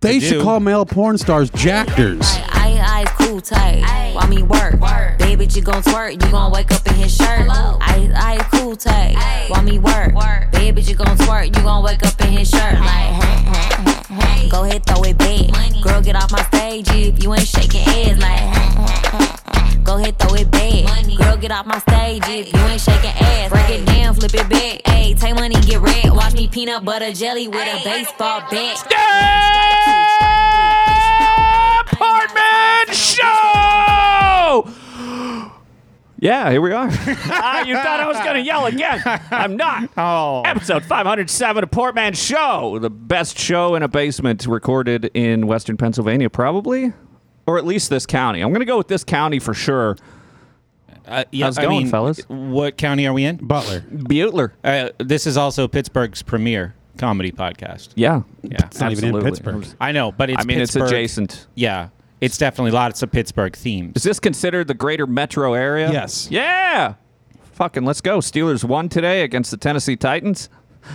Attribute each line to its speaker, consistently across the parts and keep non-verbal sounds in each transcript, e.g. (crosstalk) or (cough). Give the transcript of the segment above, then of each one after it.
Speaker 1: They
Speaker 2: I
Speaker 1: should
Speaker 2: do.
Speaker 1: call male porn stars jactors.
Speaker 3: I, I, I, cool tight. I mean, work. Baby, you gon' twerk. You gon' wake up in his shirt. I, I, cool tight. Want me work. Baby, you gon' twerk. You gon' wake up in his shirt. Like, go ahead, throw it back. Girl, get off my stage if you ain't shaking ass. Like, go ahead, throw it back. Girl, get off my stage if you ain't shaking ass. Break it down, flip it back. Ayy, take money, get red. Watch me peanut butter jelly with a baseball bat.
Speaker 2: Apartment show. Yeah, here we are. (laughs) ah, you thought I was going to yell again. I'm not.
Speaker 4: Oh.
Speaker 2: Episode 507 of Portman Show, the best show in a basement recorded in Western Pennsylvania, probably, or at least this county. I'm going to go with this county for sure.
Speaker 4: Uh, yeah,
Speaker 2: How's it going, fellas?
Speaker 4: What county are we in?
Speaker 1: Butler.
Speaker 2: Butler.
Speaker 4: Uh, this is also Pittsburgh's premier comedy podcast.
Speaker 2: Yeah.
Speaker 4: Yeah,
Speaker 1: not even in
Speaker 2: absolutely.
Speaker 1: Pittsburgh.
Speaker 4: I know, but it's
Speaker 2: I mean,
Speaker 4: Pittsburgh.
Speaker 2: it's adjacent.
Speaker 4: Yeah, it's definitely lots of Pittsburgh themes.
Speaker 2: Is this considered the greater metro area?
Speaker 1: Yes.
Speaker 2: Yeah. Fucking let's go. Steelers won today against the Tennessee Titans.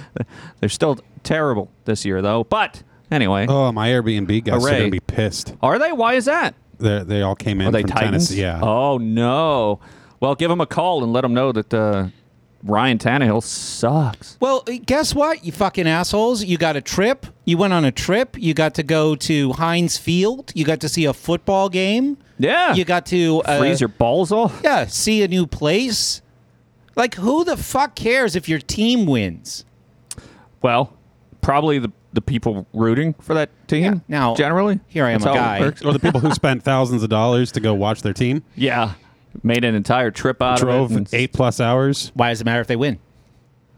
Speaker 2: (laughs) They're still terrible this year, though. But anyway,
Speaker 1: Oh, my Airbnb guys are
Speaker 2: Hooray.
Speaker 1: gonna be pissed.
Speaker 2: are they? Why is that?
Speaker 1: They they all came in
Speaker 2: Are they
Speaker 1: from
Speaker 2: Titans?
Speaker 1: Tennessee. Yeah.
Speaker 2: Oh, no. Well, give them a call and let them know that uh, Ryan Tannehill sucks.
Speaker 4: Well, eh, guess what? You fucking assholes! You got a trip. You went on a trip. You got to go to Heinz Field. You got to see a football game.
Speaker 2: Yeah.
Speaker 4: You got to uh,
Speaker 2: Freeze your balls off?
Speaker 4: yeah, see a new place. Like, who the fuck cares if your team wins?
Speaker 2: Well, probably the, the people rooting for that team
Speaker 4: Yeah. Now,
Speaker 2: generally.
Speaker 4: here I am,
Speaker 2: That's
Speaker 4: a
Speaker 2: how it
Speaker 4: guy.
Speaker 2: works.
Speaker 1: Or the people
Speaker 2: (laughs)
Speaker 1: who spent thousands of dollars to go watch their team
Speaker 2: Yeah. Made an entire trip out
Speaker 1: drove
Speaker 2: of it. and-
Speaker 1: eight plus hours.
Speaker 4: Why does it matter if they win?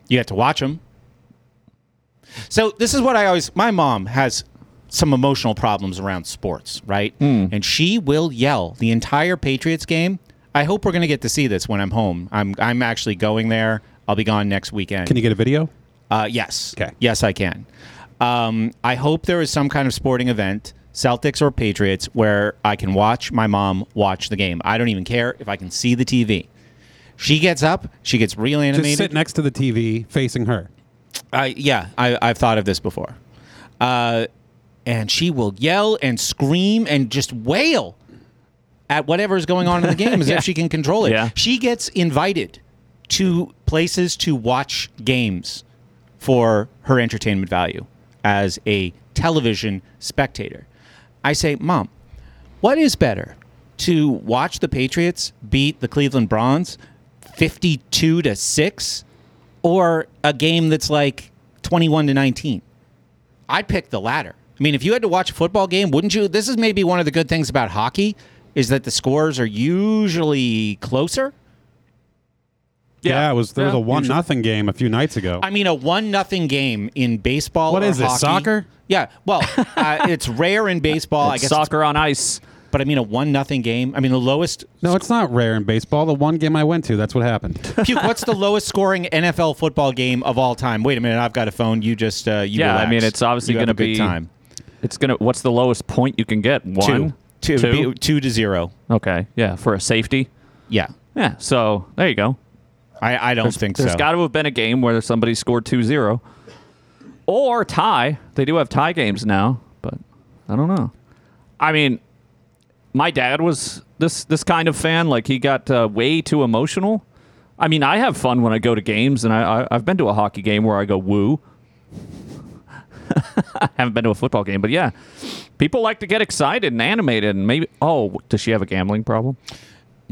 Speaker 4: You have to watch them. So this is what I always. My mom has some emotional problems around sports, right?
Speaker 1: Hmm.
Speaker 4: And she will yell the entire Patriots game. I hope we're going to get to see this when I'm home. I'm I'm actually going there. I'll be gone next weekend.
Speaker 1: Can you get a video?
Speaker 4: Uh, yes.
Speaker 1: Okay.
Speaker 4: Yes, I can. Um, I hope there is some kind of sporting event, Celtics or Patriots, where I can watch my mom watch the game. I don't even care if I can see the TV. She gets up. She gets real
Speaker 1: Just
Speaker 4: animated.
Speaker 1: sit next to the TV facing her.
Speaker 4: I- yeah, I, I've thought of this before. Uh, and she will yell and scream and just wail at whatever is going on in the game
Speaker 2: (laughs)
Speaker 4: as if she can control it.
Speaker 2: Yeah.
Speaker 4: She gets invited to places to watch games for her entertainment value as a television spectator. I say, Mom, what is better to watch the Patriots beat the Cleveland Browns 52 to 6 or a game that's like 21 to 19? I'd pick the latter. I mean, if you had to watch a football game, wouldn't you? This is maybe one of the good things about hockey is that the scores are usually closer.
Speaker 1: Yeah, it was there was
Speaker 2: Yeah.
Speaker 1: a one nothing game a few nights ago.
Speaker 4: I mean, a one nothing game in baseball.
Speaker 1: What
Speaker 4: or
Speaker 1: is this,
Speaker 4: hockey-
Speaker 1: soccer?
Speaker 4: Yeah.
Speaker 1: (laughs)
Speaker 4: Well, uh, it's rare in baseball. I
Speaker 2: It's
Speaker 4: guess. it's-
Speaker 2: soccer on ice.
Speaker 4: but I mean, a one nothing game. I mean, the lowest.
Speaker 1: no, it's not rare in baseball. The one game I went to, that's what
Speaker 2: (laughs)
Speaker 1: happened.
Speaker 4: Puke. What's the lowest scoring NFL football game of all time? Wait a minute. I've got a phone. You just. Uh, you
Speaker 2: Yeah, I
Speaker 4: relax.
Speaker 2: mean, it's obviously
Speaker 4: You have
Speaker 2: gonna
Speaker 4: a good
Speaker 2: be
Speaker 4: time.
Speaker 2: It's gonna. What's the lowest point you can get? One,
Speaker 4: Two. Two. Be- two to zero.
Speaker 2: Okay, yeah, for a safety.
Speaker 4: Yeah.
Speaker 2: Yeah, so there you go.
Speaker 4: I, I don't think
Speaker 2: There's
Speaker 4: so.
Speaker 2: got to have been a game where somebody scored 2-0. or tie. They do have tie games now, but I don't know. I mean, my dad was this this kind of fan. Like he got uh, way too emotional. I mean, I have fun when I go to games, and I, I I've been to a hockey game where I go woo. (laughs) I haven't been to a football game, but yeah, people like to get excited and animated, and maybe. Oh, does she have a gambling problem?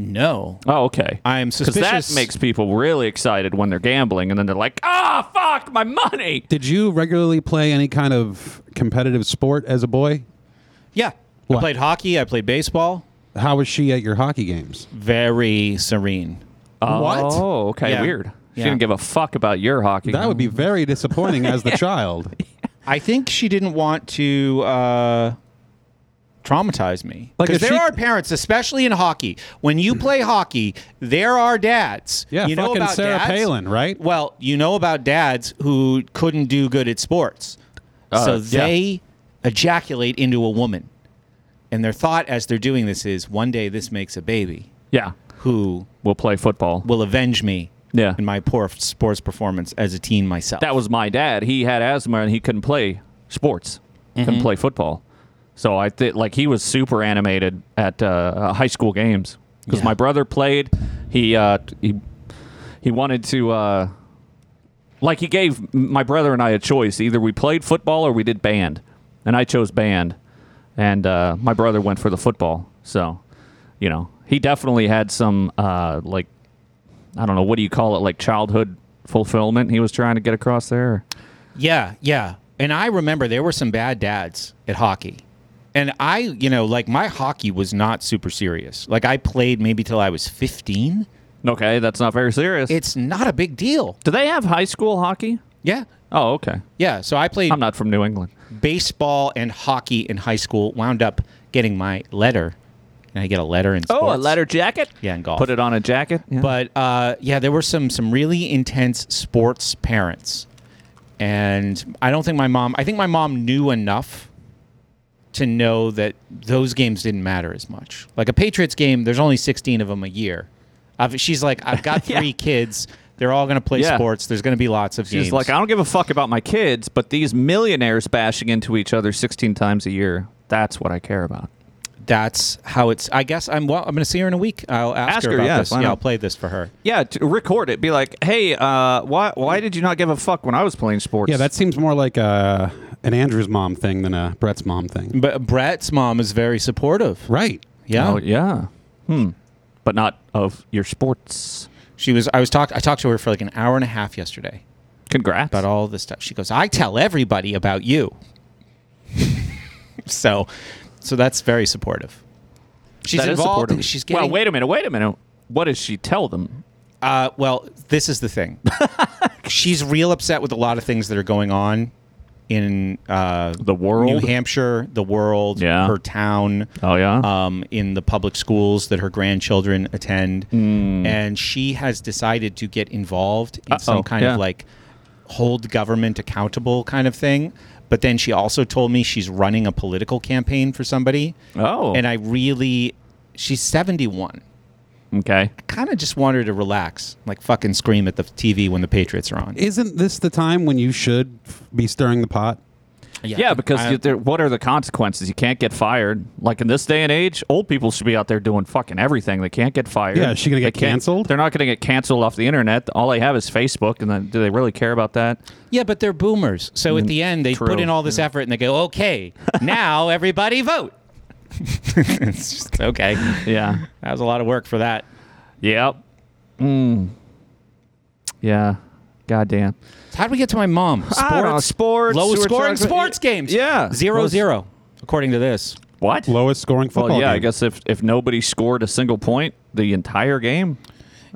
Speaker 4: no.
Speaker 2: Oh, okay.
Speaker 4: I am
Speaker 2: Because
Speaker 4: suspicious-
Speaker 2: that makes people really excited when they're gambling, and then they're like, "Ah, fuck my money."
Speaker 1: Did you regularly play any kind of competitive sport as a boy?
Speaker 4: Yeah.
Speaker 1: What?
Speaker 4: I played hockey. I played baseball.
Speaker 1: How was she at your hockey games?
Speaker 4: Very serene.
Speaker 1: What?
Speaker 2: Oh, okay,
Speaker 4: Yeah.
Speaker 2: weird. She
Speaker 4: Yeah.
Speaker 2: didn't give a fuck about your hockey.
Speaker 1: That would be very disappointing as
Speaker 2: (laughs)
Speaker 1: the child.
Speaker 4: I think she didn't want to uh, traumatize me.
Speaker 1: Like,
Speaker 4: Because
Speaker 1: if
Speaker 4: there
Speaker 1: she-
Speaker 4: are parents, especially in hockey, when you play hockey, there are dads.
Speaker 1: Yeah,
Speaker 4: you know
Speaker 1: fucking
Speaker 4: about
Speaker 1: Sarah
Speaker 4: dads?
Speaker 1: Palin, right?
Speaker 4: Well, you know about dads who couldn't do good at sports,
Speaker 1: Uh,
Speaker 4: so
Speaker 2: yeah.
Speaker 4: they ejaculate into a woman, and their thought as they're doing this is, one day this makes a baby
Speaker 2: Yeah,
Speaker 4: who
Speaker 2: we'll play football.
Speaker 4: will avenge me.
Speaker 2: Yeah.
Speaker 4: in my poor f- sports performance as a teen myself.
Speaker 2: That was my dad. He had asthma and he couldn't play sports. Couldn't play football. So I think like he was super animated at uh, uh, high school games because
Speaker 4: Yeah.
Speaker 2: my brother played. He uh, t- he he wanted to uh, like he gave m- my brother and I a choice: either we played football or we did band, and I chose band, and uh, my brother went for the football. So you know he definitely had some uh, like I don't know what do you call it like childhood fulfillment he was trying to get across there.
Speaker 4: Yeah, yeah. And I remember there were some bad dads at hockey. And I, you know, like my hockey was not super serious. Like I played maybe till I was 15.
Speaker 2: Okay, that's not very serious.
Speaker 4: It's not a big deal.
Speaker 2: do they have high school hockey?
Speaker 4: Yeah.
Speaker 2: Oh, okay.
Speaker 4: Yeah. So I played
Speaker 2: I'm not from New England.
Speaker 4: baseball and hockey in high school, wound up getting my letter. And I get Oh, a letter
Speaker 2: Oh,
Speaker 4: in sports.
Speaker 2: jacket?
Speaker 4: Yeah, in golf.
Speaker 2: Put it on a jacket. Yeah.
Speaker 4: But uh, yeah, there were some some really intense sports parents, and I don't think my mom. I think my mom knew enough to know that those games didn't matter as much. Like a Patriots game, there's only 16 of them a year. I've, she's like,
Speaker 2: (laughs)
Speaker 4: I've got three kids. They're all going to play
Speaker 2: Yeah.
Speaker 4: sports. There's going to be lots of
Speaker 2: she's
Speaker 4: games.
Speaker 2: like, I don't give a fuck about my kids, but these millionaires bashing into each other 16 times a year—that's what I care about.
Speaker 4: That's how it's. I guess I'm. Well, I'm going to see her in a week. I'll ask,
Speaker 2: Ask
Speaker 4: her
Speaker 2: her,
Speaker 4: about
Speaker 2: yes,
Speaker 4: this.
Speaker 2: why
Speaker 4: Yeah,
Speaker 2: not?
Speaker 4: I'll play this for her.
Speaker 2: Yeah, to record it. Be like, hey, uh, why why did you not give a fuck when I was playing sports?
Speaker 1: Yeah, that seems more like uh, an Andrew's mom thing than a Brett's mom thing.
Speaker 4: But Brett's mom is very supportive.
Speaker 1: Right.
Speaker 4: Yeah.
Speaker 2: Oh, yeah. Hmm. But not of your sports.
Speaker 4: She was. I was talked. I talked to her for like an hour and a half yesterday
Speaker 2: Congrats.
Speaker 4: about all this stuff. She goes, "I tell everybody about you." (laughs) so, so that's very supportive. She's
Speaker 2: That is
Speaker 4: involved.
Speaker 2: supportive.
Speaker 4: She's getting.
Speaker 2: Well, wait a minute. Wait a minute. What does she tell them?
Speaker 4: Uh, well, this is the thing. (laughs) she's real upset with a lot of things that are going on in uh,
Speaker 2: The world?
Speaker 4: New Hampshire, the world,
Speaker 2: Yeah.
Speaker 4: her town.
Speaker 2: Oh, yeah?
Speaker 4: um, in the public schools that her grandchildren attend, and she has decided to get involved in
Speaker 2: Hmm. Uh-oh,
Speaker 4: some kind
Speaker 2: yeah.
Speaker 4: of like hold government accountable kind of thing. But then she also told me she's running a political campaign for somebody,
Speaker 2: Oh.
Speaker 4: and I really, she's seventy one.
Speaker 2: okay.
Speaker 4: Kind of just want her to relax, like fucking scream at the TV when the Patriots are on.
Speaker 1: Isn't this the time when you should f- be stirring the pot?
Speaker 2: Yeah, because
Speaker 4: I-
Speaker 2: you, there, what are the consequences? You can't get fired. Like in this day and age, old people should be out there doing fucking everything. They can't get fired.
Speaker 1: Yeah, is she gonna
Speaker 2: They
Speaker 1: get
Speaker 2: can't-
Speaker 1: canceled?
Speaker 2: They're not going to get canceled off the internet. All they have is Facebook, and then do they really care about that?
Speaker 4: Yeah, but they're boomers. So at the end, they
Speaker 2: Mm-hmm. true,
Speaker 4: put in all this effort and they go, okay,
Speaker 2: (laughs)
Speaker 4: now everybody vote. it's just okay.
Speaker 1: (laughs)
Speaker 2: Yeah.
Speaker 4: That was a lot of work for that.
Speaker 2: yep. Mm. Yeah. Goddamn.
Speaker 4: How do we get to my mom? Sports.
Speaker 2: I don't know, sports, we
Speaker 4: Lowest
Speaker 2: were
Speaker 4: scoring
Speaker 2: talking-
Speaker 4: sports games.
Speaker 2: Yeah.
Speaker 4: Zero,
Speaker 2: Lowest-
Speaker 4: zero, according to this.
Speaker 2: What?
Speaker 1: Lowest scoring
Speaker 2: well,
Speaker 1: football
Speaker 2: yeah, I
Speaker 1: game.
Speaker 2: guess if, if nobody scored a single point the entire game.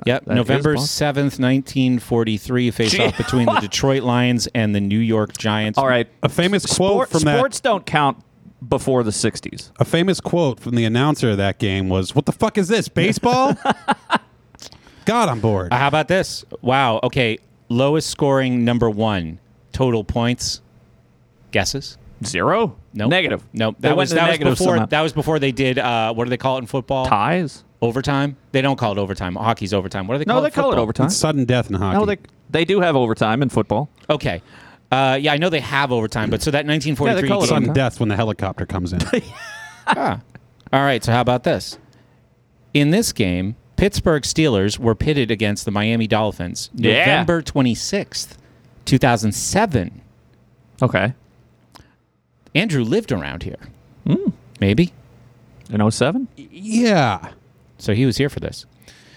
Speaker 4: Yep.
Speaker 2: is
Speaker 4: November
Speaker 2: possible.
Speaker 4: 7th, 1943, face off
Speaker 2: Gee.
Speaker 4: between the Detroit Lions and the New York Giants.
Speaker 2: All right.
Speaker 1: A famous
Speaker 2: Sport-
Speaker 1: quote from that
Speaker 2: sports don't count before the 60s.
Speaker 1: A famous quote from the announcer of that game was, "What the fuck is this?
Speaker 2: (laughs)
Speaker 1: Baseball?" God, I'm bored.
Speaker 4: Uh, How about this? Wow. Okay. Lowest scoring number one. Total points. Guesses?
Speaker 2: Zero?
Speaker 4: No.
Speaker 2: Negative.
Speaker 4: No.
Speaker 2: They
Speaker 4: That
Speaker 2: went
Speaker 4: was
Speaker 2: to the
Speaker 4: that was
Speaker 2: negative
Speaker 4: before
Speaker 2: somehow.
Speaker 4: that was before they did uh, what do they call it in football?
Speaker 2: Ties? Oh,
Speaker 4: Overtime? They don't call it overtime. Hockey's overtime. What do they call
Speaker 2: No,
Speaker 4: it?
Speaker 2: they
Speaker 4: in
Speaker 2: call it
Speaker 4: football?
Speaker 2: overtime.
Speaker 1: It's sudden death in hockey.
Speaker 2: No, they they do have overtime in football.
Speaker 4: Okay. Uh, yeah, I know they have overtime, but so that 1943
Speaker 2: call it
Speaker 4: game-
Speaker 1: sudden death when the helicopter comes
Speaker 2: (laughs)
Speaker 1: in.
Speaker 4: All right, so how about this? In this game, Pittsburgh Steelers were pitted against the Miami Dolphins
Speaker 2: Yeah.
Speaker 4: November 26th, 2007.
Speaker 2: Okay.
Speaker 4: Andrew lived around here.
Speaker 2: Hmm.
Speaker 4: Maybe.
Speaker 2: In 07?
Speaker 1: yeah,
Speaker 4: So he was here for this.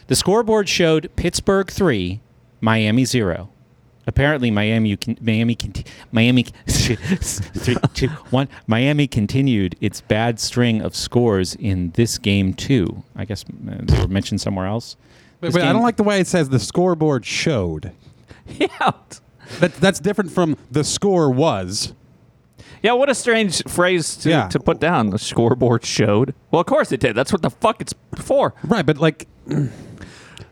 Speaker 4: The scoreboard showed Pittsburgh 3, Miami 0. Apparently, Miami, con- Miami, conti- Miami, (laughs) three, two, one. Miami continued its bad string of scores in this game too. I guess uh, they were mentioned somewhere else.
Speaker 1: but,
Speaker 4: This
Speaker 1: but I
Speaker 4: game-
Speaker 1: don't like the way it says the scoreboard showed.
Speaker 2: (laughs) Yeah.
Speaker 1: That, that's different from the score was.
Speaker 2: Yeah, what a strange phrase to,
Speaker 1: Yeah.
Speaker 2: to put down. The scoreboard showed. Well, of course it did. That's what the fuck it's for.
Speaker 1: Right, but like
Speaker 2: The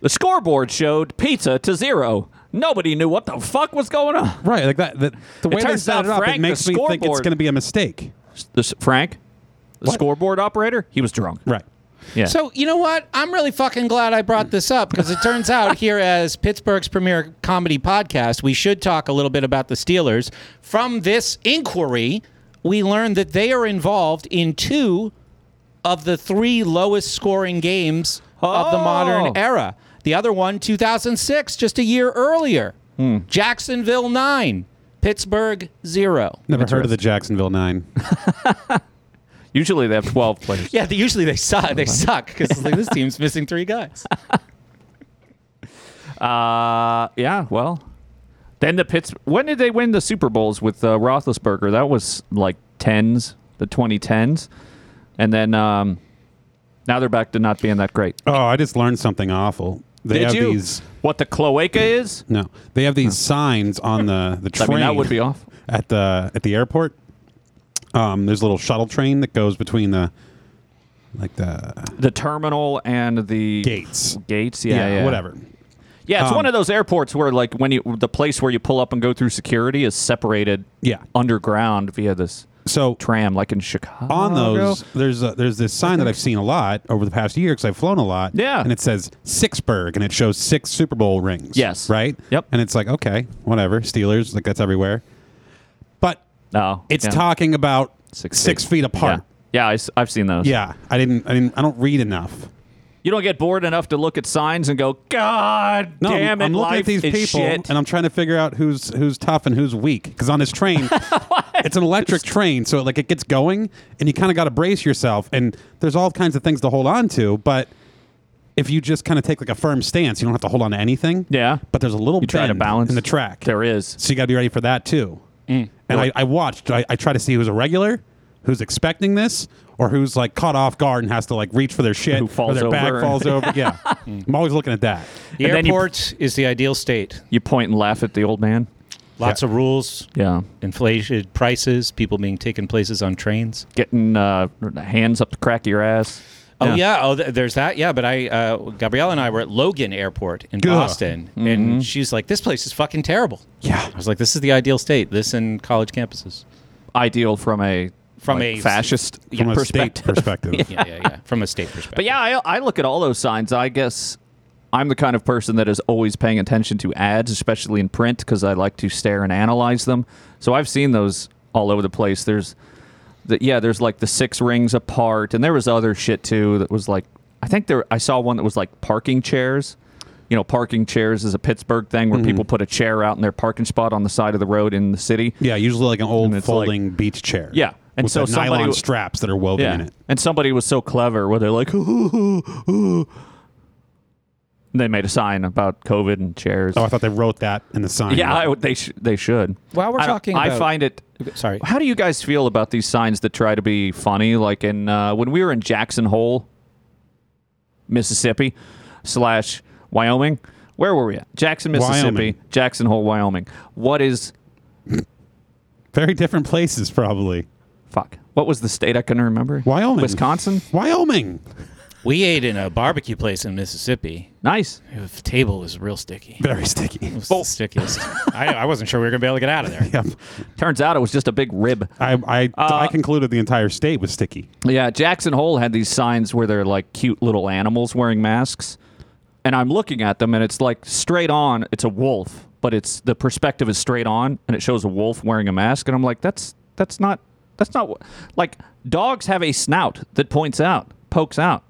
Speaker 2: scoreboard showed pizza to zero. Nobody knew what the fuck was going on.
Speaker 1: right, like that. that the way they
Speaker 2: turns
Speaker 1: set
Speaker 2: out
Speaker 1: it up,
Speaker 2: Frank,
Speaker 1: it makes
Speaker 2: the
Speaker 1: me think it's
Speaker 2: scoreboard-
Speaker 1: going to be a mistake.
Speaker 2: This, Frank, the
Speaker 1: What?
Speaker 2: scoreboard operator, he was drunk.
Speaker 1: Right.
Speaker 2: Yeah.
Speaker 4: (laughs) So you know what? I'm really fucking glad I brought this up because it turns (laughs) out here as Pittsburgh's premier comedy podcast, we should talk a little bit about the Steelers from this inquiry. we learn that they are involved in two of the three lowest scoring games of the
Speaker 2: Oh.
Speaker 4: modern era. The other one, 2006, just a year earlier. Jacksonville 9, Pittsburgh 0.
Speaker 1: Never heard of the Jacksonville Nine.
Speaker 2: Usually they have 12 players.
Speaker 4: Yeah, they, usually they suck. (laughs) They suck because like, this team's missing three guys.
Speaker 2: Uh, yeah, well. Then the Pitts. When did they win the Super Bowls with uh, Roethlisberger? That was like 10s, the 2010s. And then um, now they're back to not being that great.
Speaker 1: (laughs) Oh, I just learned something awful. They
Speaker 2: did
Speaker 1: have
Speaker 2: you?
Speaker 1: these
Speaker 2: What the cloaca is?
Speaker 1: no, they have these signs on
Speaker 2: (laughs)
Speaker 1: the the
Speaker 2: I
Speaker 1: train.
Speaker 2: mean, that would be off.
Speaker 1: at the at the airport. Um, there's a little shuttle train that goes between the like the
Speaker 2: The terminal and the
Speaker 1: gates.
Speaker 2: Gates, yeah, yeah,
Speaker 1: whatever.
Speaker 2: Yeah, it's
Speaker 1: Um,
Speaker 2: one of those airports where, like, when you the place where you pull up and go through security is separated,
Speaker 1: Yeah.
Speaker 2: underground via this
Speaker 1: So
Speaker 2: tram, like in Chicago.
Speaker 1: on those, there's a, there's this sign that I've seen a lot over the past year because I've flown a lot.
Speaker 2: Yeah.
Speaker 1: and it says Sixburg, and it shows six Super Bowl rings.
Speaker 2: Yes.
Speaker 1: right.
Speaker 2: Yep.
Speaker 1: And it's like okay, whatever. Steelers, like that's everywhere. But
Speaker 2: no,
Speaker 1: it's
Speaker 2: yeah.
Speaker 1: talking about
Speaker 2: Six
Speaker 1: six,
Speaker 2: feet.
Speaker 1: feet apart.
Speaker 2: Yeah, yeah I, have seen those.
Speaker 1: Yeah. I didn't. I didn't. I don't read enough.
Speaker 2: you don't get bored enough to look at signs and go, God
Speaker 1: No, I'm-
Speaker 2: damn it,
Speaker 1: I'm, looking
Speaker 2: life
Speaker 1: at these
Speaker 2: is
Speaker 1: people
Speaker 2: shit.
Speaker 1: and I'm trying to figure out who's who's tough and who's weak. Because on this
Speaker 2: (laughs)
Speaker 1: train, it's an electric train, so like it gets going, and you kind of got to brace yourself. And there's all kinds of things to hold on to, but if you just kind of take like a firm stance, you don't have to hold on to anything.
Speaker 2: Yeah.
Speaker 1: But there's a little
Speaker 2: You try to
Speaker 1: bend
Speaker 2: balance.
Speaker 1: in the track.
Speaker 2: There is. Mm.
Speaker 1: so you got to be ready for that too. And I, I watched. I, I try to see who's a regular, who's expecting this, or who's like caught off guard and has to like reach for their shit,
Speaker 2: Who
Speaker 1: or
Speaker 2: falls
Speaker 1: their
Speaker 2: over. Mm.
Speaker 1: back falls
Speaker 2: (laughs)
Speaker 1: over. Yeah, I'm always looking at that.
Speaker 4: The
Speaker 2: And then you-
Speaker 4: airport is the ideal state.
Speaker 2: You point and laugh at the old man.
Speaker 4: Lots of rules,
Speaker 2: Yeah,
Speaker 4: inflated prices, people being taken places on trains.
Speaker 2: getting uh, hands up the crack of your ass.
Speaker 4: Oh yeah, oh th- there's that. Yeah, but I uh, Gabrielle and I were at Logan Airport in Boston, and she's like, "This place is fucking terrible."
Speaker 1: Yeah.
Speaker 4: I was like, "This is the ideal state. This and college campuses."
Speaker 2: Ideal from a
Speaker 4: From
Speaker 2: like,
Speaker 4: a-
Speaker 2: fascist
Speaker 1: from a
Speaker 2: perspective.
Speaker 1: state
Speaker 2: (laughs)
Speaker 1: perspective.
Speaker 4: Yeah, yeah, yeah. (laughs) From a state perspective.
Speaker 2: But yeah, I, I look at all those signs. I guess I'm the kind of person that is always paying attention to ads, especially in print, because I like to stare and analyze them. So I've seen those all over the place. There's, the, yeah, there's like the six rings apart, and there was other shit too that was like, I think there I saw one that was like parking chairs. You know, parking chairs is a Pittsburgh thing where people put a chair out in their parking spot on the side of the road in the city.
Speaker 1: Yeah, usually like an old
Speaker 2: it's like-
Speaker 1: folding beach chair.
Speaker 2: Yeah, and
Speaker 1: with
Speaker 2: so
Speaker 1: the
Speaker 2: somebody
Speaker 1: nylon
Speaker 2: w-
Speaker 1: straps that are woven in it.
Speaker 2: And somebody was so clever where they're like, (laughs) they made a sign about COVID and chairs.
Speaker 1: Oh, I thought they wrote that in the sign.
Speaker 2: (laughs) yeah, I would they sh- they should.
Speaker 4: While we're
Speaker 2: I don't-
Speaker 4: talking
Speaker 2: I
Speaker 4: about-
Speaker 2: find it.
Speaker 4: Sorry.
Speaker 2: How do you guys feel about these signs that try to be funny? Like in uh, when we were in Jackson Hole, Mississippi, slash Wyoming. Where were we at? Jackson, Mississippi.
Speaker 1: Wyoming.
Speaker 2: Jackson Hole, Wyoming. What is
Speaker 1: very different places probably.
Speaker 2: fuck? What was the state? I couldn't remember.
Speaker 1: Wyoming,
Speaker 2: Wisconsin.
Speaker 1: Wyoming.
Speaker 4: We ate in a barbecue place in Mississippi.
Speaker 2: Nice.
Speaker 4: The table was real sticky.
Speaker 1: Very sticky. (laughs)
Speaker 4: It was the stickiest. (laughs) I, I wasn't sure we were gonna be able to get out of (laughs) there.
Speaker 1: Yep.
Speaker 2: Turns out it was just a big rib.
Speaker 1: I I,
Speaker 2: Uh,
Speaker 1: I concluded the entire state was sticky.
Speaker 2: Yeah, Jackson Hole had these signs where they're like cute little animals wearing masks. And I'm looking at them and it's like straight on, it's a wolf, but it's the perspective is straight on and it shows a wolf wearing a mask and I'm like that's that's not that's not wh- like dogs have a snout that points out, pokes out.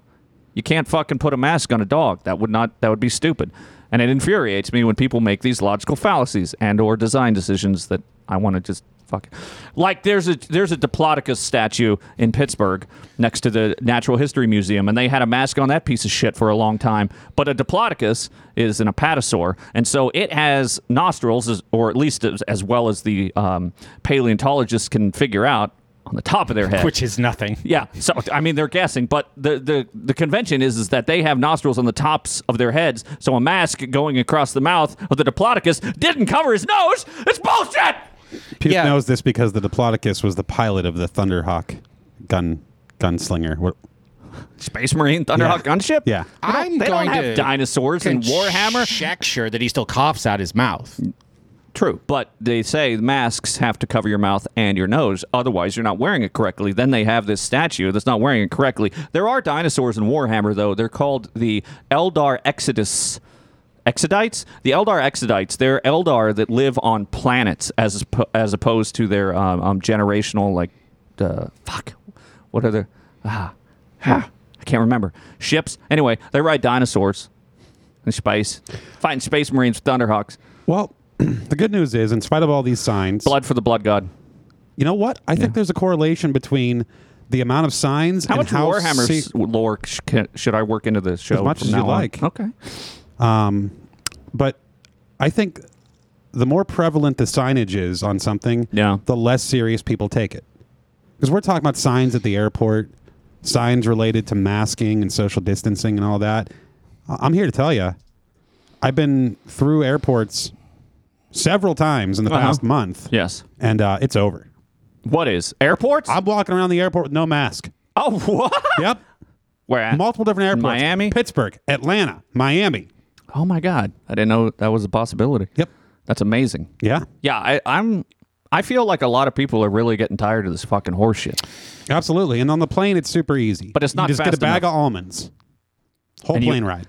Speaker 2: You can't fucking put a mask on a dog. That would not that would be stupid. And it infuriates me when people make these logical fallacies and or design decisions that I want to just fuck. Like there's a there's a Diplodocus statue in Pittsburgh next to the Natural History Museum and they had a mask on that piece of shit for a long time. But a Diplodocus is an apatosaur and so it has nostrils as- or at least as, as well as the um, paleontologists can figure out on the top of their head.
Speaker 4: Which is nothing.
Speaker 2: Yeah. So I mean, they're guessing, but the, the the convention is is that they have nostrils on the tops of their heads, so a mask going across the mouth of the Diplodocus didn't cover his nose. It's bullshit.
Speaker 1: Pete
Speaker 4: Yeah.
Speaker 1: knows this because the Diplodocus was the pilot of the Thunderhawk gun gunslinger. What-
Speaker 2: Space Marine Thunderhawk gunship.
Speaker 1: Yeah.
Speaker 2: They don't-
Speaker 4: I'm
Speaker 2: they
Speaker 4: going
Speaker 2: don't have
Speaker 4: to
Speaker 2: dinosaurs and Warhammer.
Speaker 4: Conjecture that he still coughs out his mouth.
Speaker 2: True, but they say masks have to cover your mouth and your nose, otherwise you're not wearing it correctly. Then they have this statue that's not wearing it correctly. There are dinosaurs in Warhammer though. They're called the Eldar Exodus Exodites. The Eldar Exodites, they're Eldar that live on planets as as opposed to their um, um, generational like uh, fuck, what are the, ah, ah, I can't remember. Ships. Anyway, they ride dinosaurs in space, fighting space marines with thunderhawks.
Speaker 1: Well, (clears throat) the good news is, in spite of all these signs,
Speaker 2: Blood for the blood god.
Speaker 1: you know what? I think there's a correlation between the amount of signs
Speaker 2: How
Speaker 1: and
Speaker 2: much
Speaker 1: how
Speaker 2: Warhammer
Speaker 1: se-
Speaker 2: s- lore sh- can- should I work into the show?
Speaker 1: much
Speaker 2: from
Speaker 1: as you
Speaker 2: now on?
Speaker 1: like.
Speaker 2: Okay.
Speaker 1: Um, but I think the more prevalent the signage is on something,
Speaker 2: Yeah.
Speaker 1: the less serious people take it. Because we're talking about signs at the airport, signs related to masking and social distancing and all that. I- I'm here to tell you, I've been through airports several times in the
Speaker 2: Uh-huh.
Speaker 1: past month,
Speaker 2: Yes.
Speaker 1: and uh, it's over.
Speaker 2: What is airports?
Speaker 1: I'm walking around the airport with no mask.
Speaker 2: oh, (laughs) what?
Speaker 1: Yep.
Speaker 2: Where at?
Speaker 1: Multiple different airports.
Speaker 2: Miami?
Speaker 1: Pittsburgh, Atlanta, Miami.
Speaker 2: oh my god, I didn't know that was a possibility.
Speaker 1: Yep.
Speaker 2: That's amazing.
Speaker 1: Yeah.
Speaker 2: Yeah, I, I'm. I feel like a lot of people are really getting tired of this fucking horseshit.
Speaker 1: Absolutely. And on the plane, it's super easy.
Speaker 2: But it's not
Speaker 1: You just get a
Speaker 2: fast
Speaker 1: bag
Speaker 2: enough.
Speaker 1: of almonds. Whole
Speaker 2: And you
Speaker 1: plane ride.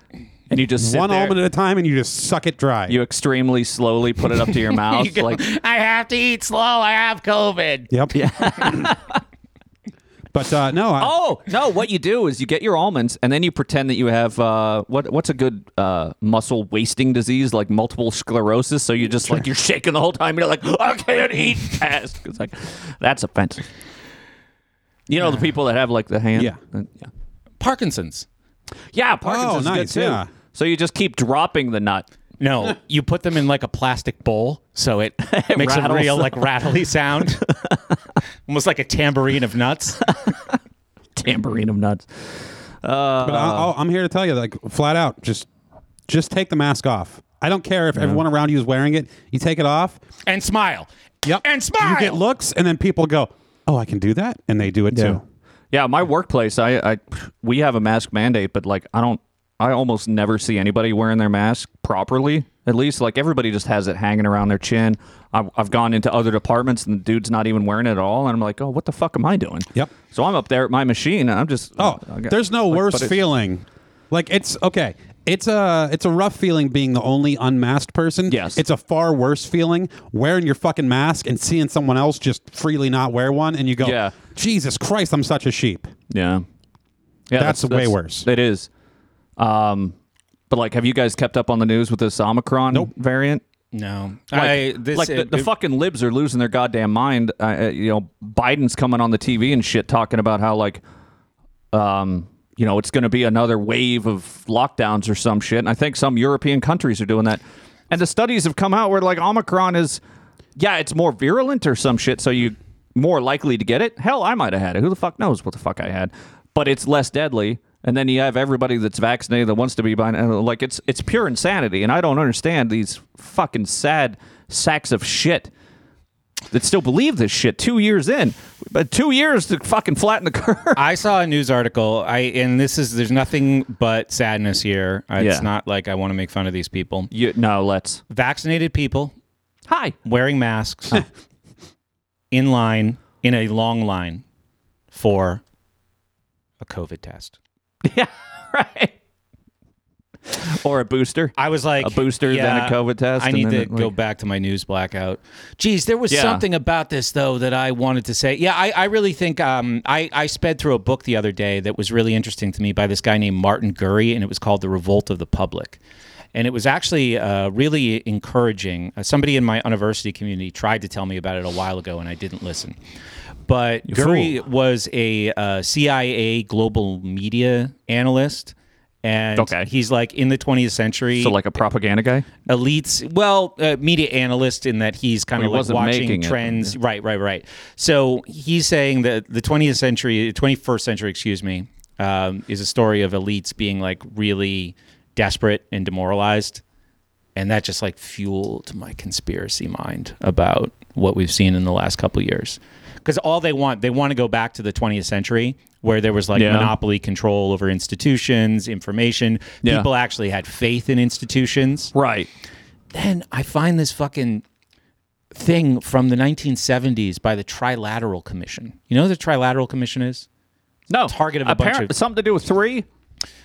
Speaker 2: And you just sit
Speaker 1: One
Speaker 2: there,
Speaker 1: almond at a time, and you just suck it dry.
Speaker 2: you extremely slowly put it
Speaker 1: (laughs)
Speaker 2: up to your mouth, like
Speaker 4: I have to eat slow. I have COVID.
Speaker 2: (laughs)
Speaker 1: yep. Yeah. but uh, no, I,
Speaker 2: Oh no! What you do is you get your almonds, and then you pretend that you have uh, what? What's a good uh, muscle wasting disease like multiple sclerosis? So you just like you're shaking the whole time. You're like, I can't eat fast. It's like that's offensive. You know the people that have like the hand.
Speaker 1: Yeah.
Speaker 2: Uh, yeah.
Speaker 4: Parkinson's.
Speaker 2: Yeah, Parkinson's
Speaker 1: Oh,
Speaker 2: is
Speaker 1: nice,
Speaker 2: good too.
Speaker 1: yeah.
Speaker 2: So you just keep dropping the nut.
Speaker 4: No, (laughs) you put them in like a plastic bowl, so (laughs) it, makes a
Speaker 2: rattles
Speaker 4: real
Speaker 2: them.
Speaker 4: like rattly sound, (laughs) almost like a tambourine of nuts.
Speaker 2: Tambourine of nuts. Oh.
Speaker 1: but I, I'm here to tell you, like flat out, just just take the mask off. I don't care if everyone around you is wearing it. You take it off.
Speaker 4: and smile.
Speaker 1: Yep.
Speaker 4: And smile.
Speaker 1: You get looks, and then people go, "Oh, I can do that," and they do it too.
Speaker 2: Yeah, my workplace, I, I we have a mask mandate, but like I don't I almost never see anybody wearing their mask properly. At least like everybody just has it hanging around their chin. I've, I've gone into other departments and the dude's not even wearing it at all, and I'm like, oh, what the fuck am I doing?
Speaker 1: Yep.
Speaker 2: So I'm up there at my machine, and I'm just
Speaker 1: Oh,
Speaker 2: I got-
Speaker 1: there's no
Speaker 2: like,
Speaker 1: worse
Speaker 2: but it's-
Speaker 1: feeling. Like it's okay. It's a it's a rough feeling being the only unmasked person.
Speaker 2: Yes.
Speaker 1: It's a far worse feeling wearing your fucking mask and seeing someone else just freely not wear one, and you go,
Speaker 2: Yeah.
Speaker 1: "Jesus Christ, I'm such a sheep."
Speaker 2: Yeah. Yeah.
Speaker 1: That's way worse.
Speaker 2: It is. Um, but like, have you guys kept up on the news with this Omicron variant?
Speaker 4: No,
Speaker 2: Like,
Speaker 4: I, this,
Speaker 2: like the,
Speaker 4: it-
Speaker 2: the
Speaker 4: it-
Speaker 2: fucking libs are losing their goddamn mind. Uh, uh, you know, Biden's coming on the TV and shit talking about how like, um, you know, it's going to be another wave of lockdowns or some shit. And I think some European countries are doing that. And the studies have come out where like Omicron is, yeah, it's more virulent or some shit. So you more likely to get it. Hell, I might have had it. Who the fuck knows what the fuck I had? But it's less deadly. And then you have everybody that's vaccinated that wants to be by uh, like it's it's pure insanity. And I don't understand these fucking sad sacks of shit that still believe this shit two years in. But two years to fucking flatten the (laughs) curve.
Speaker 4: I saw a news article. I and this is there's nothing but sadness here. It's
Speaker 2: Yeah.
Speaker 4: not like I want to make fun of these people.
Speaker 2: You, no, let's.
Speaker 4: Vaccinated people
Speaker 2: Hi. (laughs)
Speaker 4: wearing masks in line in a long line for a COVID test.
Speaker 2: Yeah, right. Or a booster.
Speaker 4: I was like
Speaker 2: A booster, then a
Speaker 4: yeah,
Speaker 2: COVID test,
Speaker 4: I
Speaker 2: and
Speaker 4: need to
Speaker 2: then it,
Speaker 4: go
Speaker 2: like-
Speaker 4: back to my news blackout. Geez, there was
Speaker 2: Yeah.
Speaker 4: something about this though that I wanted to say. Yeah, I, I really think um, I I sped through a book the other day that was really interesting to me by this guy named Martin Gurry, and it was called The Revolt of the Public. And it was actually uh, really encouraging. Uh, somebody in my university community tried to tell me about it a while ago, and I didn't listen. But Gurry was a uh, CIA global media analyst, and
Speaker 2: Okay.
Speaker 4: he's like in the 20th century
Speaker 2: So like a propaganda guy.
Speaker 4: elites well uh, media analyst in that he's kind
Speaker 2: Well, he
Speaker 4: of like
Speaker 2: wasn't
Speaker 4: watching
Speaker 2: making it.
Speaker 4: trends right right right so he's saying that the 20th century 21st century excuse me um, is a story of elites being like really desperate and demoralized and that just like fueled my conspiracy mind about what we've seen in the last couple years because all they want they want to go back to the 20th century where there was like
Speaker 2: Yeah.
Speaker 4: monopoly control over institutions information
Speaker 2: Yeah.
Speaker 4: people actually had faith in institutions
Speaker 2: Right.
Speaker 4: then I find this fucking thing from the 1970s by the Trilateral Commission. You know what the Trilateral Commission is?
Speaker 2: No.
Speaker 4: Target of a bunch
Speaker 2: Apparent-
Speaker 4: of-
Speaker 2: something to do with three,
Speaker 4: It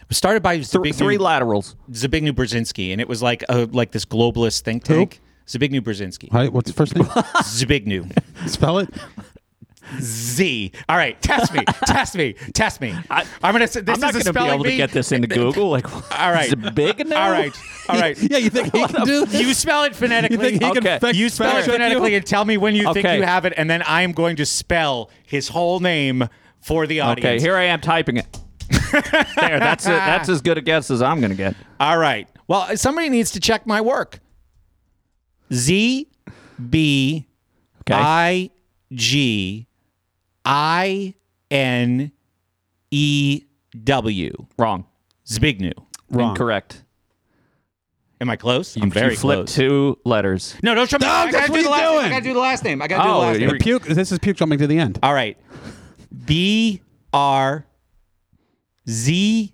Speaker 4: was started by
Speaker 2: three,
Speaker 4: Zbigniew,
Speaker 2: three laterals.
Speaker 4: Zbigniew Brzezinski, and it was like a, like this globalist
Speaker 2: (laughs)
Speaker 4: think tank. Zbigniew Brzezinski.
Speaker 1: All right, what's the first name?
Speaker 4: Zbigniew.
Speaker 1: Spell it.
Speaker 4: Z. All right, test me,
Speaker 2: (laughs)
Speaker 4: test me, test me. I, am gonna. say- This
Speaker 2: I'm not
Speaker 4: is a
Speaker 2: going to be
Speaker 4: spelling
Speaker 2: able to
Speaker 4: bee.
Speaker 2: get this
Speaker 4: (laughs)
Speaker 2: into Google. Like,
Speaker 4: All right,
Speaker 2: is it big now?
Speaker 4: All right,
Speaker 2: (laughs)
Speaker 4: all right.
Speaker 1: Yeah, you (laughs) think he can do this?
Speaker 4: You spell it phonetically.
Speaker 1: You think he
Speaker 2: Okay.
Speaker 1: can fact-
Speaker 4: You spell it
Speaker 1: fact check you?
Speaker 4: phonetically and tell me when you think
Speaker 2: Okay.
Speaker 4: you have it, and then I am going to spell his whole name for the audience.
Speaker 2: Okay, here I am typing
Speaker 4: (laughs)
Speaker 2: it. there, that's it. That's as good a guess as I'm going to get.
Speaker 4: All right. Well, somebody needs to check my work. Z B
Speaker 2: Okay.
Speaker 4: I G I N E W.
Speaker 2: Wrong.
Speaker 4: Zbigniew.
Speaker 1: Wrong.
Speaker 2: Incorrect.
Speaker 4: Am I close? I'm
Speaker 2: You-
Speaker 4: very
Speaker 2: you flipped
Speaker 4: close.
Speaker 2: two letters.
Speaker 4: No, don't show me. I
Speaker 1: that's
Speaker 4: gotta
Speaker 1: what
Speaker 4: do the
Speaker 1: he's
Speaker 4: last name. I
Speaker 1: doing.
Speaker 4: gotta do the last name. I gotta do Uh,
Speaker 2: Oh,
Speaker 4: the last
Speaker 2: you're-
Speaker 4: name.
Speaker 1: Puke. This is puke jumping to the end.
Speaker 4: All right. B R Z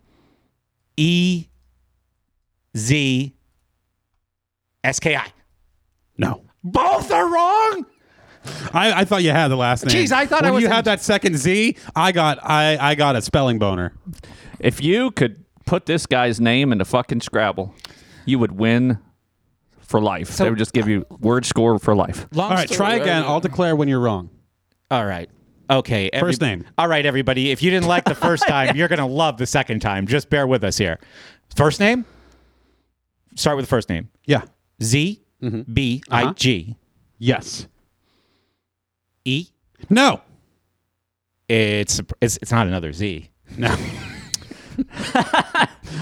Speaker 4: E Z S K I.
Speaker 1: No.
Speaker 4: Both are wrong.
Speaker 1: I, I thought you had the last name.
Speaker 4: Jeez, I thought I
Speaker 1: when
Speaker 4: was
Speaker 1: you
Speaker 4: in-
Speaker 1: had that second Z, I got I, I got a spelling boner.
Speaker 2: If you could put this guy's name into fucking Scrabble, you would win for life. they would just give you word score for
Speaker 4: (laughs)
Speaker 2: life.
Speaker 1: All right, try again. I'll declare when you're wrong.
Speaker 4: All right. Okay. every-
Speaker 1: First name.
Speaker 4: All right, everybody. If you didn't like the first time, you're going to love the second time. Just bear with us here. First name? Start with the first name
Speaker 1: Yeah.
Speaker 4: Z B I G
Speaker 1: Yes.
Speaker 4: E.
Speaker 1: No.
Speaker 4: It's, it's it's not another Z.
Speaker 1: No.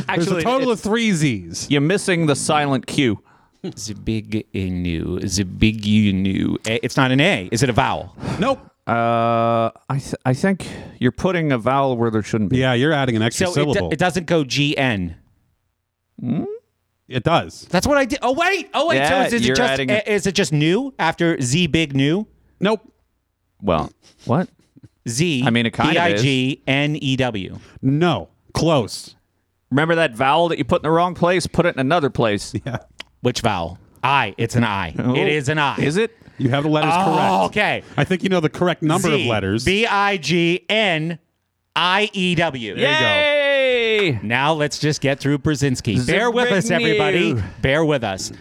Speaker 1: There's a total of three Z's.
Speaker 2: You're missing the silent Q.
Speaker 4: Zbigniew. Zbigniew. A- It's not an A. Is it a vowel?
Speaker 1: Nope.
Speaker 2: Uh, I th- I think you're putting a vowel where there shouldn't be.
Speaker 1: Yeah, you're adding an extra
Speaker 4: So it, do-
Speaker 1: syllable.
Speaker 4: it doesn't go G N.
Speaker 1: it does.
Speaker 4: That's what I did. Oh wait. Oh wait.
Speaker 2: Yeah,
Speaker 4: so is,
Speaker 2: you're
Speaker 4: it just
Speaker 2: adding-
Speaker 4: a- is it just new after Z big new?
Speaker 1: Nope.
Speaker 2: Well, what?
Speaker 4: Z.
Speaker 2: I mean, it kinda is.
Speaker 4: E B-I-G-N-E-W.
Speaker 1: No. Close.
Speaker 2: Remember that vowel that you put in the wrong place? Put it in another place.
Speaker 1: Yeah.
Speaker 4: Which vowel? I. It's an I. (laughs)
Speaker 1: Oh.
Speaker 4: It is an I.
Speaker 2: Is it?
Speaker 1: You have the letters
Speaker 4: Oh,
Speaker 1: correct.
Speaker 4: okay.
Speaker 1: I think you know the correct number of letters.
Speaker 4: B I G N I E W.
Speaker 2: Yay!
Speaker 4: Now let's just get through Brzezinski. Bear with us,
Speaker 2: Zbigniew.
Speaker 4: everybody. Bear with us.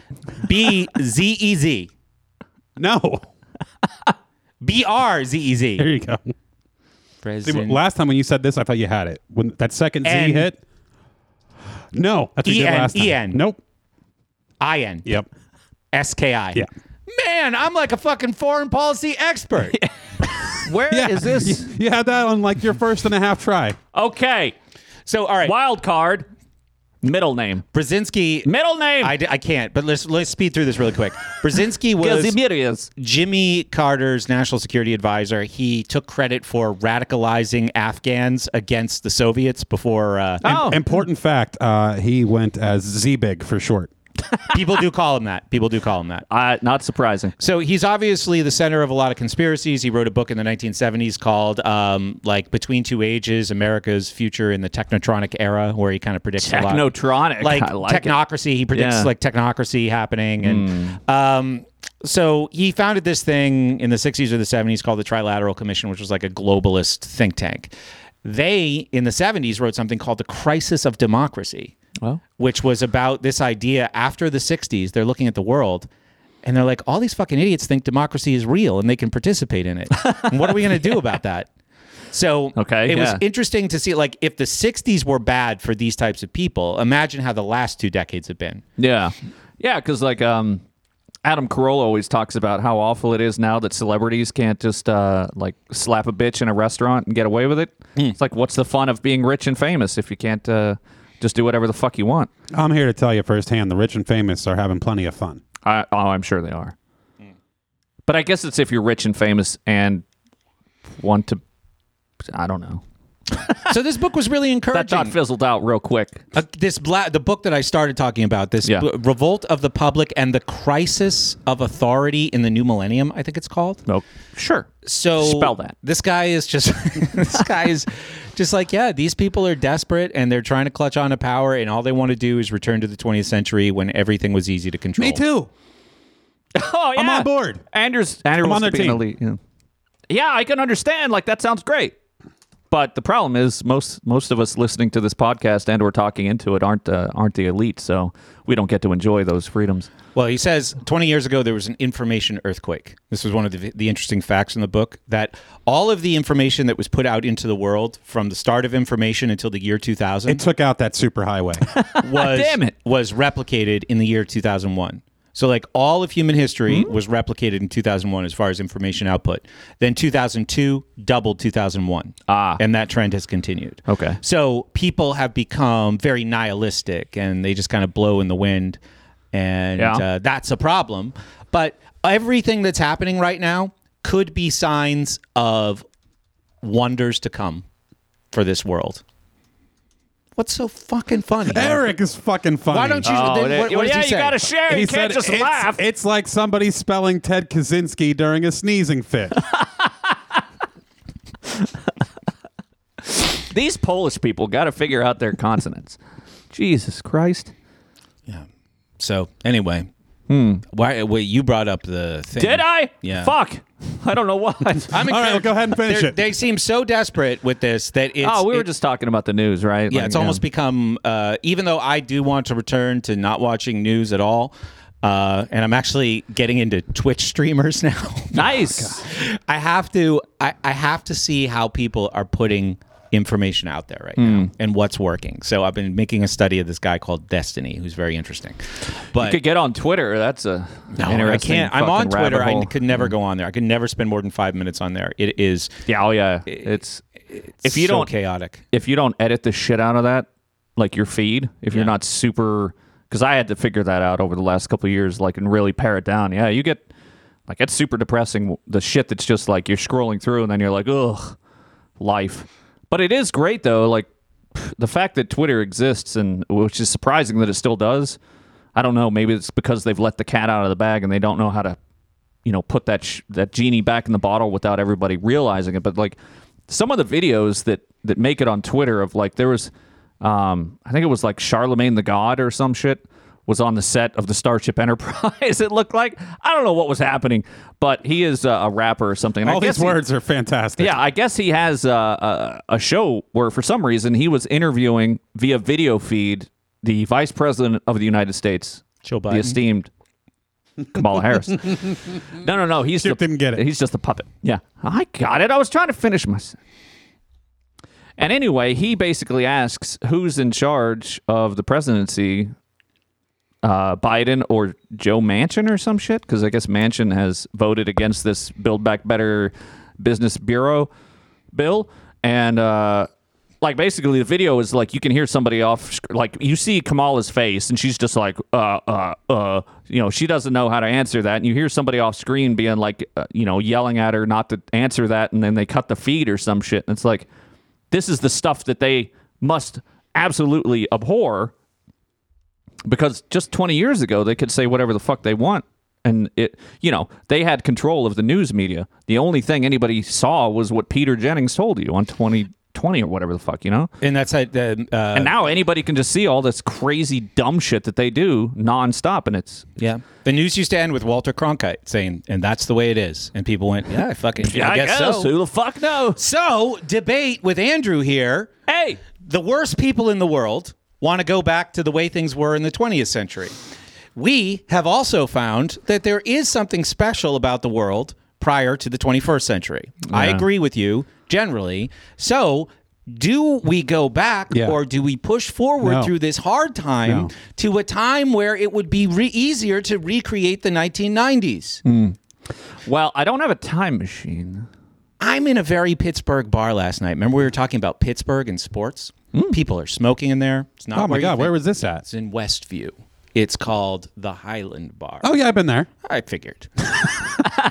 Speaker 4: B Z E Z.
Speaker 1: no. (laughs)
Speaker 4: B R Z E
Speaker 1: There
Speaker 4: Z.
Speaker 1: you go. See, last time when you said this, I thought you had it. When that second
Speaker 4: N. E
Speaker 1: Z hit. No. That's what you did
Speaker 4: EN,
Speaker 1: last time.
Speaker 4: EN.
Speaker 1: Nope.
Speaker 4: I N.
Speaker 1: Yep.
Speaker 4: S K I.
Speaker 1: Yeah.
Speaker 4: Man, I'm like a fucking foreign policy
Speaker 1: (laughs)
Speaker 4: expert.
Speaker 2: Where is
Speaker 1: Yeah.
Speaker 4: (laughs)
Speaker 2: this?
Speaker 1: (laughs) You, you had that on like your first and a half try.
Speaker 2: Okay.
Speaker 4: So, all right.
Speaker 2: Wild card. Middle name.
Speaker 4: Brzezinski.
Speaker 2: Middle name.
Speaker 4: I, d- I can't, but let's let's speed through this really quick.
Speaker 1: (laughs)
Speaker 4: Brzezinski was
Speaker 2: Kazimierz.
Speaker 4: Jimmy Carter's national security advisor. He took credit for radicalizing Afghans against the Soviets before. Uh, and
Speaker 2: Oh.
Speaker 1: Important fact, uh, he went as Z-Big for short.
Speaker 4: people do call him that. People do call him that.
Speaker 2: Uh, not surprising.
Speaker 4: So he's obviously the center of a lot of conspiracies. He wrote a book in the 1970s called um, like Between Two Ages: America's Future in the Technotronic Era, where he kind of predicts a lot.
Speaker 2: Technotronic.
Speaker 4: like,
Speaker 2: I like it.
Speaker 4: technocracy. He predicts
Speaker 2: Yeah. Hmm.
Speaker 4: like technocracy happening, and um, so he founded this thing in the '60s or the '70s called the Trilateral Commission, which was like a globalist think tank. They in the '70s wrote something called the Crisis of Democracy,
Speaker 2: Well.
Speaker 4: which was about this idea after the '60s. They're looking at the world. And they're like, all these fucking idiots think democracy is real and they can participate in it. And what are we going
Speaker 2: (laughs)
Speaker 4: to do about that? So
Speaker 2: Okay,
Speaker 4: it was
Speaker 2: yeah.
Speaker 4: interesting to see like if the 60s were bad for these types of people, imagine how the last two decades have been.
Speaker 2: Yeah. Yeah, because like um, Adam Carolla always talks about how awful it is now that celebrities can't just uh, like slap a bitch in a restaurant and get away with it.
Speaker 4: Hmm.
Speaker 2: It's like, what's the fun of being rich and famous if you can't uh, just do whatever the fuck you want?
Speaker 1: I'm here to tell you firsthand, the rich and famous are having plenty of fun.
Speaker 2: I, oh, I'm sure they are. But I guess it's if you're rich and famous and want to. I don't know.
Speaker 4: So this book was really
Speaker 2: (laughs) That
Speaker 4: encouraging.
Speaker 2: thought fizzled out real quick.
Speaker 4: Uh, this bla- the book that I started talking about, this
Speaker 2: Yeah.
Speaker 4: b- Revolt of the Public and the Crisis of Authority in the New Millennium, I think it's called.
Speaker 2: No, sure.
Speaker 4: So
Speaker 2: Spell that.
Speaker 4: This guy is just (laughs) this guy is just like, yeah, these people are desperate and they're trying to clutch on to power and all they want to do is return to the 20th century when everything was easy to control.
Speaker 1: Me too.
Speaker 2: (laughs) Oh yeah,
Speaker 1: I'm on board.
Speaker 2: Anders, Anders
Speaker 1: I'm
Speaker 2: wants
Speaker 1: on
Speaker 2: to
Speaker 1: their
Speaker 2: be in the league, Yeah. yeah, I can understand. Like that sounds great. But the problem is most most of us listening to this podcast and or talking into it aren't uh, aren't the elite, so we don't get to enjoy those freedoms.
Speaker 4: Well, he says 20 years ago there was an information earthquake. This was one of the, the interesting facts in the book that all of the information that was put out into the world from the start of information until the year 2000
Speaker 1: It took out that
Speaker 2: (laughs)
Speaker 1: superhighway.
Speaker 4: was
Speaker 2: Damn it.
Speaker 4: was replicated in the year 2001. So like all of human history
Speaker 2: Hmm?
Speaker 4: was replicated in 2001 as far as information output. Then 2002 doubled 2001.
Speaker 2: Ah.
Speaker 4: And that trend has continued.
Speaker 2: Okay.
Speaker 4: So people have become very nihilistic and they just kind of blow in the wind and
Speaker 2: Yeah.
Speaker 4: uh, that's a problem. But everything that's happening right now could be signs of wonders to come for this world. What's so fucking funny?
Speaker 1: Eric is fucking funny. Uh,
Speaker 4: Why don't you? then what, what does
Speaker 2: Oh, yeah,
Speaker 4: he
Speaker 2: you
Speaker 4: say?
Speaker 2: gotta share. you can't just
Speaker 1: it's,
Speaker 2: laugh.
Speaker 1: It's like somebody spelling Ted Kaczynski during a sneezing
Speaker 2: (laughs)
Speaker 1: fit.
Speaker 2: These Polish people got to figure out their consonants. Jesus Christ!
Speaker 4: So anyway,
Speaker 1: Hmm.
Speaker 4: why? Wait, you brought up the thing.
Speaker 2: Did I?
Speaker 4: Yeah.
Speaker 2: Fuck! I don't know why.
Speaker 4: I'm
Speaker 1: All right, well,
Speaker 4: encouraged-
Speaker 1: go ahead and finish
Speaker 4: They're-
Speaker 1: it.
Speaker 4: They seem so desperate with this that it's.
Speaker 2: (laughs) oh, we were
Speaker 4: it-
Speaker 2: just talking about the news, right?
Speaker 4: Yeah,
Speaker 2: Like,
Speaker 4: it's almost become. Uh, even though I do want to return to not watching news at all, uh, and I'm actually getting into Twitch streamers (laughs) now.
Speaker 2: nice.
Speaker 4: I have to. I, I have to see how people are putting information out there right
Speaker 1: Hmm.
Speaker 4: now and what's working. So I've been making a study of this guy called Destiny, who's very interesting. But
Speaker 2: You could get on Twitter. That's a
Speaker 4: No, I
Speaker 2: interesting
Speaker 4: can't. I'm
Speaker 2: fucking
Speaker 4: on Twitter.
Speaker 2: rabbit
Speaker 4: I
Speaker 2: hole.
Speaker 4: could never go on there. I could never spend more than five minutes on there. It is
Speaker 2: Yeah, oh yeah. It's if you
Speaker 4: so
Speaker 2: don't
Speaker 4: chaotic.
Speaker 2: if you don't edit the shit out of that, like your feed, if you're not super, because I had to figure that out over the last couple of years, like and really pare it down. Yeah, you get like it's super depressing. The shit that's just like you're scrolling through and then you're like, ugh, life. But it is great though. Like the fact that Twitter exists and which is surprising that it still does. I don't know. Maybe it's because they've let the cat out of the bag and they don't know how to you know put that sh- that genie back in the bottle without everybody realizing it but like some of the videos that that make it on twitter of like there was um i think it was like charlemagne the god or some shit was on the set of the starship (laughs) enterprise it looked like i don't know what was happening but he is a, a rapper or something and I
Speaker 1: All
Speaker 2: guess
Speaker 1: these
Speaker 2: he-
Speaker 1: words are fantastic.
Speaker 2: yeah, I guess he has a, a, a show where, for some reason, he was interviewing via video feed the vice president of the United States,
Speaker 4: Joe
Speaker 2: the
Speaker 4: Biden.
Speaker 2: esteemed Kamala
Speaker 4: (laughs)
Speaker 2: Harris. no, no, no. He's
Speaker 1: Chip
Speaker 2: the-
Speaker 1: didn't get it.
Speaker 2: He's just a puppet. Yeah, I got it. I was trying to finish my. s- And anyway, he basically asks who's in charge of the presidency uh, Biden or Joe Manchin or some shit? Because I guess Manchin has voted against this Build Back Better Business Bureau bill. And, uh, like, basically, the video is like you can hear somebody off, sc- like, you see Kamala's face, and she's just like, uh, uh, uh, you know, she doesn't know how to answer that. And you hear somebody off screen being like, uh, you know, yelling at her not to answer that. And then they cut the feed or some shit. And it's like, this is the stuff that they must absolutely abhor because just 20 years ago they could say whatever the fuck they want and it you know they had control of the news media the only thing anybody saw was what peter jennings told you on 2020 or whatever the fuck you know
Speaker 4: And that's like the. Uh,
Speaker 2: and now anybody can just see all this crazy dumb shit that they do nonstop and it's
Speaker 4: yeah, the news used to end with Walter Cronkite saying, "And that's the way it is," and people went, (laughs) "Yeah, I fucking I, guess, so."
Speaker 2: who the fuck knows
Speaker 4: So debate with Andrew here.
Speaker 2: hey
Speaker 4: The worst people in the world want to go back to the way things were in the 20th century. We have also found that there is something special about the world prior to the 21st century. I agree with you generally. So, do we go back
Speaker 1: Yeah.
Speaker 4: or do we push forward
Speaker 1: No.
Speaker 4: through this hard time
Speaker 1: No.
Speaker 4: to a time where it would be re- easier to recreate the 1990s?
Speaker 1: Mm.
Speaker 2: well i don't have a time machine
Speaker 4: I'm in a very Pittsburgh bar last night. Remember, we were talking about Pittsburgh and sports? People are smoking in there. It's not
Speaker 1: Mm. Oh my
Speaker 4: where you
Speaker 1: god,
Speaker 4: think.
Speaker 1: where was this at?
Speaker 4: It's in Westview. It's called the Highland Bar.
Speaker 1: Oh yeah, I've been there.
Speaker 4: I figured. (laughs)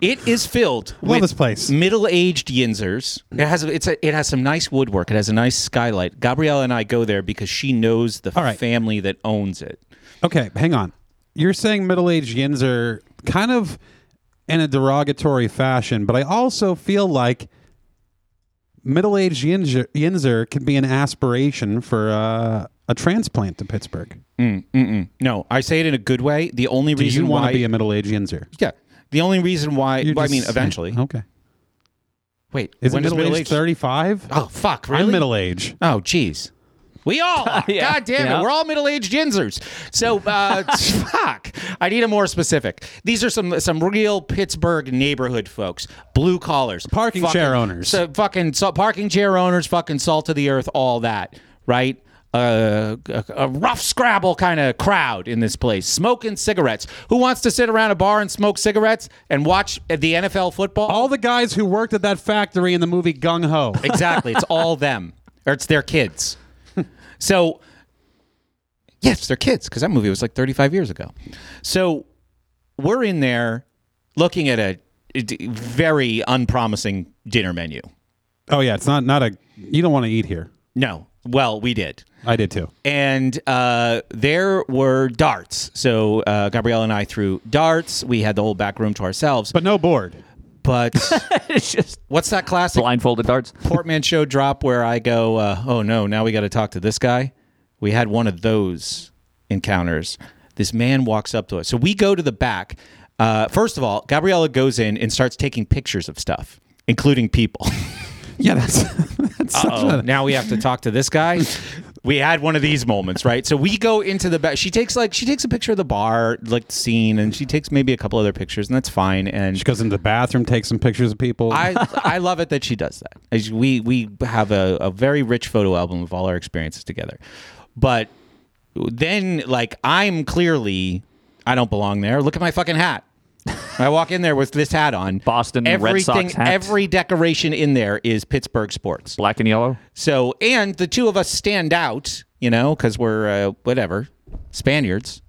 Speaker 4: it is filled with
Speaker 1: this place.
Speaker 4: middle-aged yinzers. It has it's a, it has some nice woodwork. It has a nice skylight. Gabrielle and I go there because she knows the
Speaker 1: All right.
Speaker 4: family that owns it.
Speaker 1: Okay, hang on. You're saying middle-aged yins are kind of in a derogatory fashion, but I also feel like middle-aged yinzer, yinzer can be an aspiration for uh, a transplant to Pittsburgh.
Speaker 4: No, I say it in a good way. The only
Speaker 1: Mm. Do
Speaker 4: reason
Speaker 1: you want
Speaker 4: why
Speaker 1: to be a middle-aged yinzer?
Speaker 4: yeah, the only reason why
Speaker 1: You're
Speaker 4: well, I
Speaker 1: just-
Speaker 4: mean eventually
Speaker 1: Okay.
Speaker 4: Wait,
Speaker 1: Is
Speaker 4: when
Speaker 1: it
Speaker 4: does
Speaker 1: middle age
Speaker 4: age-
Speaker 1: thirty five?
Speaker 4: Oh fuck, really?
Speaker 1: I'm middle age.
Speaker 4: Oh, jeez. We
Speaker 1: (laughs)
Speaker 4: all are.
Speaker 2: Yeah.
Speaker 4: God damn
Speaker 2: Yeah.
Speaker 4: it. We're all middle aged ginzers. So,
Speaker 1: (laughs)
Speaker 4: uh, fuck. I need a more specific. These are some some real Pittsburgh neighborhood folks, blue collars,
Speaker 1: Parking
Speaker 4: Fucking-
Speaker 1: chair owners.
Speaker 4: So, fucking so, parking chair owners, fucking salt of the earth, all that, right? Uh, a, a rough scrabble kind of crowd in this place, smoking cigarettes. Who wants to sit around a bar and smoke cigarettes and watch the NFL football?
Speaker 1: All the guys who worked at that factory in the movie Gung Ho.
Speaker 4: Exactly. It's all them, or it's their kids. So, yes, they're kids because that movie was like 35 years ago. So, we're in there looking at a a d- very unpromising dinner menu.
Speaker 1: Oh yeah, it's not not a. You don't want to eat here.
Speaker 4: No, well, we did.
Speaker 1: I did too.
Speaker 4: and uh, there were darts. So uh, Gabrielle and I threw darts. We had the whole back room to ourselves. But,
Speaker 1: But no board.
Speaker 2: (laughs) it's just
Speaker 4: what's that classic
Speaker 2: blindfolded darts.
Speaker 4: Portman show drop where I go, uh, oh no, now we got to talk to this guy? We had one of those encounters. This man walks up to us. So we go to the back. Uh, first of all, Gabriella goes in and starts taking pictures of stuff, including people.
Speaker 1: Yeah, that's. (laughs) that's such
Speaker 4: (laughs) oh,
Speaker 1: a,
Speaker 4: now we have to talk to this guy. We had one of these moments, right? So we go into the back. She takes like she takes a picture of the bar, like scene, and she takes maybe a couple other pictures, and that's fine. And
Speaker 1: she goes into the bathroom, takes some pictures of people.
Speaker 4: I
Speaker 2: (laughs)
Speaker 4: I love it that she does that. As We we have a, a very rich photo album of all our experiences together, but then like I'm clearly I don't belong there. Look at my fucking hat. I walk in there with this hat on.
Speaker 2: Boston Red
Speaker 4: Everything,
Speaker 2: Sox hat.
Speaker 4: every decoration in there is Pittsburgh sports.
Speaker 2: Black and yellow.
Speaker 4: So, and the two of us stand out, you know, because we're uh, whatever Spaniards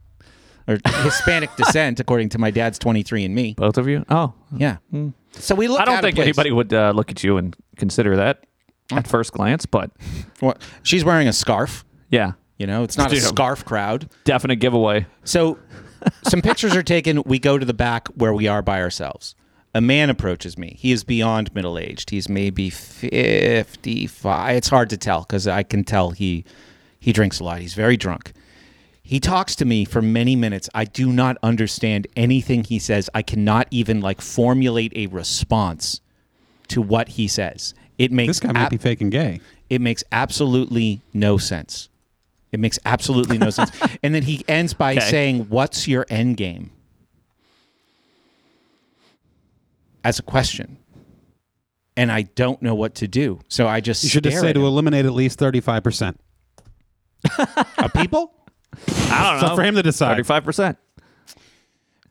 Speaker 4: or
Speaker 2: (laughs)
Speaker 4: Hispanic descent, according to my dad's twenty-three and me.
Speaker 2: Both of you. Oh,
Speaker 4: Yeah. So we look.
Speaker 2: I
Speaker 4: out
Speaker 2: don't
Speaker 4: of
Speaker 2: think
Speaker 4: place.
Speaker 2: anybody would uh, look at you and consider that at first glance, but
Speaker 4: Well, she's wearing a scarf.
Speaker 2: yeah,
Speaker 4: You know, it's not a
Speaker 2: Dude.
Speaker 4: scarf crowd.
Speaker 2: definite giveaway.
Speaker 4: So, some pictures are taken. We go to the back where we are by ourselves. A man approaches me. He is beyond middle aged. He's maybe fifty-five. It's hard to tell because I can tell he he drinks a lot. He's very drunk. He talks to me for many minutes. I do not understand anything he says. I cannot even like formulate a response to what he says. It
Speaker 1: this
Speaker 4: makes
Speaker 1: guy might
Speaker 4: ab-
Speaker 1: be faking gay.
Speaker 4: it makes absolutely no sense. It makes absolutely
Speaker 1: (laughs)
Speaker 4: no sense. And then he ends by
Speaker 2: Okay.
Speaker 4: saying, What's your end game? As a question. And I don't know what to do. So I just
Speaker 1: You should just
Speaker 4: stare
Speaker 1: say
Speaker 4: at
Speaker 1: to
Speaker 4: him.
Speaker 1: eliminate at least thirty five percent of people.
Speaker 2: I don't
Speaker 1: So
Speaker 2: know.
Speaker 1: for him to decide.
Speaker 2: Thirty-five percent.
Speaker 4: (laughs)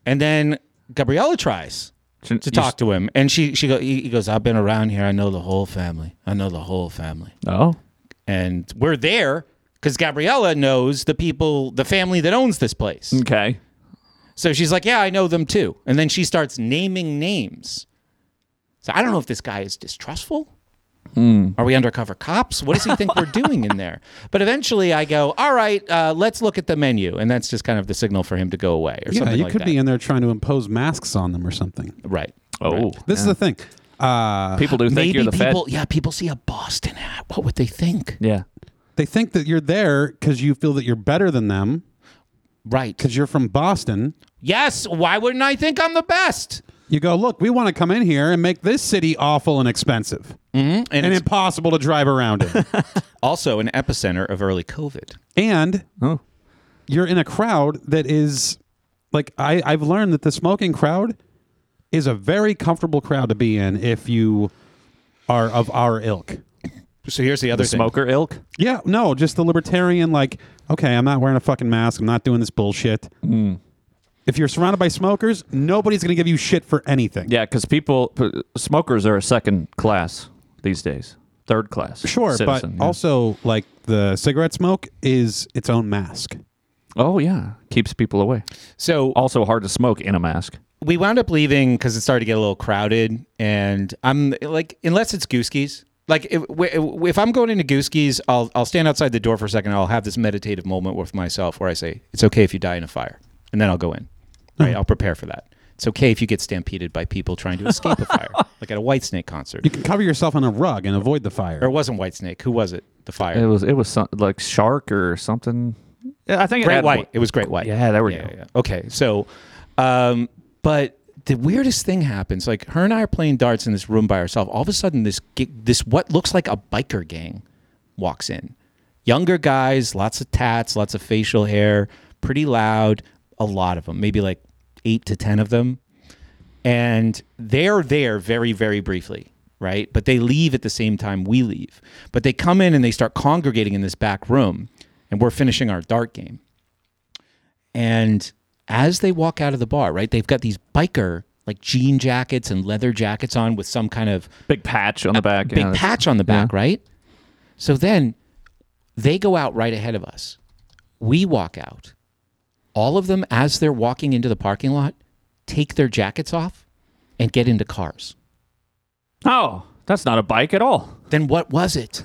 Speaker 4: And then Gabriella tries to talk to him. And she, she go, he he goes, I've been around here. I know the whole family. I know the whole family.
Speaker 2: Oh,
Speaker 4: And we're there because Gabriella knows the people, the family that owns this place.
Speaker 2: okay.
Speaker 4: So she's like, Yeah, I know them too. And then she starts naming names. So I don't know if this guy is distrustful. Are we undercover cops? What does he think we're doing in there? But eventually I go, All right, uh, let's look at the menu. And that's just kind of the signal for him to go away or
Speaker 1: Yeah,
Speaker 4: something
Speaker 1: you
Speaker 4: like
Speaker 1: could
Speaker 4: that.
Speaker 1: be in there trying to impose masks on them or something.
Speaker 4: right.
Speaker 2: Oh,
Speaker 1: This is the thing. Uh,
Speaker 2: people do think
Speaker 4: Maybe
Speaker 2: you're the
Speaker 4: people,
Speaker 2: Fed.
Speaker 4: yeah, people see a Boston hat. What would they think?
Speaker 2: Yeah.
Speaker 1: they think that you're there because you feel that you're better than them
Speaker 4: Right.
Speaker 1: because you're from Boston.
Speaker 4: Yes. Why wouldn't I think I'm the best?
Speaker 1: You go, look, we want to come in here and make this city awful and expensive
Speaker 4: And,
Speaker 1: and
Speaker 4: it's
Speaker 1: impossible to drive around
Speaker 4: (laughs)
Speaker 1: in.
Speaker 4: also an epicenter of early COVID.
Speaker 1: and
Speaker 2: Oh.
Speaker 1: you're in a crowd that is like I, I've learned that the smoking crowd is a very comfortable crowd to be in if you are of our ilk.
Speaker 4: So here's the other
Speaker 2: The
Speaker 4: thing.
Speaker 2: smoker ilk.
Speaker 1: Yeah, no, just the libertarian, like, okay, I'm not wearing a fucking mask. I'm not doing this bullshit.
Speaker 4: Mm.
Speaker 1: If you're surrounded by smokers, nobody's going to give you shit for anything.
Speaker 2: Yeah, because people, p- smokers are a second class these days, third class.
Speaker 1: Sure,
Speaker 2: citizen,
Speaker 1: but
Speaker 2: yeah.
Speaker 1: also, like, the cigarette smoke is its own mask.
Speaker 2: oh yeah, keeps people away.
Speaker 4: So
Speaker 2: Also hard to smoke in a mask.
Speaker 4: we wound up leaving because it started to get a little crowded, and I'm like, unless it's Gooskies. Like if, w- if I'm going into Gooskies, I'll I'll stand outside the door for a second. And I'll have this meditative moment with myself where I say, "It's okay if you die in a fire," and then I'll go in. Right, I'll prepare for that. It's okay if you get stampeded by people trying to escape a fire, like at a Whitesnake concert.
Speaker 1: You can cover yourself in a rug and avoid the fire.
Speaker 4: Or it wasn't Whitesnake. Who was it? The fire.
Speaker 2: It was it was some, like shark or something. Yeah, I think it
Speaker 4: Great
Speaker 2: had-
Speaker 4: White. It was Great White.
Speaker 2: Yeah, there we
Speaker 4: yeah,
Speaker 2: go.
Speaker 4: yeah, yeah. Okay, so, um, but the weirdest thing happens. Like her and I are playing darts in this room by ourselves. All of a sudden, this gi- this what looks like a biker gang walks in. Younger guys, lots of tats, lots of facial hair, pretty loud. A lot of them, maybe like eight to ten of them, and they're there very very briefly right but they leave at the same time we leave but they come in and they start congregating in this back room and we're finishing our dart game and as they walk out of the bar right they've got these biker like jean jackets and leather jackets on with some kind of
Speaker 2: Big patch on the back.
Speaker 4: big
Speaker 2: yeah,
Speaker 4: patch on the back, right? So then they go out right ahead of us. We walk out. All of them, as they're walking into the parking lot, take their jackets off and get into cars.
Speaker 2: Oh, that's not a bike at all.
Speaker 4: Then what was it?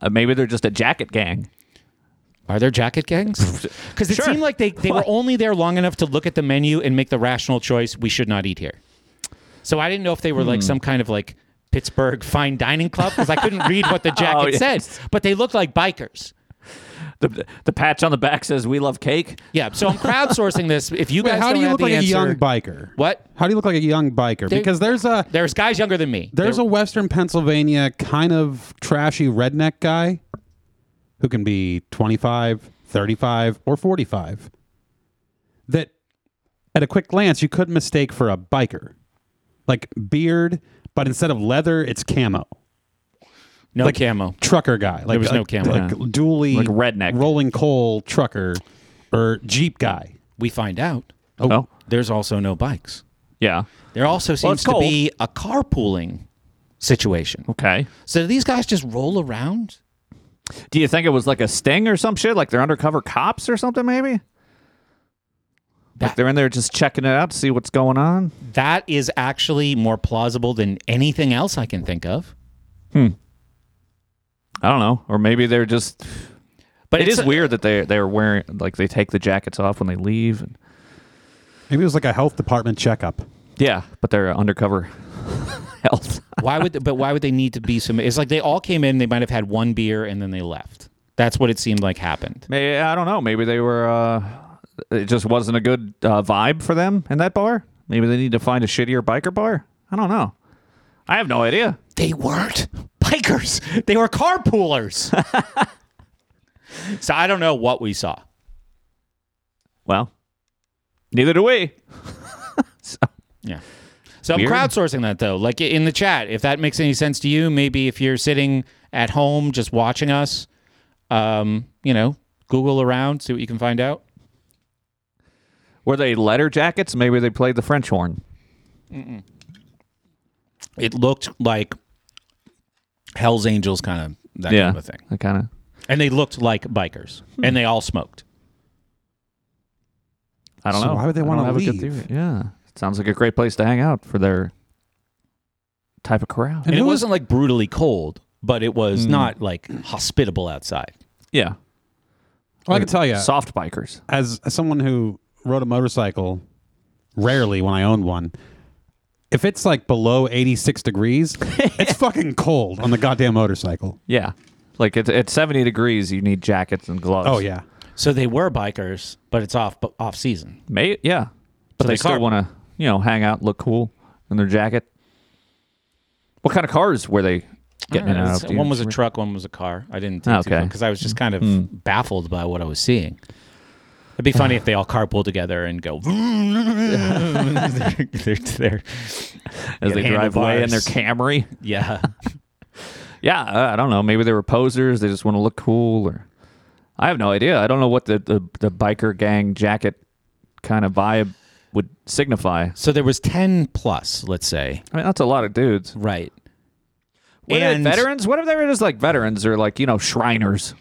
Speaker 2: Uh, maybe they're just a jacket gang.
Speaker 4: Are there jacket gangs?
Speaker 1: (laughs)
Speaker 4: Because it
Speaker 2: Sure.
Speaker 4: seemed like they, they were only there long enough to look at the menu and make the rational choice we should not eat here. So I didn't know if they were like
Speaker 1: Hmm.
Speaker 4: some kind of like Pittsburgh fine dining club because I couldn't read
Speaker 1: (laughs)
Speaker 4: what the
Speaker 1: Oh,
Speaker 4: jacket
Speaker 2: yes.
Speaker 4: said, but they looked like bikers.
Speaker 2: The, the patch on the back says "We love cake."
Speaker 4: Yeah, so I'm crowdsourcing this. If you
Speaker 1: Wait,
Speaker 4: guys
Speaker 1: how
Speaker 4: don't
Speaker 1: do you
Speaker 4: have
Speaker 1: look like
Speaker 4: the answer,
Speaker 1: a young biker?
Speaker 4: What?
Speaker 1: How do you look like a young biker?
Speaker 4: There-
Speaker 1: because there's a
Speaker 4: There's guys younger than me.
Speaker 1: there's a Western Pennsylvania kind of trashy redneck guy who can be 25, 35, or 45 that at a quick glance you could mistake for a biker. Like beard, but instead of leather, it's camo.
Speaker 4: no
Speaker 1: like-
Speaker 4: camo.
Speaker 1: Trucker guy. Like,
Speaker 4: There was no
Speaker 1: like-
Speaker 4: camo.
Speaker 1: Like dually
Speaker 2: Like redneck.
Speaker 1: rolling coal trucker or Jeep guy.
Speaker 4: We find out
Speaker 2: Oh,
Speaker 4: there's also no bikes.
Speaker 2: yeah.
Speaker 4: There also
Speaker 2: it's
Speaker 4: seems
Speaker 2: cold.
Speaker 4: to be a carpooling situation.
Speaker 1: Oh.
Speaker 2: Okay.
Speaker 4: So do these guys just roll around?
Speaker 2: Do you think it was like a sting or some shit? Like they're undercover cops or something? Maybe. Like
Speaker 4: That,
Speaker 2: they're in there just checking it out to see what's going on.
Speaker 4: that is actually more plausible than anything else I can think of.
Speaker 2: I don't know, or maybe they're just.
Speaker 4: But
Speaker 2: it
Speaker 4: it's
Speaker 2: is
Speaker 4: a-
Speaker 2: weird that they they're wearing like they take the jackets off when they leave. And,
Speaker 1: Maybe it was like a health department checkup.
Speaker 2: yeah, but they're undercover (laughs) health.
Speaker 4: Why would? But why would they need to be so? It's like they all came in. They might have had one beer and then they left. That's what it seemed like happened.
Speaker 2: Maybe I don't know. Maybe they were. Uh, it just wasn't a good uh, vibe for them in that bar. Maybe they need to find a shittier biker bar. I don't know. I have no idea.
Speaker 4: they weren't bikers. They were carpoolers. (laughs) so I don't know what we saw.
Speaker 2: Well, neither do we.
Speaker 4: Yeah. So
Speaker 2: Weird.
Speaker 4: I'm crowdsourcing that though. Like in the chat, if that makes any sense to you, maybe if you're sitting at home just watching us, um, you know, Google around, see what you can find out.
Speaker 2: Were they letter jackets? Maybe they played the French horn.
Speaker 4: It looked like Hell's Angels kind of that
Speaker 2: yeah,
Speaker 4: kind of a thing.
Speaker 2: I kind of.
Speaker 4: And they looked like bikers. And they all smoked.
Speaker 2: I don't
Speaker 1: So
Speaker 2: know.
Speaker 1: why would they
Speaker 2: I don't
Speaker 1: wanna
Speaker 2: have a good
Speaker 1: leave?
Speaker 2: theory. Yeah, sounds like a great place to hang out for their type of crowd.
Speaker 1: And
Speaker 4: And,
Speaker 1: who
Speaker 4: it
Speaker 1: was-
Speaker 4: wasn't like brutally cold, but it was not like hospitable outside.
Speaker 2: Yeah,
Speaker 1: Well, I can tell you.
Speaker 2: soft bikers.
Speaker 1: as as someone who rode a motorcycle rarely when I owned one, if it's like below 86
Speaker 2: (laughs)
Speaker 1: degrees, it's fucking cold on the goddamn motorcycle.
Speaker 2: Yeah, like at, at seventy degrees, you need jackets and gloves.
Speaker 1: Oh yeah.
Speaker 4: So they were bikers, but it's off off season.
Speaker 2: May yeah, but
Speaker 4: So
Speaker 2: they
Speaker 4: they
Speaker 2: still
Speaker 4: carp.
Speaker 2: want to you know hang out, look cool in their jacket. What kind of cars were they getting in and out of? do you
Speaker 4: one was a
Speaker 2: remember?
Speaker 4: truck, one was a car. I didn't
Speaker 2: Ah,
Speaker 4: take
Speaker 2: okay.
Speaker 4: because I was just kind of baffled by what I was seeing. It'd be funny if they all carpool together and go. they're, they're, they're-
Speaker 2: as they
Speaker 4: Yeah,
Speaker 2: drive away in their Camry.
Speaker 4: yeah.
Speaker 2: Yeah, uh, I don't know. Maybe they were posers. They just want to look cool, or I have no idea. I don't know what the the, the biker gang jacket kind of vibe would signify.
Speaker 4: So there was ten plus, let's say.
Speaker 2: I mean, that's a lot of dudes.
Speaker 4: Right.
Speaker 2: Were they
Speaker 4: And-
Speaker 2: veterans? What if they were just like veterans or like you know Shriners?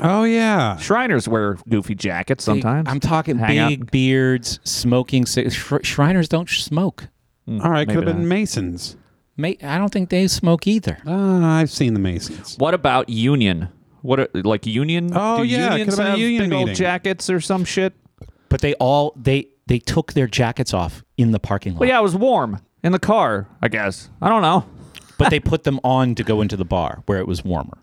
Speaker 1: Oh yeah.
Speaker 2: Shriners wear goofy jackets sometimes.
Speaker 4: I'm talking
Speaker 2: Hang out.
Speaker 4: big beards, smoking. Sig- Sh- Shriners don't sh- smoke.
Speaker 1: All right, could have
Speaker 2: Hmm, maybe
Speaker 1: been
Speaker 2: not.
Speaker 1: Masons.
Speaker 4: Ma I don't think they smoke either.
Speaker 1: Ah, I've seen the Masons.
Speaker 2: What about Union? What are, like Union?
Speaker 1: Oh,
Speaker 2: Do
Speaker 1: yeah, it
Speaker 2: unions
Speaker 1: could've been a
Speaker 2: have
Speaker 1: union
Speaker 2: big old
Speaker 1: meeting.
Speaker 2: jackets or some shit.
Speaker 4: But they all they they took their jackets off in the parking lot.
Speaker 2: But yeah, it was warm in the car. I guess I don't know.
Speaker 4: but they put them on to go into the bar where it was warmer.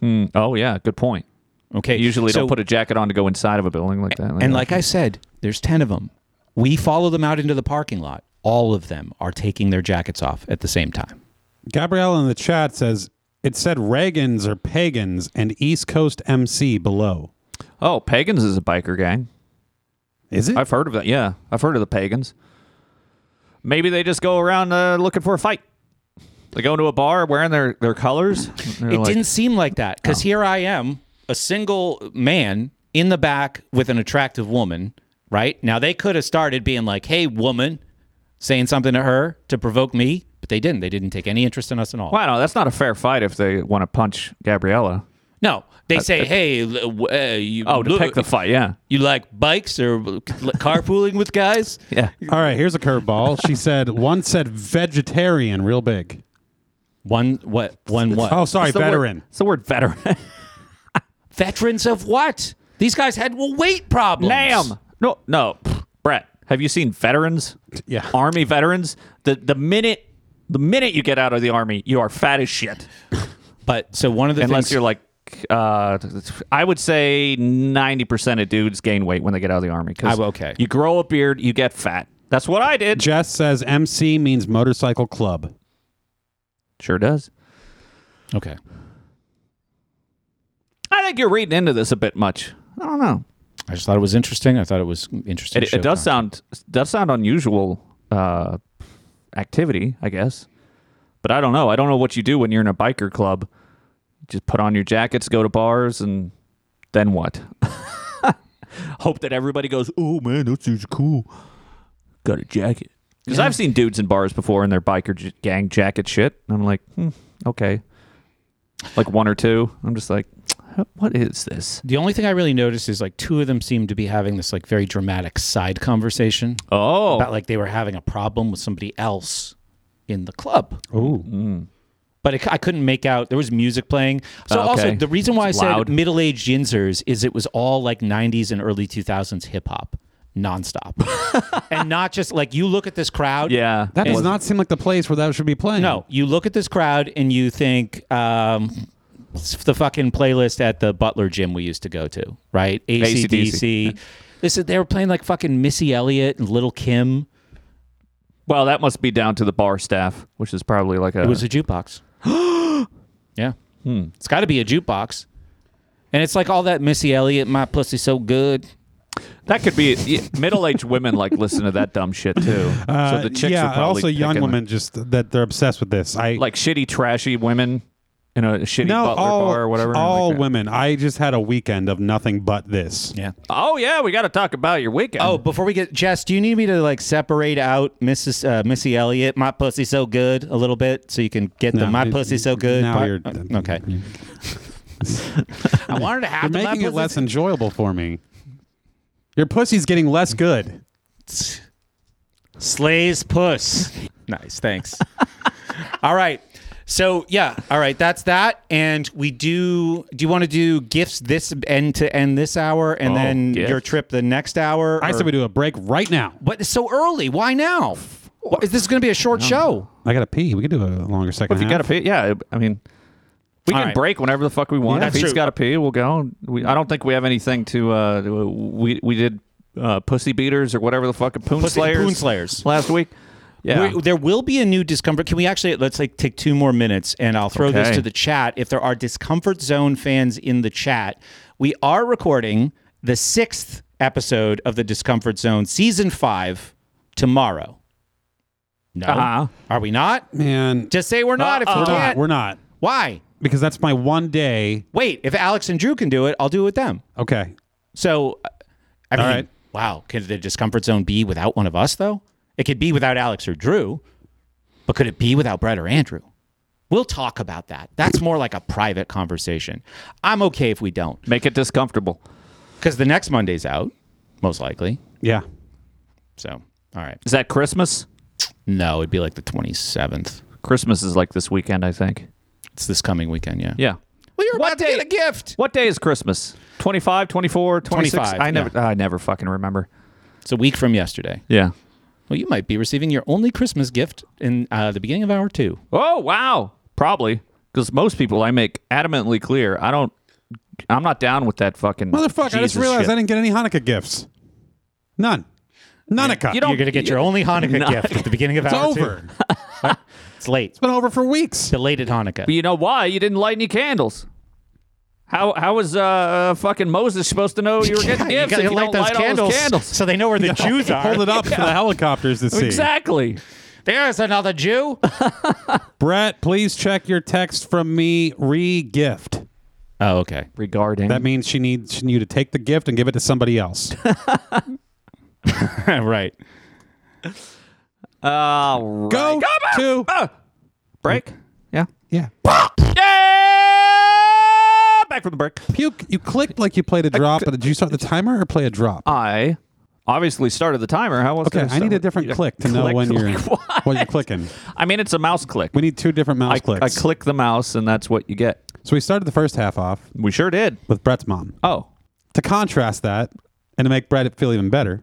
Speaker 2: Hmm. Oh yeah, good point.
Speaker 4: Okay.
Speaker 2: Usually
Speaker 4: so,
Speaker 2: don't put a jacket on to go inside of a building like that.
Speaker 4: And like I said, there's 10 of them. We follow them out into the parking lot. All of them are taking their jackets off at the same time.
Speaker 1: Gabrielle in the chat says it said Reagans or pagans and East Coast MC below.
Speaker 2: Oh, Pagans is a biker gang.
Speaker 1: Is it?
Speaker 2: I've heard of that. Yeah, I've heard of the Pagans. Maybe they just go around uh, looking for a fight. They go into a bar wearing their, their colors.
Speaker 4: it didn't seem like that because
Speaker 2: oh.
Speaker 4: here I am, a single man in the back with an attractive woman, right? Now, they could have started being like, hey, woman, saying something to her to provoke me, but they didn't. They didn't take any interest in us at all.
Speaker 2: Wow, no, that's not a fair fight if they want to punch Gabriella.
Speaker 4: No, they say, hey, l- w- uh, you,
Speaker 2: Oh, to
Speaker 4: look-
Speaker 2: pick the fight, yeah.
Speaker 4: you like bikes or l- carpooling with guys?
Speaker 2: Yeah.
Speaker 1: All right, here's a curveball.
Speaker 2: (laughs)
Speaker 1: She said one said vegetarian, real big.
Speaker 4: One what? One what?
Speaker 1: Oh, sorry,
Speaker 2: It's the word-
Speaker 1: veteran.
Speaker 2: it's the word veteran.
Speaker 4: Veterans of what? These guys had well, weight problems.
Speaker 2: Damn. No, no. Pfft, Brett, have you seen veterans?
Speaker 1: Yeah.
Speaker 2: Army veterans? The the minute the minute you get out of the army, you are fat as shit.
Speaker 4: But so one of the
Speaker 2: Unless
Speaker 4: things
Speaker 2: you're like uh, I would say ninety percent of dudes gain weight when they get out of the army. 'cause
Speaker 4: I'm okay.
Speaker 2: You grow a beard, you get fat. That's what I did.
Speaker 1: Jess says MC means motorcycle club.
Speaker 2: Sure does.
Speaker 4: okay.
Speaker 2: I think you're reading into this a bit much. I don't know.
Speaker 4: I just thought it was interesting. I thought it was interesting.
Speaker 2: It, it does sound does sound unusual uh, activity, I guess. But I don't know. I don't know what you do when you're in a biker club. Just put on your jackets, go to bars, and then what? (laughs) Hope that everybody goes, "Oh man, that dude's cool. Got a jacket." Because I've seen dudes in bars before in their biker j- gang jacket shit, and I'm like, hmm, okay, like one or two. I'm just like, what is this?
Speaker 4: The only thing I really noticed is like two of them seemed to be having this like very dramatic side conversation
Speaker 2: Oh,
Speaker 4: about like they were having a problem with somebody else in the club.
Speaker 1: Ooh.
Speaker 4: But it, I couldn't make out. There was music playing. So
Speaker 2: Oh, Okay.
Speaker 4: also the reason why
Speaker 2: It's
Speaker 4: I
Speaker 2: loud.
Speaker 4: said middle-aged yinzers is it was all like 90s and early 2000s hip hop
Speaker 2: (laughs)
Speaker 4: nonstop, and not just like you look at this crowd.
Speaker 2: yeah,
Speaker 1: That
Speaker 2: And-
Speaker 1: does not seem like the place where that should be playing.
Speaker 4: No, you look at this crowd and you think um, it's the fucking playlist at the Butler gym we used to go to, right?
Speaker 2: AC/DC.
Speaker 4: ACDC. This is they were playing like fucking Missy Elliott and Little Kim.
Speaker 2: Well, that must be down to the bar staff, which is probably like a.
Speaker 4: It was a jukebox. (gasps) Hmm. yeah, it's got to be a jukebox, and it's like all that Missy Elliott, my pussy so good.
Speaker 2: that could be yeah, middle-aged women like listen to that dumb shit too.
Speaker 1: Uh,
Speaker 2: so the chicks
Speaker 1: yeah,
Speaker 2: are probably
Speaker 1: also young
Speaker 2: picking,
Speaker 1: women just that they're obsessed with this. I
Speaker 2: like shitty, trashy women in a shitty
Speaker 1: no
Speaker 2: butler
Speaker 1: all
Speaker 2: bar or whatever.
Speaker 1: all
Speaker 2: like that.
Speaker 1: women. I just had a weekend of nothing but this.
Speaker 4: Yeah.
Speaker 2: Oh yeah, we got to talk about your weekend.
Speaker 4: Oh, before we get Jess, do you need me to like separate out Mrs. Uh, Missy Elliott, my pussy so good, a little bit, so you can get the
Speaker 1: No,
Speaker 4: my
Speaker 1: it-
Speaker 4: pussy so good.
Speaker 1: now
Speaker 4: part?
Speaker 1: you're-
Speaker 4: Uh, okay. I wanted to have
Speaker 1: You're
Speaker 4: the my
Speaker 1: making it
Speaker 4: pussy
Speaker 1: less enjoyable for me. Your pussy's getting less good.
Speaker 4: slays puss. (laughs) nice, thanks. (laughs) all right. So yeah, all right. That's that, and we do. Do you want to do gifts this end to end this hour, and
Speaker 2: Oh,
Speaker 4: then
Speaker 2: gift.
Speaker 4: your trip the next hour?
Speaker 1: I said we do a break right now.
Speaker 4: But it's so early. Why now? Why- Is this going to be a short show?
Speaker 1: I gotta pee. We can do a longer second.
Speaker 2: if you
Speaker 1: half.
Speaker 2: got to pee, yeah. I mean, we
Speaker 4: All
Speaker 2: can
Speaker 4: right.
Speaker 2: break whenever the fuck we want.
Speaker 4: Yeah,
Speaker 2: if
Speaker 4: that's
Speaker 2: he's
Speaker 4: true.
Speaker 2: got to pee, we'll go. We, I don't think we have anything to. Uh, we we did uh, pussy beaters or whatever the fuck, poon
Speaker 4: Pussy-
Speaker 2: slayers,
Speaker 4: poon slayers.
Speaker 2: last week. Yeah,
Speaker 4: We- there will be a new discomfort. Can we actually let's like take two more minutes and I'll throw this
Speaker 2: Okay.
Speaker 4: to the chat. If there are discomfort zone fans in the chat, we are recording the sixth episode of the Discomfort Zone season five tomorrow. No,
Speaker 2: Uh-huh.
Speaker 4: are we not?
Speaker 1: man.
Speaker 4: Just say we're not. if
Speaker 2: Uh-uh.
Speaker 4: you
Speaker 1: we're
Speaker 4: can't,
Speaker 1: not. We're not
Speaker 4: why?
Speaker 1: because that's my one day.
Speaker 4: Wait, if Alex and Drew can do it, I'll do it with them.
Speaker 1: Okay.
Speaker 4: So, uh, I mean,
Speaker 1: right.
Speaker 4: wow, could the discomfort zone be without one of us though? It could be without Alex or Drew, but could it be without Brett or Andrew? We'll talk about that. That's more like a private conversation. I'm okay if we don't,
Speaker 2: make it discomfortable.
Speaker 4: because the next Monday's out, most likely.
Speaker 1: Yeah.
Speaker 4: So, all right.
Speaker 2: Is that Christmas?
Speaker 4: No, it'd be like the 27th.
Speaker 2: Christmas is like this weekend, I think.
Speaker 4: It's this coming weekend, yeah.
Speaker 2: Yeah.
Speaker 4: Well, you're
Speaker 2: What
Speaker 4: about to
Speaker 2: day-
Speaker 4: get a gift.
Speaker 2: What day is Christmas? 25, 24, 26?
Speaker 4: 25,
Speaker 2: I never I never fucking remember.
Speaker 4: It's a week from yesterday.
Speaker 2: Yeah.
Speaker 4: Well, you might be receiving your only Christmas gift in uh, the beginning of hour two.
Speaker 2: Oh, wow. Probably cuz most people I make adamantly clear I don't I'm not down with that fucking
Speaker 1: Motherfucker! I just
Speaker 2: Jesus
Speaker 1: realized
Speaker 2: shit.
Speaker 1: I didn't get any Hanukkah gifts. None. Hanukkah.
Speaker 2: You don't-
Speaker 4: You're going
Speaker 1: (laughs)
Speaker 4: to get your only Hanukkah
Speaker 2: No.
Speaker 4: gift at the beginning of
Speaker 1: it's
Speaker 4: hour two.
Speaker 1: over.
Speaker 4: It's late.
Speaker 1: been over for weeks.
Speaker 4: Belated Hanukkah.
Speaker 2: But you know why you didn't light any candles? How how was uh, fucking Moses supposed to know you
Speaker 4: (laughs)
Speaker 2: were getting
Speaker 4: Yeah,
Speaker 2: gifts if you don't light all those candles?
Speaker 4: so they know
Speaker 2: (laughs)
Speaker 4: where the Jews are.
Speaker 1: Hold it up for the helicopters to see.
Speaker 2: Exactly.
Speaker 4: There's another Jew.
Speaker 1: Brett, please check your text from me re-gift.
Speaker 4: oh, okay.
Speaker 2: Regarding
Speaker 1: That means she needs you to take the gift and give it to somebody
Speaker 2: (laughs)
Speaker 1: else.
Speaker 4: (laughs) right.
Speaker 2: uh,
Speaker 1: Go to
Speaker 4: Mm.
Speaker 2: break. Yeah.
Speaker 1: yeah.
Speaker 2: Yeah. Back from the break.
Speaker 1: Puke. You clicked like you played a drop, but did you start the timer or play a drop?
Speaker 2: I obviously started the timer. How else?
Speaker 1: Okay,
Speaker 2: did
Speaker 1: I need
Speaker 2: start
Speaker 1: a
Speaker 2: it?
Speaker 1: different
Speaker 2: Yeah.
Speaker 1: click to know
Speaker 2: Click,
Speaker 1: when
Speaker 2: (laughs)
Speaker 1: you're
Speaker 2: click, what?
Speaker 1: when you're clicking.
Speaker 2: I mean, it's a mouse click.
Speaker 1: We need two different mouse
Speaker 2: I,
Speaker 1: clicks.
Speaker 2: I click the mouse, and that's what you get.
Speaker 1: So we started the first half off
Speaker 2: We sure did.
Speaker 1: with Brett's mom.
Speaker 2: Oh,
Speaker 1: To contrast that and to make Brett feel even better,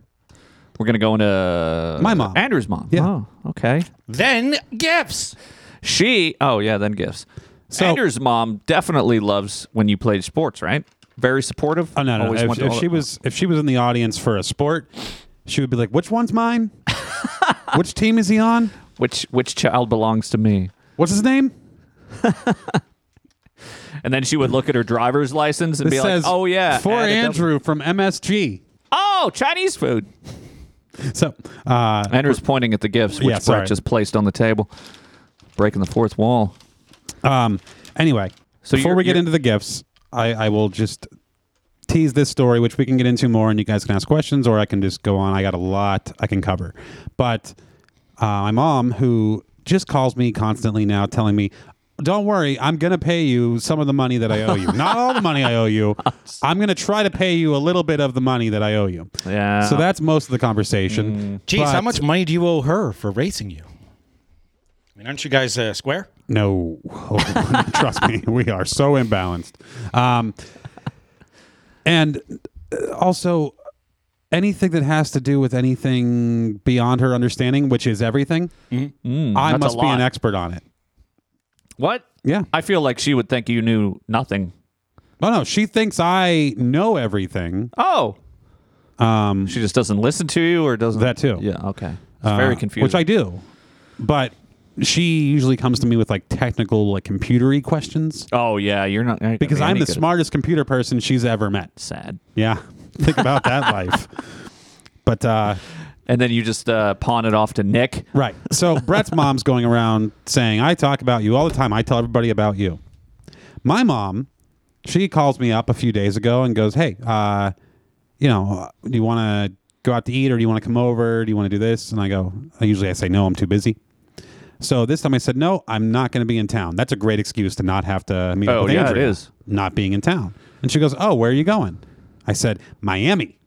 Speaker 2: we're gonna go into
Speaker 1: My mom.
Speaker 2: Andrew's mom.
Speaker 1: Yeah.
Speaker 2: Oh, okay.
Speaker 4: Then gifts.
Speaker 2: She. Oh yeah. Then gifts.
Speaker 1: So-
Speaker 2: Andrew's mom definitely loves when you played sports, right? Very supportive.
Speaker 1: Oh no, no.
Speaker 2: Always
Speaker 1: If,
Speaker 2: went to
Speaker 1: if
Speaker 2: all-
Speaker 1: she was if she was in the audience for a sport, she would be like, "Which one's (laughs) mine? Which team is he on?
Speaker 2: which which child belongs to me?
Speaker 1: What's his name?"
Speaker 2: And then she would look at her driver's license and
Speaker 1: This
Speaker 2: be
Speaker 1: says,
Speaker 2: like, "Oh yeah,
Speaker 1: for
Speaker 2: add a double-
Speaker 1: Andrew from MSG."
Speaker 2: Oh, Chinese food."
Speaker 1: So, uh,
Speaker 2: Andrew's pointing at the gifts, which
Speaker 1: Yeah, sorry.
Speaker 2: Brett just placed on the table, breaking the fourth wall.
Speaker 1: um, anyway,
Speaker 2: So
Speaker 1: before
Speaker 2: you're-
Speaker 1: we get
Speaker 2: you're-
Speaker 1: into the gifts, I, I will just tease this story, which we can get into more, and you guys can ask questions, or I can just go on. I got a lot I can cover, but uh, my mom, who just calls me constantly now, telling me. Don't worry, I'm going to pay you some of the money that I owe you.
Speaker 2: (laughs)
Speaker 1: Not all the money I owe you. I'm going to try to pay you a little bit of the money that I owe you.
Speaker 2: Yeah. Mm.
Speaker 1: So that's most of the conversation.
Speaker 4: Jeez, how
Speaker 1: But-
Speaker 4: much money do you owe her for racing you? I mean, aren't you guys uh, square?
Speaker 1: No, (laughs) trust me, we are so imbalanced. Um, and uh, also, anything that has to do with anything beyond her understanding, which is everything, I
Speaker 2: Mm-hmm. Mm, that's a
Speaker 1: must be
Speaker 2: lot.
Speaker 1: an expert on it.
Speaker 2: What?
Speaker 1: Yeah. Oh,
Speaker 2: I feel like she would think you knew nothing.
Speaker 1: No, no, she thinks I know everything.
Speaker 2: Oh. Um, she just doesn't listen to you or doesn't
Speaker 1: That too.
Speaker 2: Yeah, okay. It's
Speaker 1: uh,
Speaker 2: very confusing.
Speaker 1: which I do. But she usually comes to me with like technical, like computery questions
Speaker 2: Oh yeah, you're not you're not gonna
Speaker 1: because
Speaker 2: be
Speaker 1: I'm
Speaker 2: any
Speaker 1: the
Speaker 2: good at-
Speaker 1: smartest computer person she's ever met.
Speaker 2: sad.
Speaker 1: Yeah. (laughs) Think about that life. But uh,
Speaker 2: And then you just uh, pawn it off to Nick.
Speaker 1: right. So Brett's mom's going around saying, I talk about you all the time. I tell everybody about you. My mom, she calls me up a few days ago and goes, Hey, uh, you know, do you want to go out to eat or do you want to come over? Do you want to do this? And I go, Usually I say, No, I'm too busy. So this time I said, No, I'm not going to be in town. That's a great excuse to not have to meet
Speaker 2: Oh,
Speaker 1: up with
Speaker 2: yeah, it
Speaker 1: Andrea,
Speaker 2: is.
Speaker 1: Not being in town. And she goes, Oh, where are you going? I said, Miami.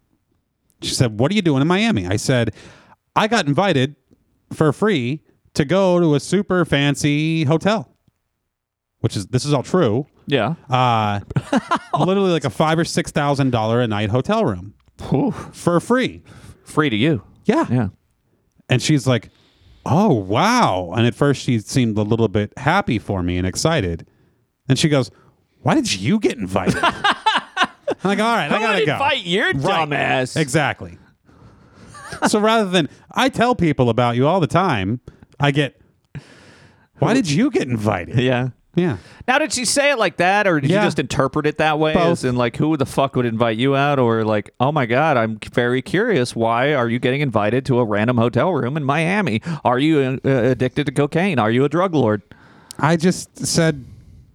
Speaker 1: She said, What are you doing in Miami? I said, I got invited for free to go to a super fancy hotel, which is, this is all true.
Speaker 2: Yeah.
Speaker 1: Uh, (laughs) literally like a five or six thousand dollar a night hotel room for free.
Speaker 2: Free to you.
Speaker 1: Yeah.
Speaker 2: Yeah.
Speaker 1: And she's like, Oh, wow. And at first she seemed a little bit happy for me and excited. And she goes, Why did you get invited? (laughs) I'm like, All right, I
Speaker 2: Who would
Speaker 1: gotta go.
Speaker 2: invite your
Speaker 1: Right.
Speaker 2: dumbass?
Speaker 1: Exactly. so rather than I tell people about you all the time, I get, why did you get invited?
Speaker 2: Yeah.
Speaker 1: Yeah.
Speaker 2: Now, did she say it like that, or did
Speaker 1: Yeah.
Speaker 2: you just interpret it that way?
Speaker 1: Both.
Speaker 2: As in, like, who the fuck would invite you out, or like, oh my god, I'm very curious. Why are you getting invited to a random hotel room in Miami? Are you uh, addicted to cocaine? Are you a drug lord?
Speaker 1: I just said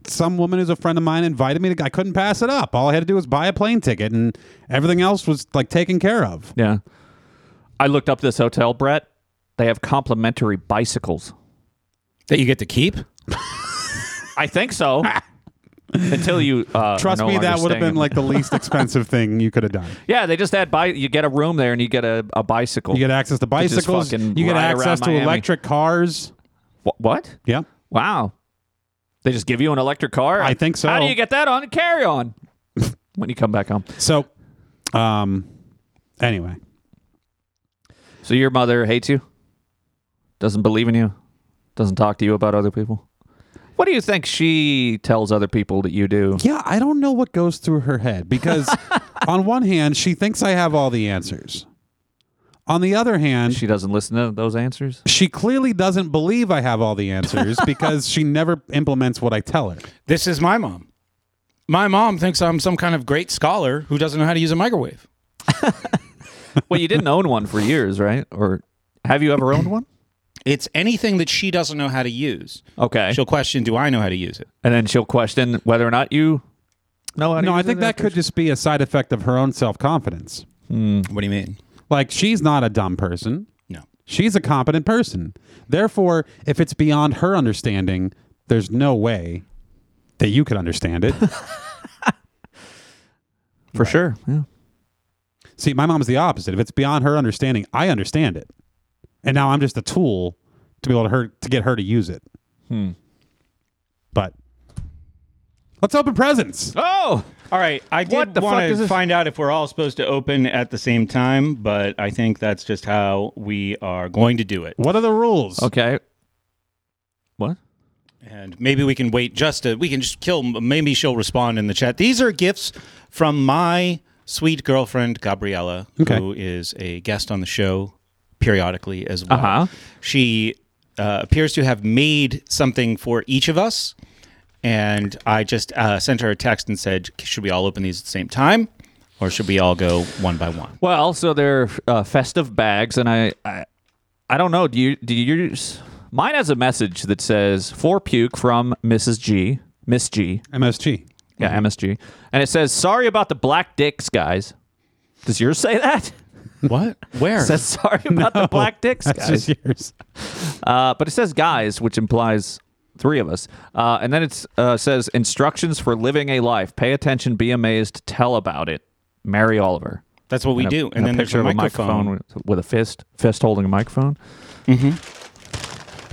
Speaker 1: some woman who's a friend of mine invited me to, I couldn't pass it up. All I had to do was buy a plane ticket and everything else was like taken care of.
Speaker 2: Yeah. I looked up this hotel, Brett. They have complimentary bicycles.
Speaker 4: That you get to keep?
Speaker 2: I think
Speaker 1: (laughs)
Speaker 2: so. Until you uh,
Speaker 1: Trust
Speaker 2: no
Speaker 1: me,
Speaker 2: longer
Speaker 1: that would have
Speaker 2: staying
Speaker 1: been
Speaker 2: in-
Speaker 1: like the least expensive thing you could have
Speaker 2: (laughs)
Speaker 1: done.
Speaker 2: yeah. They just add bi- you get a room there and you get a, a bicycle.
Speaker 1: You get access to
Speaker 2: just
Speaker 1: bicycles. You
Speaker 2: fucking
Speaker 1: get
Speaker 2: ride around
Speaker 1: access to
Speaker 2: Miami.
Speaker 1: electric cars.
Speaker 2: Wh- what?
Speaker 1: Yeah.
Speaker 2: Wow. They just give you an electric car?
Speaker 1: I think so.
Speaker 2: How do you get that on a
Speaker 1: (laughs)
Speaker 2: carry on? when you come back home.
Speaker 1: So, um, anyway,
Speaker 2: So your mother hates you? Doesn't believe in you? Doesn't talk to you about other people? What do you think she tells other people that you do?
Speaker 1: Yeah, I don't know what (laughs) goes through her head because on one hand, she thinks I have all the answers. On the other hand,
Speaker 2: She doesn't listen to those answers.
Speaker 1: she clearly doesn't believe I have all the answers because she never implements what I tell her.
Speaker 4: This is my mom. My mom thinks I'm some kind of great scholar who doesn't know how to use a microwave.
Speaker 2: Well, you didn't own one for years, right? Or have you ever owned one?
Speaker 4: It's anything that she doesn't know how to use.
Speaker 2: Okay.
Speaker 4: She'll question, do I know how to use it?
Speaker 2: and then she'll question whether or not you know how to
Speaker 1: No, I
Speaker 2: use
Speaker 1: think
Speaker 2: it
Speaker 1: that
Speaker 2: after
Speaker 1: could just be a side effect of her own self confidence.
Speaker 2: Mm.
Speaker 4: What do you mean?
Speaker 1: Like, she's not a dumb person.
Speaker 4: No.
Speaker 1: She's a competent person. Therefore, if it's beyond her understanding, there's no way that you could understand it.
Speaker 2: For sure. Yeah.
Speaker 1: See, my mom's the opposite. If it's beyond her understanding, I understand it. And now I'm just a tool to be able to her to get her to use it. But let's open presents.
Speaker 2: Oh,
Speaker 4: All right, I
Speaker 2: What
Speaker 4: did
Speaker 2: the fuck
Speaker 4: want
Speaker 2: is
Speaker 4: to
Speaker 2: this?
Speaker 4: find out if we're all supposed to open at the same time, but I think that's just how we are going to do it.
Speaker 1: What are the rules?
Speaker 2: okay. What?
Speaker 4: And maybe we can wait just to, we can just kill, maybe she'll respond in the chat. These are gifts from my sweet girlfriend, Gabriella,
Speaker 1: Okay.
Speaker 4: who is a guest on the show periodically as well.
Speaker 2: Uh-huh.
Speaker 4: She uh, appears to have made something for each of us. And I just uh, sent her a text and said, should we all open these at the same time? Or should we all go one by one?
Speaker 2: Well, so they're uh, festive bags, and I, I, I don't know. Do you do you use? Mine has a message that says "for puke" from Mrs. G, Miss G,
Speaker 1: MSG.
Speaker 2: yeah, MSG, and it says "sorry about the black dicks, guys." Does yours say that?
Speaker 4: What? Where?
Speaker 1: (laughs)
Speaker 2: It says "sorry about the black dicks,
Speaker 1: That's
Speaker 2: guys,"
Speaker 1: just (laughs) yours.
Speaker 2: uh, but it says "guys," which implies three of us, uh, and then it uh, says "instructions for living a life. Pay attention, be amazed, tell about it." Mary Oliver.
Speaker 4: That's what we
Speaker 2: and a-
Speaker 4: do. And, then
Speaker 2: a
Speaker 4: there's
Speaker 2: picture
Speaker 4: a
Speaker 2: of a
Speaker 4: microphone.
Speaker 2: microphone with, with a fist, fist holding a microphone.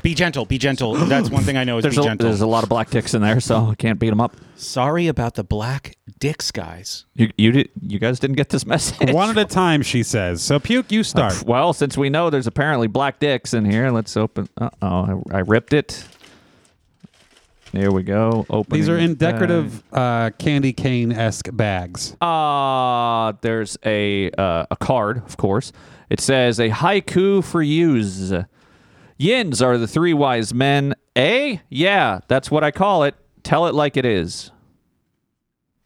Speaker 4: Be gentle. Be gentle. That's one thing I know is
Speaker 2: There's
Speaker 4: be
Speaker 2: a,
Speaker 4: gentle.
Speaker 2: there's a lot of black dicks in there, so I can't beat them up.
Speaker 4: Sorry about the black dicks, guys.
Speaker 2: You you did, you guys didn't get this (laughs) message.
Speaker 1: One at a time, she says. So puke, you start.
Speaker 2: well, since we know there's apparently black dicks in here, let's open. Uh oh, I, I ripped it. There we go. Open.
Speaker 1: These are in decorative uh, candy cane esque bags.
Speaker 2: Uh, there's a uh, a card, of course. It says a haiku for yous. Yins are the three wise men. A, yeah, that's what I call it. Tell it like it is.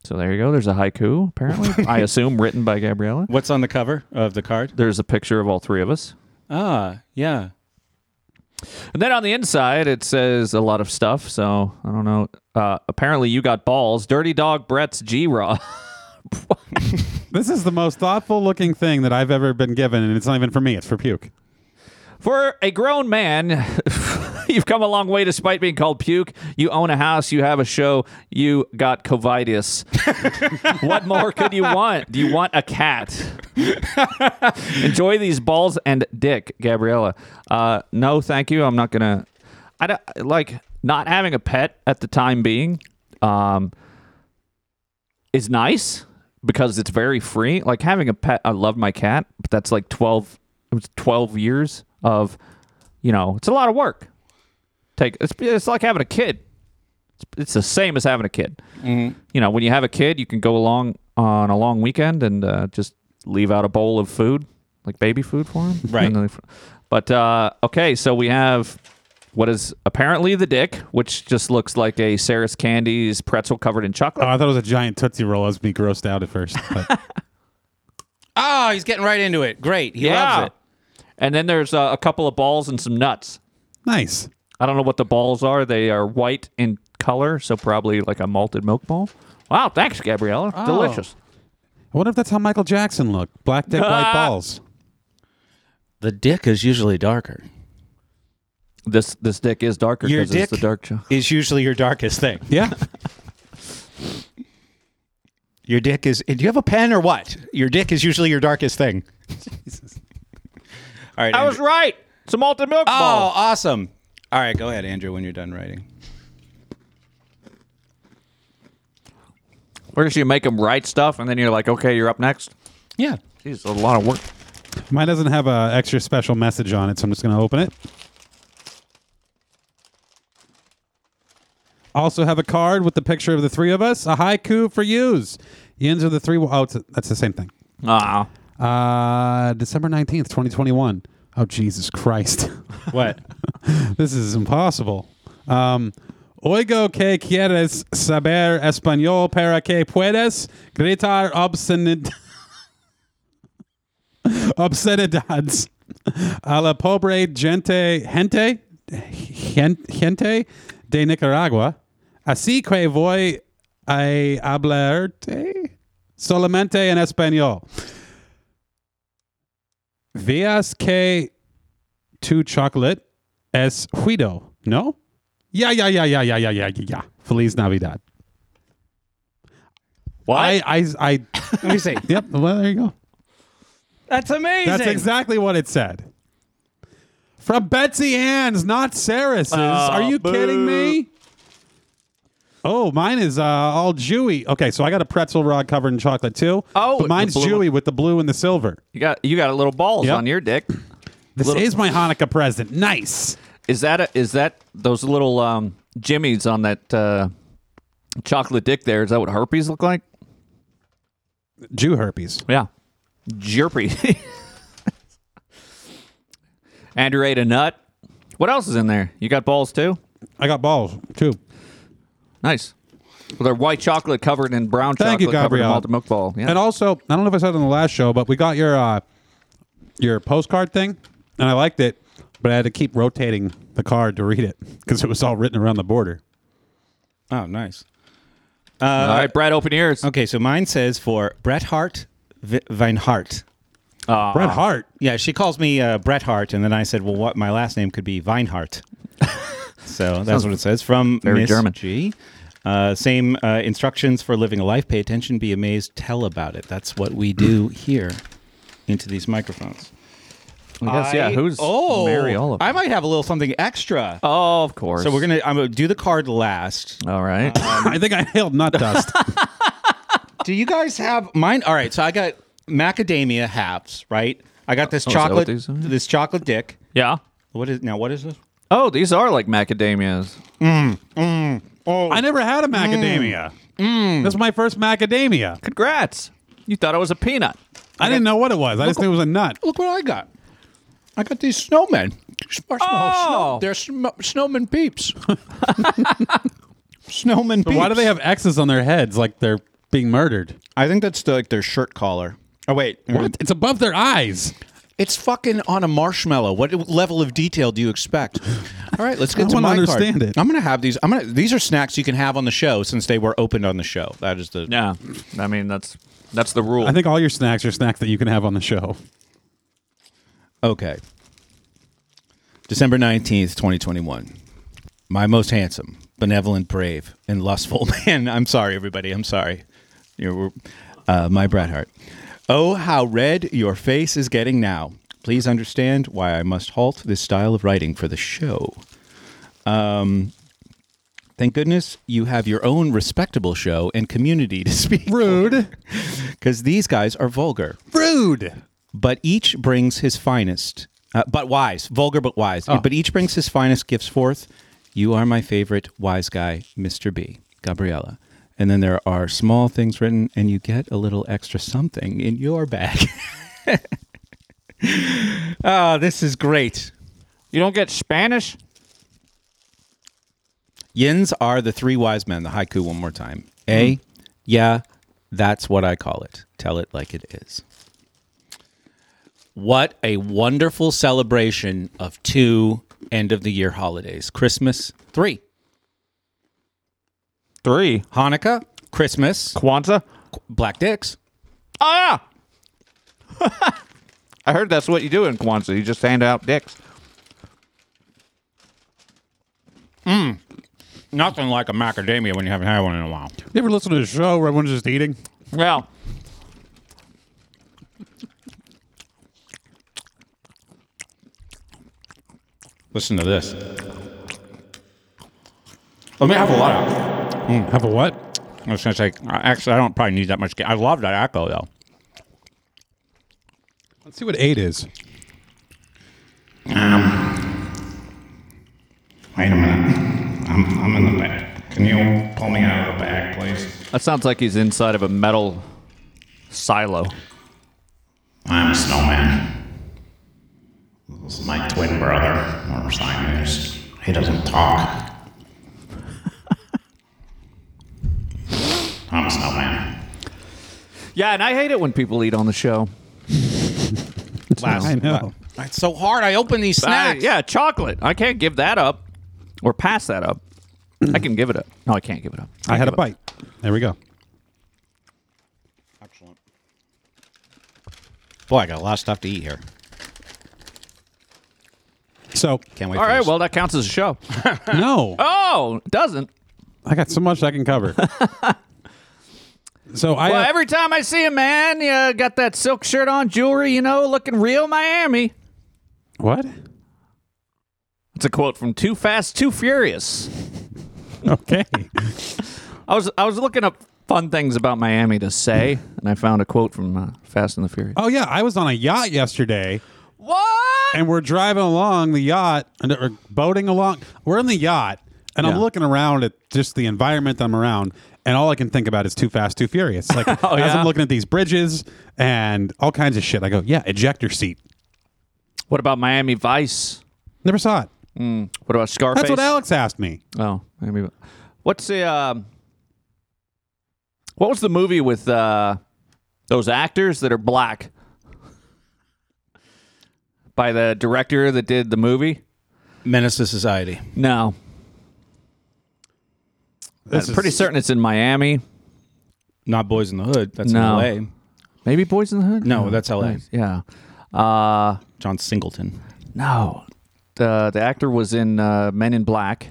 Speaker 2: So there you go. There's a haiku, apparently. I assume written by Gabriella.
Speaker 4: What's on the cover of the card?
Speaker 2: There's a picture of all three of us.
Speaker 4: Ah, yeah.
Speaker 2: And then on the inside, it says a lot of stuff. So I don't know. Uh, apparently, you got balls. Dirty Dog Brett's G Raw.
Speaker 1: This is the most thoughtful looking thing that I've ever been given, and it's not even for me, it's for puke.
Speaker 2: For a grown man, (laughs) you've come a long way despite being called puke. You own a house, you have a show, you got covitis. (laughs) what more could you want? Do you want a cat? (laughs) Enjoy these balls and dick, Gabriella. Uh, no, thank you. I'm not gonna. I don't, like not having a pet at the time being. Um, is nice because it's very free. Like having a pet, I love my cat, but that's like twelve. It was twelve years of, you know, it's a lot of work. Take it's it's like having a kid. It's, it's the same as having a kid. You know, when you have a kid, you can go along on a long weekend and uh, just leave out a bowl of food, like baby food for him.
Speaker 4: Right.
Speaker 2: And then they- But uh, okay, so we have what is apparently the dick, which just looks like a Sarah's Candy's pretzel covered in chocolate.
Speaker 1: Oh, I thought it was a giant Tootsie Roll. I was being grossed out at first. (laughs) But
Speaker 4: Ah, he's getting right into it. Great. He loves it.
Speaker 2: And then there's uh, a couple of balls and some nuts.
Speaker 1: nice.
Speaker 2: I don't know what the balls are. They are white in color, so probably like a malted milk ball. Wow, thanks, Gabriella. Delicious.
Speaker 1: I wonder if that's how Michael Jackson looked. Black dick, (laughs) white balls.
Speaker 4: The dick is usually darker.
Speaker 2: This this dick is darker
Speaker 4: Your
Speaker 2: because
Speaker 4: dick
Speaker 2: it's the dark cho-
Speaker 4: is usually your darkest thing.
Speaker 1: Yeah.
Speaker 4: Your dick is. Do you have a pen or what? Your dick is usually your darkest thing. All right.
Speaker 2: I was
Speaker 4: Andrew.
Speaker 2: right. It's a malted milk
Speaker 4: Oh,
Speaker 2: ball.
Speaker 4: awesome. All right, go ahead, Andrew, when you're done writing.
Speaker 2: Where does she make them write stuff, and then you're like, okay, you're up next.
Speaker 4: Yeah.
Speaker 2: Jeez, a lot of work.
Speaker 1: Mine doesn't have a extra special message on it, so I'm just going to open it. Also have a card with the picture of the three of us. A haiku for yous. Yins are the three. Oh, it's that's the same thing.
Speaker 2: Ah,
Speaker 1: Uh, December 19th, 2021. Oh, Jesus Christ.
Speaker 4: What?
Speaker 1: (laughs) this is impossible. Um, Oigo que quieres saber español para que puedes gritar obscenid- (laughs) obscenidades a la pobre gente, gente, gen- gente de Nicaragua. Así que voy a hablarte solamente en español. Veas que two chocolate es Guido. No? Yeah, yeah, yeah, yeah, yeah, yeah, yeah, yeah, yeah. Feliz Navidad. I,
Speaker 2: Why?
Speaker 1: I, I,
Speaker 4: Let me see.
Speaker 1: yep, well, there you go.
Speaker 2: That's amazing.
Speaker 1: That's exactly what it said. From Betsy Ann's, not Sarah's. Are you
Speaker 2: Uh, boo.
Speaker 1: kidding me? Oh, mine is uh, all Jewy. Okay, so I got a pretzel rod covered in chocolate too.
Speaker 2: Oh,
Speaker 1: but mine's
Speaker 2: the blue
Speaker 1: Jewy with the blue and the silver.
Speaker 2: you got you got a little balls
Speaker 1: Yep.
Speaker 2: on your dick.
Speaker 1: This
Speaker 2: Little-
Speaker 1: is my Hanukkah present. Nice.
Speaker 2: Is that a, is that those little um, jimmies on that uh, chocolate dick there? Is that what herpes look like?
Speaker 1: Jew herpes.
Speaker 2: Yeah. Jerpy. Andrew ate a nut. What else is in there? You got balls too?
Speaker 1: I got balls too.
Speaker 2: Nice. Well, they're white chocolate covered in brown
Speaker 1: Thank
Speaker 2: chocolate
Speaker 1: you,
Speaker 2: covered in
Speaker 1: Gabrielle.
Speaker 2: malted milk ball. Yeah.
Speaker 1: And uh, also, I don't know if I said it on the last show, but we got your uh, your postcard thing, and I liked it, but I had to keep rotating the card to read it because it was all written around the border.
Speaker 4: Oh, nice.
Speaker 2: All right, Brad, open your ears.
Speaker 4: Okay, so mine says for Bret Hart, v- Vinehart.
Speaker 2: Uh,
Speaker 1: Bret Hart.
Speaker 4: Yeah, she calls me uh, Bret Hart, and then I said, well, what? My last name could be
Speaker 2: (laughs)
Speaker 4: Vinehart. so that's what it says from
Speaker 2: very
Speaker 4: Miss
Speaker 2: German.
Speaker 4: G. Uh, same uh, instructions for living a life. Pay attention, be amazed, tell about it. That's what we do
Speaker 2: Mm.
Speaker 4: here into these microphones.
Speaker 2: I guess, yeah.
Speaker 4: I-
Speaker 2: Who's
Speaker 4: oh,
Speaker 2: Mary Oliver?
Speaker 4: I might have a little something extra.
Speaker 2: oh, of course.
Speaker 4: so we're gonna. I'm gonna do the card last.
Speaker 2: All right.
Speaker 1: I think I hailed (laughs) nut dust.
Speaker 4: Do you guys have mine? All right, so I got macadamia halves, right? I got this
Speaker 2: Oh, is that what
Speaker 4: chocolate,
Speaker 2: these are?
Speaker 4: this chocolate dick.
Speaker 2: yeah.
Speaker 4: What is now? What is this?
Speaker 2: Oh, these are like macadamias.
Speaker 1: I never had a macadamia. This is my first macadamia.
Speaker 2: Congrats. You thought it was a peanut.
Speaker 1: I didn't know what it was. I just knew it was a nut.
Speaker 4: Look what I got. I got these snowmen. These marshmallow
Speaker 2: Oh.
Speaker 4: snow- they're sm- snowman peeps. (laughs) snowman.
Speaker 1: But
Speaker 4: peeps.
Speaker 1: why do they have X's on their heads like they're being murdered?
Speaker 4: I think that's the, like their shirt collar. Oh wait,
Speaker 1: What? It's above their eyes.
Speaker 4: It's fucking on a marshmallow. What level of detail do you (laughs) expect? All right, let's get
Speaker 1: I
Speaker 4: to
Speaker 1: wanna
Speaker 4: my card.
Speaker 1: understand it.
Speaker 4: I'm gonna have these. I'm gonna. These are snacks you can have on the show since they were opened on the show. That is the.
Speaker 2: Yeah. I mean, that's that's the rule.
Speaker 1: I think all your snacks are snacks that you can have on the show.
Speaker 4: Okay. December 19th, 2021. My most handsome, benevolent, brave, and lustful (laughs) man. I'm sorry, everybody. I'm sorry. You're, uh, my Bret Hart. Oh, how red your face is getting now. Please understand why I must halt this style of writing for the show. Um, thank goodness you have your own respectable show and community to (laughs) speak
Speaker 1: Rude.
Speaker 4: because these guys are vulgar
Speaker 1: Rude.
Speaker 4: but each brings his finest, uh, but wise, vulgar but wise.
Speaker 2: Oh.
Speaker 4: But each brings his finest gifts forth. You are my favorite wise guy, Mr. B, Gabriella. And then there are small things written, and you get a little extra something in your bag. (laughs) Ah, this is great.
Speaker 2: you don't get Spanish?
Speaker 4: Yins are the three wise men, the haiku one more time. A,
Speaker 2: Mm-hmm.
Speaker 4: yeah, that's what I call it. Tell it like it is. What a wonderful celebration of two end of the year holidays Christmas, three,
Speaker 2: Three.
Speaker 4: Hanukkah, Christmas,
Speaker 2: Kwanzaa?
Speaker 4: Black Dicks.
Speaker 2: Ah! (laughs) I heard that's what you do in Kwanzaa. You just hand out dicks.
Speaker 4: Nothing like a macadamia when you haven't had one in a while.
Speaker 1: You ever listen to a show where everyone's just eating?
Speaker 2: Yeah.
Speaker 4: Listen to this. Let me have a lot of.
Speaker 1: Have a what?
Speaker 4: I was going to say, actually, I don't probably need that much. I love that echo, though.
Speaker 1: Let's see what eight is.
Speaker 5: Um, Wait a minute. I'm, I'm in the back. Can you pull me out of the back, please?
Speaker 2: That sounds like he's inside of a metal silo.
Speaker 5: I'm a snowman. This is my twin brother, or scientist. He doesn't talk. (laughs) I'm a snowman.
Speaker 2: Yeah, and I hate it when people eat on the show.
Speaker 1: I know.
Speaker 4: It's so hard. I open these
Speaker 2: I-
Speaker 4: snacks.
Speaker 2: yeah, chocolate. I can't give that up or pass that up. I can give it up. No, I can't give it up.
Speaker 1: I had a bite. There we go.
Speaker 4: Excellent. Boy, I got a lot of stuff to eat here.
Speaker 1: So
Speaker 4: Can't wait.
Speaker 2: All
Speaker 4: for
Speaker 2: right,
Speaker 4: this.
Speaker 2: well, that counts as a show.
Speaker 1: no,
Speaker 2: Oh, it doesn't.
Speaker 1: I got so much I can
Speaker 2: (laughs)
Speaker 1: cover. so I uh,
Speaker 2: Well, every time I see a man, uh, got that silk shirt on, jewelry, you know, looking real Miami.
Speaker 1: what?
Speaker 2: It's a quote from Too Fast, Too Furious.
Speaker 1: Okay.
Speaker 2: I was I was looking up fun things about Miami to say, and I found a quote from uh, Fast and the Furious.
Speaker 1: oh yeah, I was on a yacht yesterday.
Speaker 2: What?
Speaker 1: and we're driving along the yacht and or boating along. We're in the yacht, and I'm
Speaker 2: Yeah.
Speaker 1: looking around at just the environment that I'm around, and all I can think about is too fast, too furious.
Speaker 2: (laughs)
Speaker 1: Like as
Speaker 2: Oh, yeah?
Speaker 1: I'm looking at these bridges and all kinds of shit, I go, yeah, ejector seat.
Speaker 2: What about Miami Vice?
Speaker 1: Never saw it.
Speaker 2: What about Scarface?
Speaker 1: That's what Alex asked me.
Speaker 2: Oh, maybe. What's the um, What was the movie with uh, those actors that are black? By the director that did the movie?
Speaker 4: menace to society.
Speaker 2: No,
Speaker 1: This
Speaker 2: I'm pretty
Speaker 1: is-
Speaker 2: certain it's in Miami.
Speaker 4: Not boys in the hood. That's
Speaker 2: No.
Speaker 4: L.A.
Speaker 2: Maybe Boys in the Hood.
Speaker 4: No, that's LA.
Speaker 2: Nice. Yeah. Uh,
Speaker 4: John Singleton.
Speaker 2: no, the the actor was in uh, Men in Black.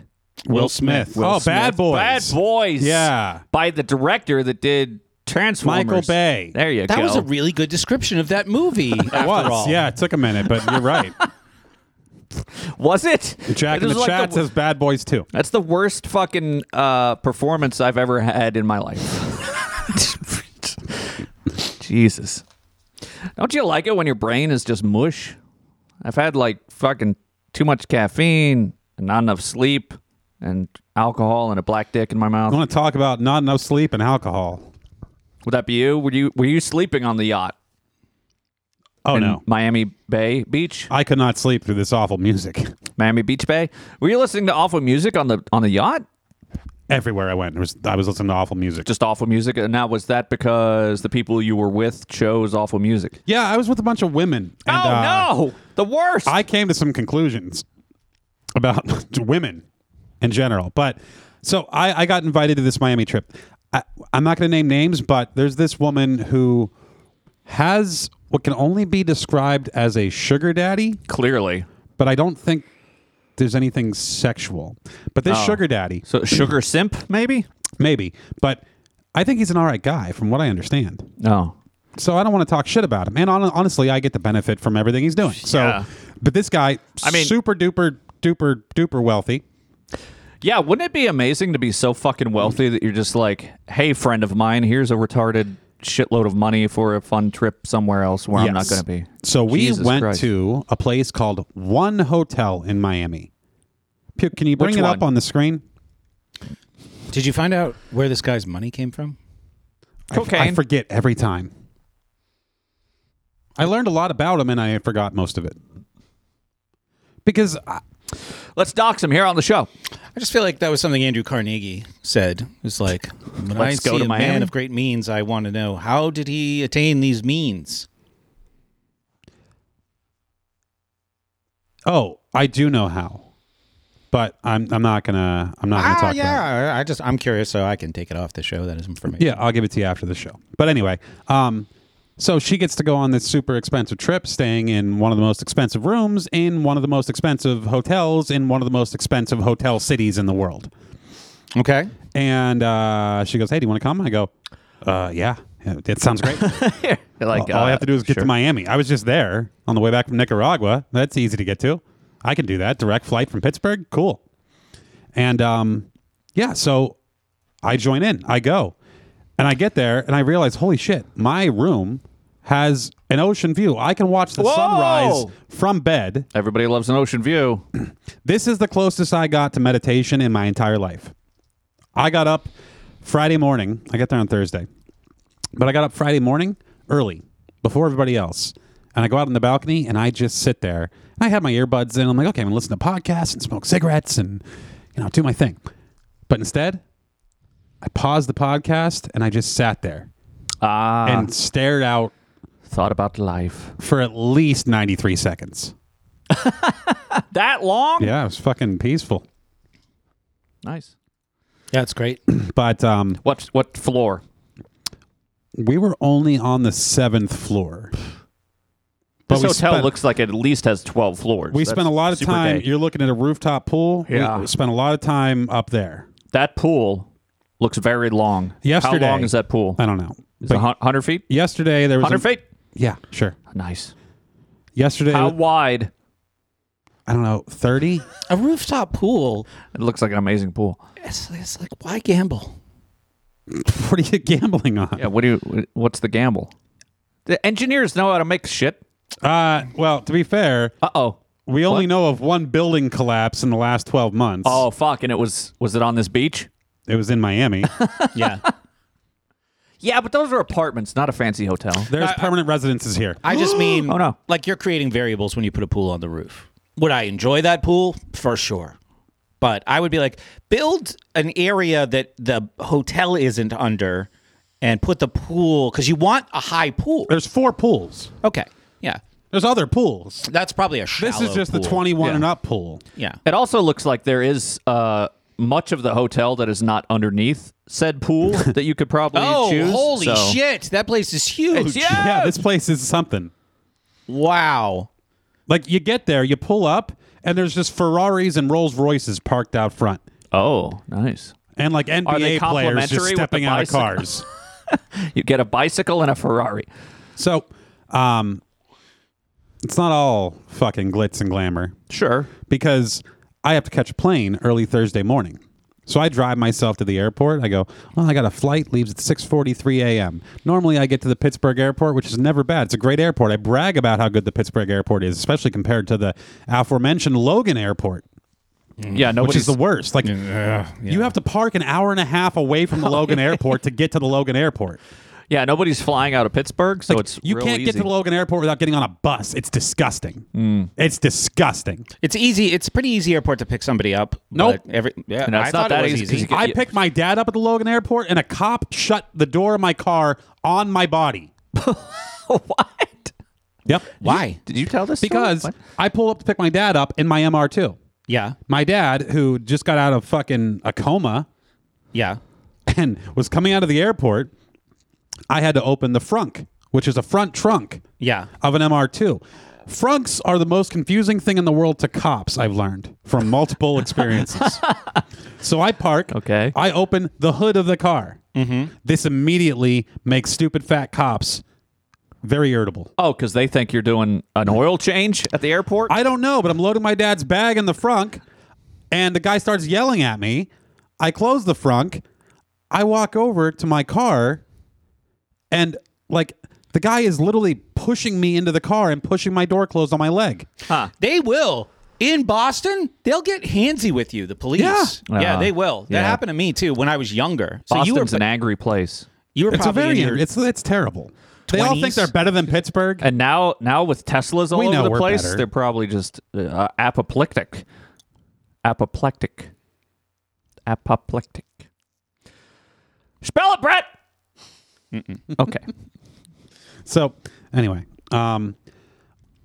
Speaker 1: Will Smith.
Speaker 2: Will
Speaker 1: oh, Bad
Speaker 2: Smith.
Speaker 1: Boys.
Speaker 2: Bad Boys.
Speaker 1: Yeah.
Speaker 2: By the director that did Transformers.
Speaker 1: Michael Bay.
Speaker 2: There you
Speaker 4: That
Speaker 2: go.
Speaker 4: was a really good description of that (laughs) movie.
Speaker 1: It was. Yeah, it took a minute, but you're right.
Speaker 2: was (laughs) it?
Speaker 1: Jack
Speaker 2: It
Speaker 1: in
Speaker 2: was
Speaker 1: the
Speaker 2: like
Speaker 1: chat
Speaker 2: the-
Speaker 1: says Bad Boys too.
Speaker 2: That's the worst fucking uh, performance I've ever had in my life. (laughs) Jesus. Don't you like it when your brain is just mush? I've had like fucking too much caffeine and not enough sleep and alcohol and a black dick in my
Speaker 1: I
Speaker 2: mouth.
Speaker 1: want to talk about not enough sleep and alcohol.
Speaker 2: Would that be you? Were you were you sleeping on the yacht?
Speaker 1: Oh
Speaker 2: in
Speaker 1: no,
Speaker 2: Miami Bay Beach?
Speaker 1: I could not sleep through this awful music. (laughs)
Speaker 2: Miami Beach Bay? Were you listening to awful music on the on the yacht?
Speaker 1: Everywhere I went, there was, I was listening to awful music.
Speaker 2: Just awful music? And now was that because the people you were with chose awful music?
Speaker 1: Yeah, I was with a bunch of women. And,
Speaker 2: oh
Speaker 1: uh,
Speaker 2: no, the worst.
Speaker 1: I came to some conclusions about (laughs) women in general. But so I, I got invited to this Miami trip. I, I'm not going to name names, but there's this woman who has what can only be described as a sugar daddy,
Speaker 2: Clearly,
Speaker 1: but I don't think there's anything sexual. But this sugar daddy,
Speaker 2: so sugar simp maybe.
Speaker 1: maybe, but I think he's an all right guy from what I understand.
Speaker 2: No,
Speaker 1: So I don't want to talk shit about him. And hon- honestly, I get the benefit from everything he's doing. So,
Speaker 2: Yeah.
Speaker 1: but this guy,
Speaker 2: I mean-
Speaker 1: super duper duper duper wealthy.
Speaker 2: yeah. Wouldn't it be amazing to be so fucking wealthy that you're just like, hey, friend of mine, here's a retarded shitload of money for a fun trip somewhere else where I'm not
Speaker 1: Yes.
Speaker 2: going to be.
Speaker 1: So we
Speaker 2: Jesus
Speaker 1: went
Speaker 2: Christ.
Speaker 1: to a place called One Hotel in Miami. P- Can you bring
Speaker 2: Which
Speaker 1: it up
Speaker 2: one?
Speaker 1: on the screen?
Speaker 4: Did you find out where this guy's money came from?
Speaker 1: I f- I
Speaker 2: Cocaine.
Speaker 1: forget every time. I learned a lot about him and I forgot most of it. Because I,
Speaker 2: Let's dox him here on the show.
Speaker 4: I just feel like that was something Andrew Carnegie said. It's like, when I
Speaker 2: Let's go
Speaker 4: see
Speaker 2: to
Speaker 4: a
Speaker 2: Miami.
Speaker 4: man of great means, I want to know how did he attain these means?
Speaker 1: oh, I do know how. But I'm I'm not gonna I'm
Speaker 2: Ah,
Speaker 1: not gonna talk about it.
Speaker 4: Ah, yeah, I I just I'm curious, so I can take it off the show. That is information.
Speaker 1: Yeah, I'll give it to you after the show. But anyway, um, so she gets to go on this super expensive trip, staying in one of the most expensive rooms in one of the most expensive hotels in one of the most expensive hotel cities in the world.
Speaker 4: Okay.
Speaker 1: And uh, she goes, "Hey, do you want to come?" I go, uh, "Yeah, yeah, it sounds great.
Speaker 2: You're like,
Speaker 1: All oh, I
Speaker 2: uh,
Speaker 1: have to do is get
Speaker 2: sure.
Speaker 1: to Miami. I was just there on the way back from Nicaragua. That's easy to get to. I can do that. Direct flight from Pittsburgh. Cool. And um, yeah, so I join in. I go, and I get there, and I realize, holy shit, my room has an ocean view. I can watch the
Speaker 2: Whoa!
Speaker 1: sunrise from bed.
Speaker 2: Everybody loves an ocean view.
Speaker 1: This is the closest I got to meditation in my entire life. I got up Friday morning. I got there on Thursday. But I got up Friday morning early before everybody else and I go out on the balcony and I just sit there. And I have my earbuds in. I'm like, okay, I'm gonna listen to podcasts and smoke cigarettes and you know do my thing. But instead, I paused the podcast and I just sat there
Speaker 2: Ah,
Speaker 1: and stared out
Speaker 2: thought about life.
Speaker 1: for at least 93 seconds.
Speaker 2: That long?
Speaker 1: Yeah, it was fucking peaceful.
Speaker 2: Nice.
Speaker 6: Yeah, it's great.
Speaker 1: But um,
Speaker 2: What what floor?
Speaker 1: we were only on the seventh floor.
Speaker 2: This
Speaker 1: we
Speaker 2: hotel
Speaker 1: spent-
Speaker 2: looks like it at least has twelve floors.
Speaker 1: We
Speaker 2: That's
Speaker 1: spent a lot of
Speaker 2: super
Speaker 1: time.
Speaker 2: gay.
Speaker 1: You're looking at a rooftop pool. We-
Speaker 2: Yeah.
Speaker 1: We spent a lot of time up there.
Speaker 2: That pool looks very long.
Speaker 1: Yesterday-
Speaker 2: how long is that pool?
Speaker 1: I don't know.
Speaker 2: Is
Speaker 1: But
Speaker 2: it hundred feet?
Speaker 1: yesterday there was a-
Speaker 2: Hundred feet?
Speaker 1: Yeah, sure.
Speaker 2: Nice.
Speaker 1: Yesterday,
Speaker 2: How wide?
Speaker 1: I don't know, thirty. (laughs)
Speaker 6: A rooftop pool.
Speaker 2: It looks like an amazing pool.
Speaker 6: It's, it's like why gamble?
Speaker 1: what are you gambling on?
Speaker 2: Yeah. What do you? What's the gamble? The engineers know how to make shit.
Speaker 1: Uh, well, to be fair,
Speaker 2: Uh oh.
Speaker 1: we only know of one building collapse in the last twelve months.
Speaker 2: Oh fuck! And it was was it on this beach?
Speaker 1: it was in
Speaker 2: (laughs)
Speaker 1: Miami.
Speaker 4: (laughs) Yeah.
Speaker 2: Yeah, but those are apartments, not a fancy hotel.
Speaker 1: There's permanent residences here.
Speaker 4: I just mean,
Speaker 2: Oh, no.
Speaker 4: like you're creating variables when you put a pool on the roof. Would I enjoy that pool? For sure. But I would be like, build an area that the hotel isn't under and put the pool, because you want a high pool.
Speaker 1: There's four pools.
Speaker 4: Okay. Yeah.
Speaker 1: There's other pools.
Speaker 4: That's probably a shallow
Speaker 1: This is just the
Speaker 4: pool.
Speaker 1: 21
Speaker 2: Yeah.
Speaker 1: and up pool.
Speaker 4: Yeah.
Speaker 2: It also looks like there is uh, much of the hotel that is not underneath
Speaker 1: (laughs)
Speaker 2: said pool that you could probably
Speaker 4: Oh,
Speaker 2: choose.
Speaker 4: holy
Speaker 2: so-
Speaker 4: shit. That place is huge.
Speaker 2: It's- yeah.
Speaker 1: Yeah, this place is something.
Speaker 4: Wow.
Speaker 1: Like you get there, you pull up, and there's just Ferraris and Rolls Royces parked out front,
Speaker 2: Oh, nice.
Speaker 1: and like
Speaker 2: they
Speaker 1: NBA players
Speaker 2: complimentary
Speaker 1: just
Speaker 2: with
Speaker 1: stepping
Speaker 2: the
Speaker 1: out of
Speaker 2: bicycle?
Speaker 1: cars.
Speaker 2: You get a bicycle and a Ferrari.
Speaker 1: so, um, it's not all fucking glitz and glamour
Speaker 2: Sure.
Speaker 1: because I have to catch a plane early Thursday morning. So I drive myself to the airport. I go, well, I got a flight leaves at 6:43 a.m. Normally, I get to the Pittsburgh airport, which is never bad. It's a great airport. I brag about how good the Pittsburgh airport is, especially compared to the aforementioned Logan Airport.
Speaker 2: Mm. Yeah, Oh,
Speaker 1: which
Speaker 2: nobody's
Speaker 1: is the worst. Like you have to park an hour and a half away
Speaker 2: (laughs)
Speaker 1: from the Logan Airport to get to the Logan Airport.
Speaker 2: yeah, nobody's flying out of Pittsburgh, so
Speaker 1: Like,
Speaker 2: it's
Speaker 1: you
Speaker 2: real
Speaker 1: can't get
Speaker 2: easy. Mm.
Speaker 1: to the Logan Airport without getting on a bus. It's disgusting. It's disgusting.
Speaker 4: It's easy. It's a pretty easy airport to pick somebody up.
Speaker 1: Nope.
Speaker 4: but Every, yeah,
Speaker 2: No, it's not
Speaker 4: I thought
Speaker 2: that
Speaker 4: it was
Speaker 2: easy 'cause
Speaker 4: easy.
Speaker 2: you get-
Speaker 1: I picked my dad up at the Logan Airport, and a cop shut the door of my car on my body.
Speaker 2: (laughs) what?
Speaker 1: Yep.
Speaker 4: Why?
Speaker 2: Did you tell this? story?
Speaker 1: Because
Speaker 2: What?
Speaker 1: I pull up to pick my dad up in my MR2.
Speaker 4: Yeah.
Speaker 1: My dad, who just got out of fucking a coma,
Speaker 4: Yeah.
Speaker 1: and was coming out of the airport, I had to open the frunk, which is a front trunk
Speaker 4: Yeah.
Speaker 1: of an MR2. Frunks are the most confusing thing in the world to cops, I've learned from multiple experiences. so I park.
Speaker 2: Okay.
Speaker 1: I open the hood of the car. Mm-hmm. This immediately makes stupid fat cops very irritable.
Speaker 2: oh, because they think you're doing an oil change at the airport.
Speaker 1: I don't know, but I'm loading my dad's bag in the frunk, and the guy starts yelling at me. I close the frunk. I walk over to my car, and like the guy is literally pushing me into the car and pushing my door closed on my leg.
Speaker 4: They will. In Boston, they'll get handsy with you, the police.
Speaker 1: Yeah.
Speaker 4: yeah
Speaker 2: Uh,
Speaker 4: they will. That
Speaker 2: yeah.
Speaker 4: happened to me too when I was younger. So
Speaker 2: Boston's
Speaker 4: you were
Speaker 2: an angry place.
Speaker 4: you were
Speaker 1: It's a
Speaker 4: probably in
Speaker 1: very
Speaker 4: your-
Speaker 1: it's it's terrible. They all think
Speaker 4: 20s?
Speaker 1: they're better than Pittsburgh.
Speaker 2: And now, now with Teslas all
Speaker 1: We know
Speaker 2: over the
Speaker 1: we're
Speaker 2: place,
Speaker 1: better.
Speaker 2: they're probably just uh, apoplectic, apoplectic, apoplectic. Spell it, Brett.
Speaker 1: (laughs)
Speaker 2: Okay.
Speaker 1: So anyway, um,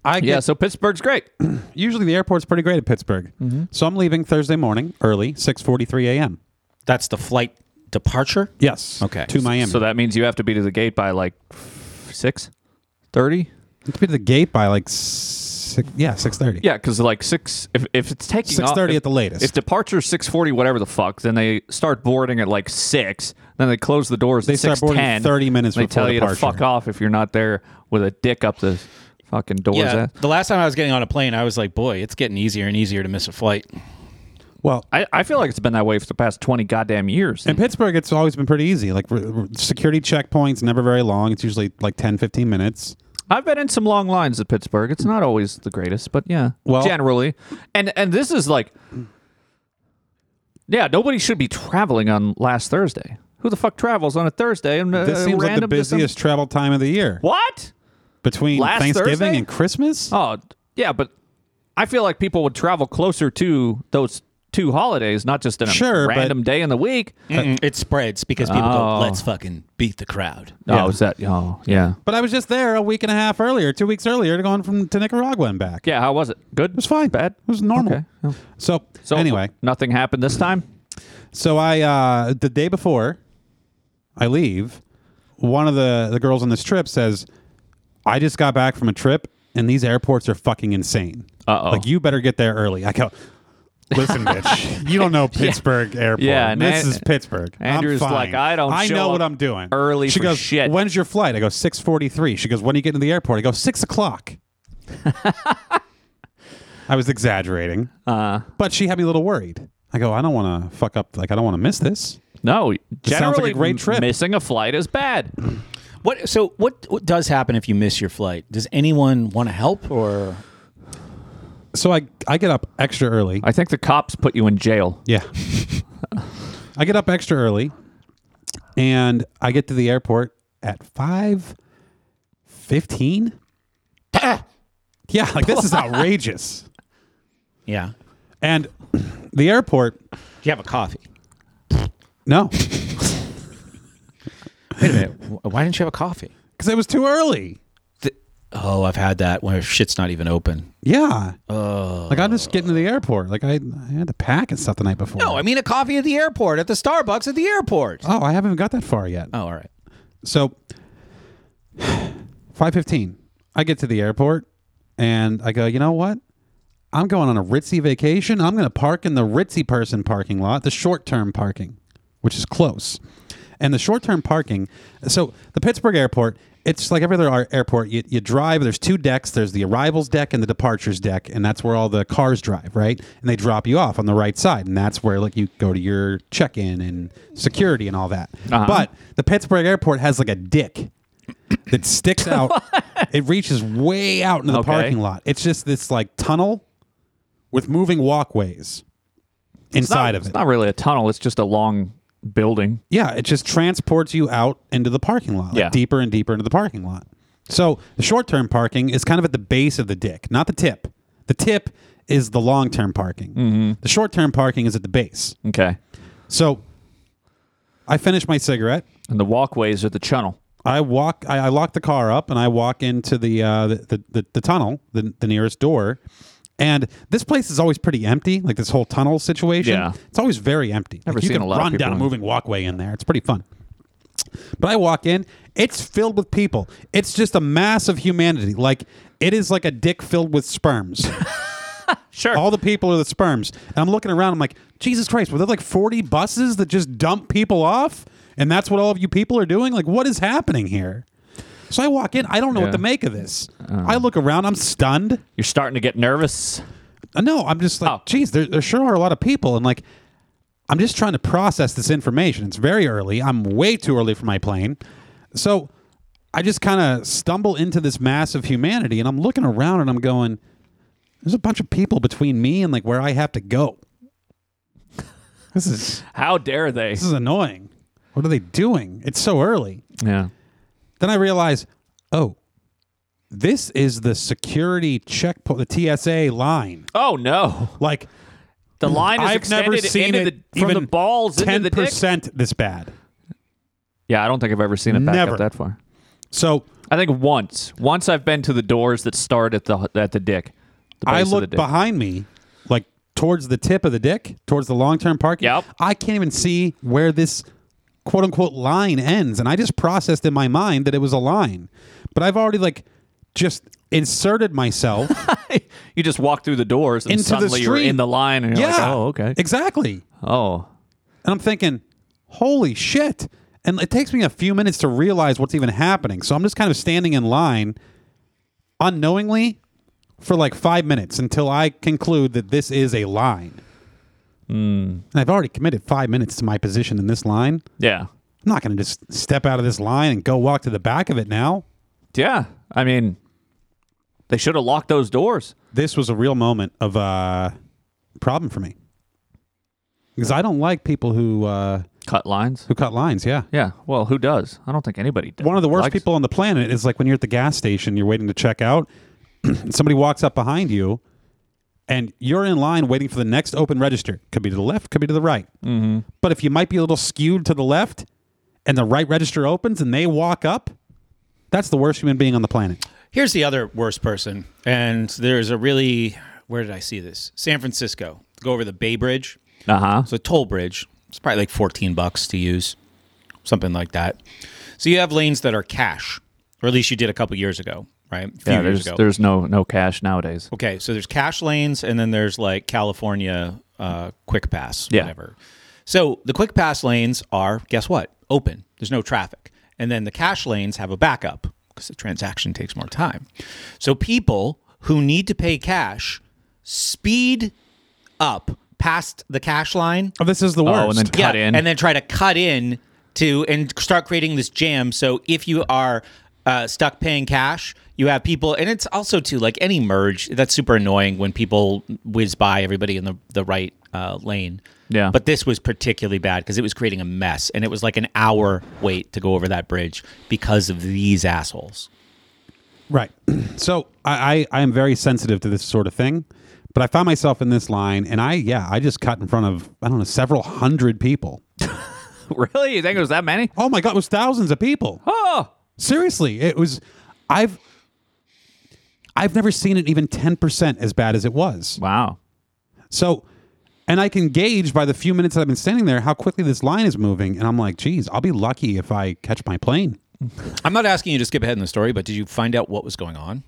Speaker 1: I
Speaker 2: Yeah.
Speaker 1: get
Speaker 2: So Pittsburgh's great.
Speaker 1: usually the airport's pretty great at Pittsburgh.
Speaker 4: Mm-hmm.
Speaker 1: So I'm leaving Thursday morning early, six forty three a.m.
Speaker 4: That's the flight departure.
Speaker 1: Yes.
Speaker 4: Okay.
Speaker 1: To Miami.
Speaker 2: So that means you have to be to the gate by like six thirty.
Speaker 1: to be to the gate by like six, yeah six thirty.
Speaker 2: Yeah, because like six. If, if it's taking off-
Speaker 1: 6:30
Speaker 2: if-
Speaker 1: at the latest.
Speaker 2: If departure's six forty, whatever the fuck, then they start boarding at like six. Then they close the doors.
Speaker 1: They
Speaker 2: at
Speaker 1: start boarding
Speaker 2: 6:10,
Speaker 1: 30 minutes
Speaker 2: and They
Speaker 1: before
Speaker 2: tell you to
Speaker 1: departure.
Speaker 2: fuck off if you're not there with a dick up the fucking doors.
Speaker 4: Yeah.
Speaker 2: ass.
Speaker 4: The last time I was getting on a plane, I was like, boy, it's getting easier and easier to miss a flight.
Speaker 1: Well,
Speaker 2: I, I feel like it's been that way for the past twenty goddamn years.
Speaker 1: in Pittsburgh, it's always been pretty easy. Like r- r- security checkpoints, never very long. It's usually like 10, 15 minutes.
Speaker 2: I've been in some long lines at Pittsburgh. It's not always the greatest, but yeah,
Speaker 1: Well-
Speaker 2: generally. And and this is like, yeah, nobody should be traveling on last Thursday. Who the fuck travels on a Thursday? And uh,
Speaker 1: This seems like the
Speaker 2: random just some-
Speaker 1: busiest travel time of the year.
Speaker 2: What?
Speaker 1: between
Speaker 2: Last
Speaker 1: Thanksgiving
Speaker 2: Thursday?
Speaker 1: and Christmas.
Speaker 2: Oh, yeah, but I feel like people would travel closer to those two holidays, not just in a
Speaker 1: Sure, but-
Speaker 2: random day in the week.
Speaker 1: Uh,
Speaker 4: Mm-mm, it spreads because people
Speaker 2: Oh.
Speaker 4: go, let's.
Speaker 6: Let's fucking beat the crowd.
Speaker 2: Oh, is that? Oh, yeah.
Speaker 1: But I was just there a week and a half earlier, two weeks earlier, to going from to Nicaragua and back.
Speaker 2: Yeah, how was it? Good?
Speaker 1: it was fine.
Speaker 2: Bad?
Speaker 1: It was normal.
Speaker 2: Okay. Oh.
Speaker 1: So,
Speaker 2: So
Speaker 1: anyway,
Speaker 2: nothing happened this time?
Speaker 1: so I uh, the day before I leave, one of the the girls on this trip says, "I just got back from a trip, and these airports are fucking insane.
Speaker 2: Uh-oh.
Speaker 1: Like you better get there early." I go.
Speaker 2: (laughs)
Speaker 1: Listen, bitch. You don't know Pittsburgh Airport.
Speaker 2: Yeah, and
Speaker 1: this
Speaker 2: An-
Speaker 1: is Pittsburgh. I'm
Speaker 2: Andrew's
Speaker 1: fine.
Speaker 2: like, "I don't
Speaker 1: I
Speaker 2: show
Speaker 1: know
Speaker 2: up
Speaker 1: what I'm doing.
Speaker 2: early
Speaker 1: She
Speaker 2: for
Speaker 1: goes,
Speaker 2: shit."
Speaker 1: "When's your flight?" I go, "6:43." She goes, "When do you get to the airport?" I go, six
Speaker 2: (laughs)
Speaker 1: o'clock." I was exaggerating.
Speaker 2: Uh,
Speaker 1: But she had me a little worried. I go, I don't want to fuck up. Like, I don't want to miss this.
Speaker 2: no.
Speaker 1: like a
Speaker 2: Generally,
Speaker 1: great
Speaker 2: m-
Speaker 1: trip.
Speaker 2: missing a flight is bad.
Speaker 4: What, so, what, what does happen if you miss your flight? Does anyone want to help or.
Speaker 1: So I, I get up extra early.
Speaker 2: I think the cops put you in jail. (laughs)
Speaker 1: yeah. I get up extra early and I get to the airport at
Speaker 2: (laughs)
Speaker 1: 5.15. yeah, like this is outrageous.
Speaker 4: Yeah. Do
Speaker 1: And (clears throat) the airport,
Speaker 4: you have a coffee?
Speaker 1: no,
Speaker 4: Wait a minute. wh- Why didn't you have a coffee?
Speaker 1: because it was too early.
Speaker 4: Oh, I've had that where shit's not even open.
Speaker 1: Yeah. like I'm just getting to the airport. Like I, I had to pack and stuff the night before.
Speaker 4: No, I mean a coffee at the airport, at the Starbucks at the airport.
Speaker 1: Oh, I haven't even got that far yet.
Speaker 4: Oh, all right.
Speaker 1: So, five fifteen, I get to the airport, and I go. You know what? I'm going on a ritzy vacation. I'm going to park in the ritzy person parking lot, the short term parking, which is close. And the short term parking. So the Pittsburgh airport. It's like every other ar- airport. You, you drive. There's two decks. There's the arrivals deck and the departures deck, and that's where all the cars drive, right? And they drop you off on the right side, and that's where like you go to your check in and security and all that.
Speaker 2: Uh-huh.
Speaker 1: But the Pittsburgh airport has like a dick that sticks out. it reaches way out into the
Speaker 2: Okay.
Speaker 1: parking lot. It's just this like tunnel with moving walkways inside of
Speaker 2: It's
Speaker 1: it.
Speaker 2: not really a tunnel. It's just a long building.
Speaker 1: yeah, it just transports you out into the parking lot, like
Speaker 2: Yeah.
Speaker 1: deeper and deeper into the parking lot. So the short term parking is kind of at the base of the dick, not the tip. The tip is the long term parking.
Speaker 2: Mm-hmm.
Speaker 1: The short term parking is at the base.
Speaker 2: Okay.
Speaker 1: So I finish my cigarette.
Speaker 2: And the walkways are the channel.
Speaker 1: I walk. I, I lock the car up, and I walk into the uh, the, the, the the tunnel, the the nearest door. And this place is always pretty empty. Like this whole tunnel situation.
Speaker 2: Yeah.
Speaker 1: it's always very empty.
Speaker 2: Never
Speaker 1: like you
Speaker 2: seen
Speaker 1: can
Speaker 2: a lot of
Speaker 1: run
Speaker 2: people
Speaker 1: down a
Speaker 2: in-
Speaker 1: moving walkway in there. It's pretty fun. But I walk in. It's filled with people. It's just a mass of humanity. Like it is like a dick filled with sperms.
Speaker 2: (laughs) Sure.
Speaker 1: All the people are the sperms. And I'm looking around. I'm like, Jesus Christ, were there like 40 buses that just dump people off? And that's what all of you people are doing? Like, what is happening here? So I walk in. I don't know
Speaker 2: Yeah. Uh.
Speaker 1: what to make of this. I look around. I'm stunned.
Speaker 2: You're starting to get nervous.
Speaker 1: Uh, No, I'm just like,
Speaker 2: Oh.
Speaker 1: geez, there, there sure are a lot of people. And like, I'm just trying to process this information. It's very early. I'm way too early for my plane. So I just kind of stumble into this mass of humanity and I'm looking around and I'm going, there's a bunch of people between me and like where I have to go. This is
Speaker 2: How dare they?
Speaker 1: this is annoying. What are they doing? It's so early.
Speaker 2: Yeah.
Speaker 1: Then I realize, oh, this is the security checkpoint, the TSA line.
Speaker 2: Oh no.
Speaker 1: Like
Speaker 2: The line is
Speaker 1: Mm. I've
Speaker 2: extended
Speaker 1: never seen
Speaker 2: into
Speaker 1: it
Speaker 2: the, from
Speaker 1: even
Speaker 2: the balls into the dick.
Speaker 1: 10% this bad.
Speaker 2: Yeah, I don't think I've ever seen it back
Speaker 1: Never.
Speaker 2: up that far.
Speaker 1: So
Speaker 2: I think once. Once I've been to the doors that start at the at the dick. The
Speaker 1: I
Speaker 2: base of the
Speaker 1: look
Speaker 2: dick.
Speaker 1: behind me, like towards the tip of the dick, towards the long term parking.
Speaker 2: Yep.
Speaker 1: I can't even see where this quote unquote line ends. And I just processed in my mind that it was a line. But I've already like just inserted myself
Speaker 2: you just walk through the doors and
Speaker 1: Into the
Speaker 2: suddenly you're
Speaker 1: street.
Speaker 2: in the line and (laughs) you're
Speaker 1: yeah.
Speaker 2: like, oh, okay.
Speaker 1: Exactly.
Speaker 2: oh.
Speaker 1: And I'm thinking, holy shit. And it takes me a few minutes to realize what's even happening. So I'm just kind of standing in line unknowingly for like five minutes until I conclude that this is a line. And I've already committed five minutes to my position in this line.
Speaker 2: Yeah.
Speaker 1: I'm not going to just step out of this line and go walk to the back of it now.
Speaker 2: Yeah. I mean they should have locked those doors.
Speaker 1: This was a real moment of uh, problem for me. Because I don't like people who uh,
Speaker 2: cut lines.
Speaker 1: who cut lines. Yeah.
Speaker 2: Yeah. Well, who does? I don't think anybody does.
Speaker 1: One of the worst
Speaker 2: likes-
Speaker 1: people on the planet is like when you're at the gas station, you're waiting to check out, (clears throat) and somebody walks up behind you, and you're in line waiting for the next open register. Could be to the left, could be to the right. Mm-hmm. But if you might be a little skewed to the left, and the right register opens, and they walk up, that's the worst human being on the planet.
Speaker 4: Here's the other worst person, and there's a really where did I see this? San Francisco. Go over the Bay Bridge.
Speaker 2: Uh huh.
Speaker 4: It's a toll bridge. It's probably like 14 bucks to use, something like that. So you have lanes that are cash, or at least you did a couple years ago, right? A few
Speaker 2: Yeah.
Speaker 4: years
Speaker 2: There's there's no no cash nowadays.
Speaker 1: (laughs)
Speaker 4: Okay, so there's cash lanes, and then there's like California uh, quick pass,
Speaker 2: Yeah.
Speaker 4: whatever. So the quick pass lanes are, guess what? Open. There's no traffic. And then the cash lanes have a backup because the transaction takes more time. So people who need to pay cash speed up past the cash line
Speaker 1: Oh, this is the
Speaker 2: Oh,
Speaker 1: worst.
Speaker 2: and then cut in.
Speaker 4: and then try to cut in to and start creating this jam. So if you are uh, stuck paying cash, you have people, and it's also too like any merge that's super annoying when people whiz by everybody in the the right uh, lane.
Speaker 2: Yeah.
Speaker 4: But this was particularly bad because it was creating a mess, and it was like an hour wait to go over that bridge because of these assholes.
Speaker 1: (clears throat) Right. (clears throat) So I, I, I am very sensitive to this sort of thing, but I found myself in this line, and I yeah I just cut in front of I don't know several hundred people.
Speaker 2: really? You think it was that many?
Speaker 1: Oh my god, it was thousands of people.
Speaker 2: Oh.
Speaker 1: Seriously, it was. I've I've never seen it even ten percent as bad as it was.
Speaker 2: Wow.
Speaker 1: So, and I can gauge by the few minutes that I've been standing there how quickly this line is moving, and I'm like, geez, I'll be lucky if I catch my plane.
Speaker 4: I'm not asking you to skip ahead in the story, but did you find out what was going on?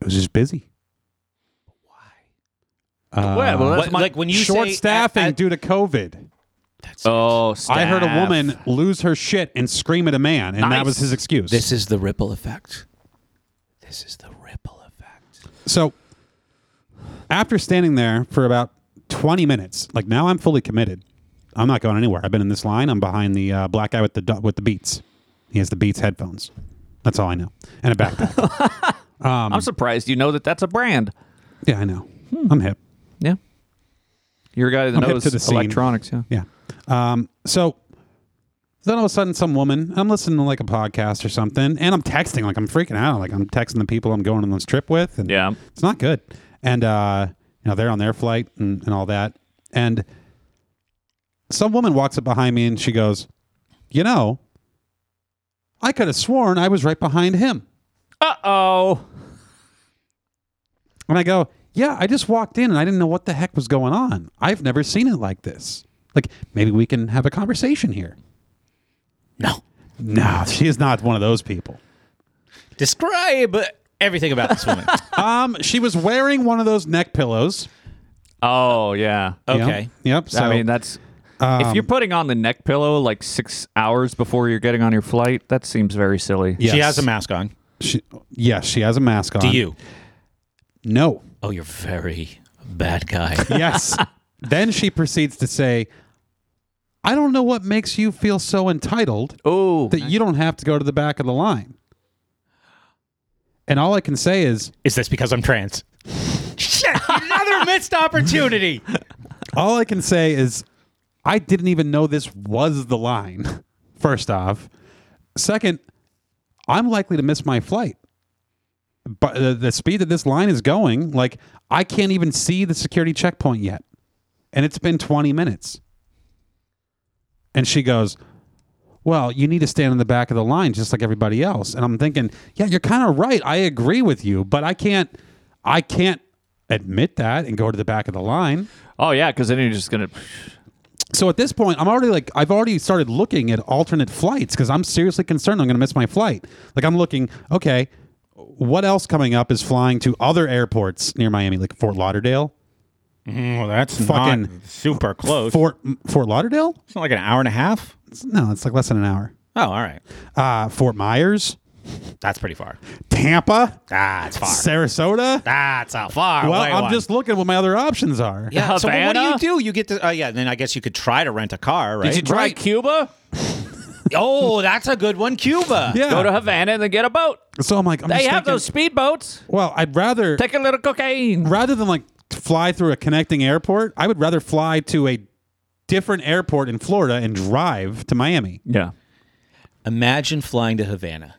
Speaker 1: It was just busy. Why? Uh,
Speaker 2: Well, well, that's
Speaker 4: What-
Speaker 2: my-
Speaker 4: like when you
Speaker 1: short
Speaker 4: say-
Speaker 1: staffing
Speaker 4: at- at-
Speaker 1: due to COVID.
Speaker 2: Oh, staff.
Speaker 1: I heard a woman lose her shit and scream at a man, and that
Speaker 2: Nice.
Speaker 1: was his excuse.
Speaker 6: This is the ripple effect. This is the ripple effect.
Speaker 1: so after standing there for about 20 minutes, like now I'm fully committed. I'm not going anywhere. I've been in this line. I'm behind the uh, black guy with the do- with the Beats. He has the Beats headphones. That's all I know, and a backpack. um,
Speaker 2: I'm surprised you know that that's a brand.
Speaker 1: yeah, I know. I'm hip.
Speaker 2: Yeah. You're a guy that
Speaker 1: I'm hip
Speaker 2: knows
Speaker 1: to the scene.
Speaker 2: electronics. Yeah.
Speaker 1: Yeah. Um, so then all of a sudden, some woman, I'm listening to like a podcast or something, and I'm texting, like I'm freaking out. Like I'm texting the people I'm going on this trip with. And
Speaker 2: Yeah.
Speaker 1: It's not good. And, uh, you know, they're on their flight and, and all that. And some woman walks up behind me and she goes, You know, I could have sworn I was right behind him.
Speaker 2: Uh oh.
Speaker 1: And I go, yeah, I just walked in and I didn't know what the heck was going on. I've never seen it like this. Like, maybe we can have a conversation here.
Speaker 4: No.
Speaker 1: No, she is not one of those people.
Speaker 4: Describe everything about this woman.
Speaker 1: Um, she was wearing one of those neck pillows.
Speaker 2: Oh yeah.
Speaker 1: Yep.
Speaker 4: Okay.
Speaker 1: Yep. So um,
Speaker 2: I mean that's if you're putting on the neck pillow like six hours before you're getting on your flight, that seems very silly.
Speaker 1: yes. Um,
Speaker 4: She has a mask on.
Speaker 1: She, yes, she has a mask on.
Speaker 4: Do you?
Speaker 1: No.
Speaker 4: Oh, you're very bad guy.
Speaker 1: Yes. then she proceeds to say, I don't know what makes you feel so entitled
Speaker 2: Oh,
Speaker 1: that you don't have to go to the back of the line. And all I can say is,
Speaker 4: (laughs) Is this because I'm trans? Shit, another missed opportunity.
Speaker 1: All I can say is I didn't even know this was the line. (laughs) First off, second, I'm likely to miss my flight. But the, the speed that this line is going, like I can't even see the security checkpoint yet. And it's been 20 minutes. And she goes, "Well, you need to stand in the back of the line just like everybody else." And I'm thinking, "Yeah, you're kind of right. I agree with you, but I can't I can't admit that and go to the back of the line."
Speaker 2: oh yeah, because then you're just gonna.
Speaker 1: So at this point, I'm already like I've already started looking at alternate flights because I'm seriously concerned I'm going to miss my flight. Like I'm looking, okay, what else coming up is flying to other airports near Miami, like Fort Lauderdale,
Speaker 4: Mm, Well, that's
Speaker 1: Fucking
Speaker 4: super close.
Speaker 1: Fort Fort Lauderdale?
Speaker 4: it's not like an hour and a half.
Speaker 1: It's- no, it's like less than an hour.
Speaker 4: Oh, all right.
Speaker 1: Uh, Fort Myers,
Speaker 4: That's pretty far.
Speaker 1: Tampa,
Speaker 4: That's far.
Speaker 1: Sarasota.
Speaker 4: That's how far.
Speaker 1: Well,
Speaker 4: away
Speaker 1: I'm
Speaker 4: one.
Speaker 1: just looking at what my other options are.
Speaker 4: Yeah. So well, what
Speaker 2: Havana?
Speaker 4: do you do? You get to. Oh, yeah. Then I guess you could try to rent a car, right?
Speaker 2: Did you try
Speaker 1: Right.
Speaker 2: Cuba?
Speaker 4: oh, that's a good one, Cuba.
Speaker 1: Yeah.
Speaker 2: Go to Havana and then get a boat.
Speaker 1: so I'm like, I'm
Speaker 2: They
Speaker 1: just
Speaker 2: have
Speaker 1: thinking,
Speaker 2: those speedboats.
Speaker 1: Well, I'd rather
Speaker 2: Take a little cocaine.
Speaker 1: rather than like fly through a connecting airport, I would rather fly to a different airport in Florida and drive to Miami.
Speaker 2: Yeah.
Speaker 4: Imagine flying to Havana,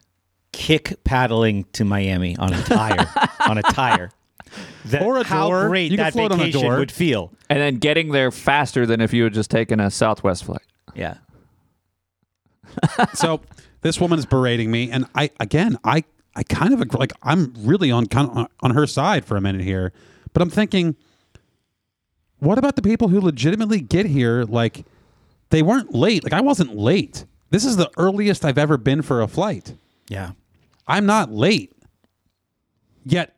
Speaker 4: kick paddling to Miami on a tire, on a tire. That,
Speaker 1: Or a
Speaker 4: how
Speaker 1: door.
Speaker 4: great
Speaker 1: You can
Speaker 4: that
Speaker 1: float on a
Speaker 4: vacation
Speaker 1: door.
Speaker 4: would feel.
Speaker 2: And then getting there faster than if you had just taken a Southwest flight.
Speaker 4: Yeah.
Speaker 1: so this woman is berating me, and I again, I I kind of agree- like I'm really on kind of uh, on her side for a minute here, but I'm thinking, what about the people who legitimately get here? Like they weren't late. Like I wasn't late. This is the earliest I've ever been for a flight.
Speaker 4: Yeah.
Speaker 1: I'm not late. Yet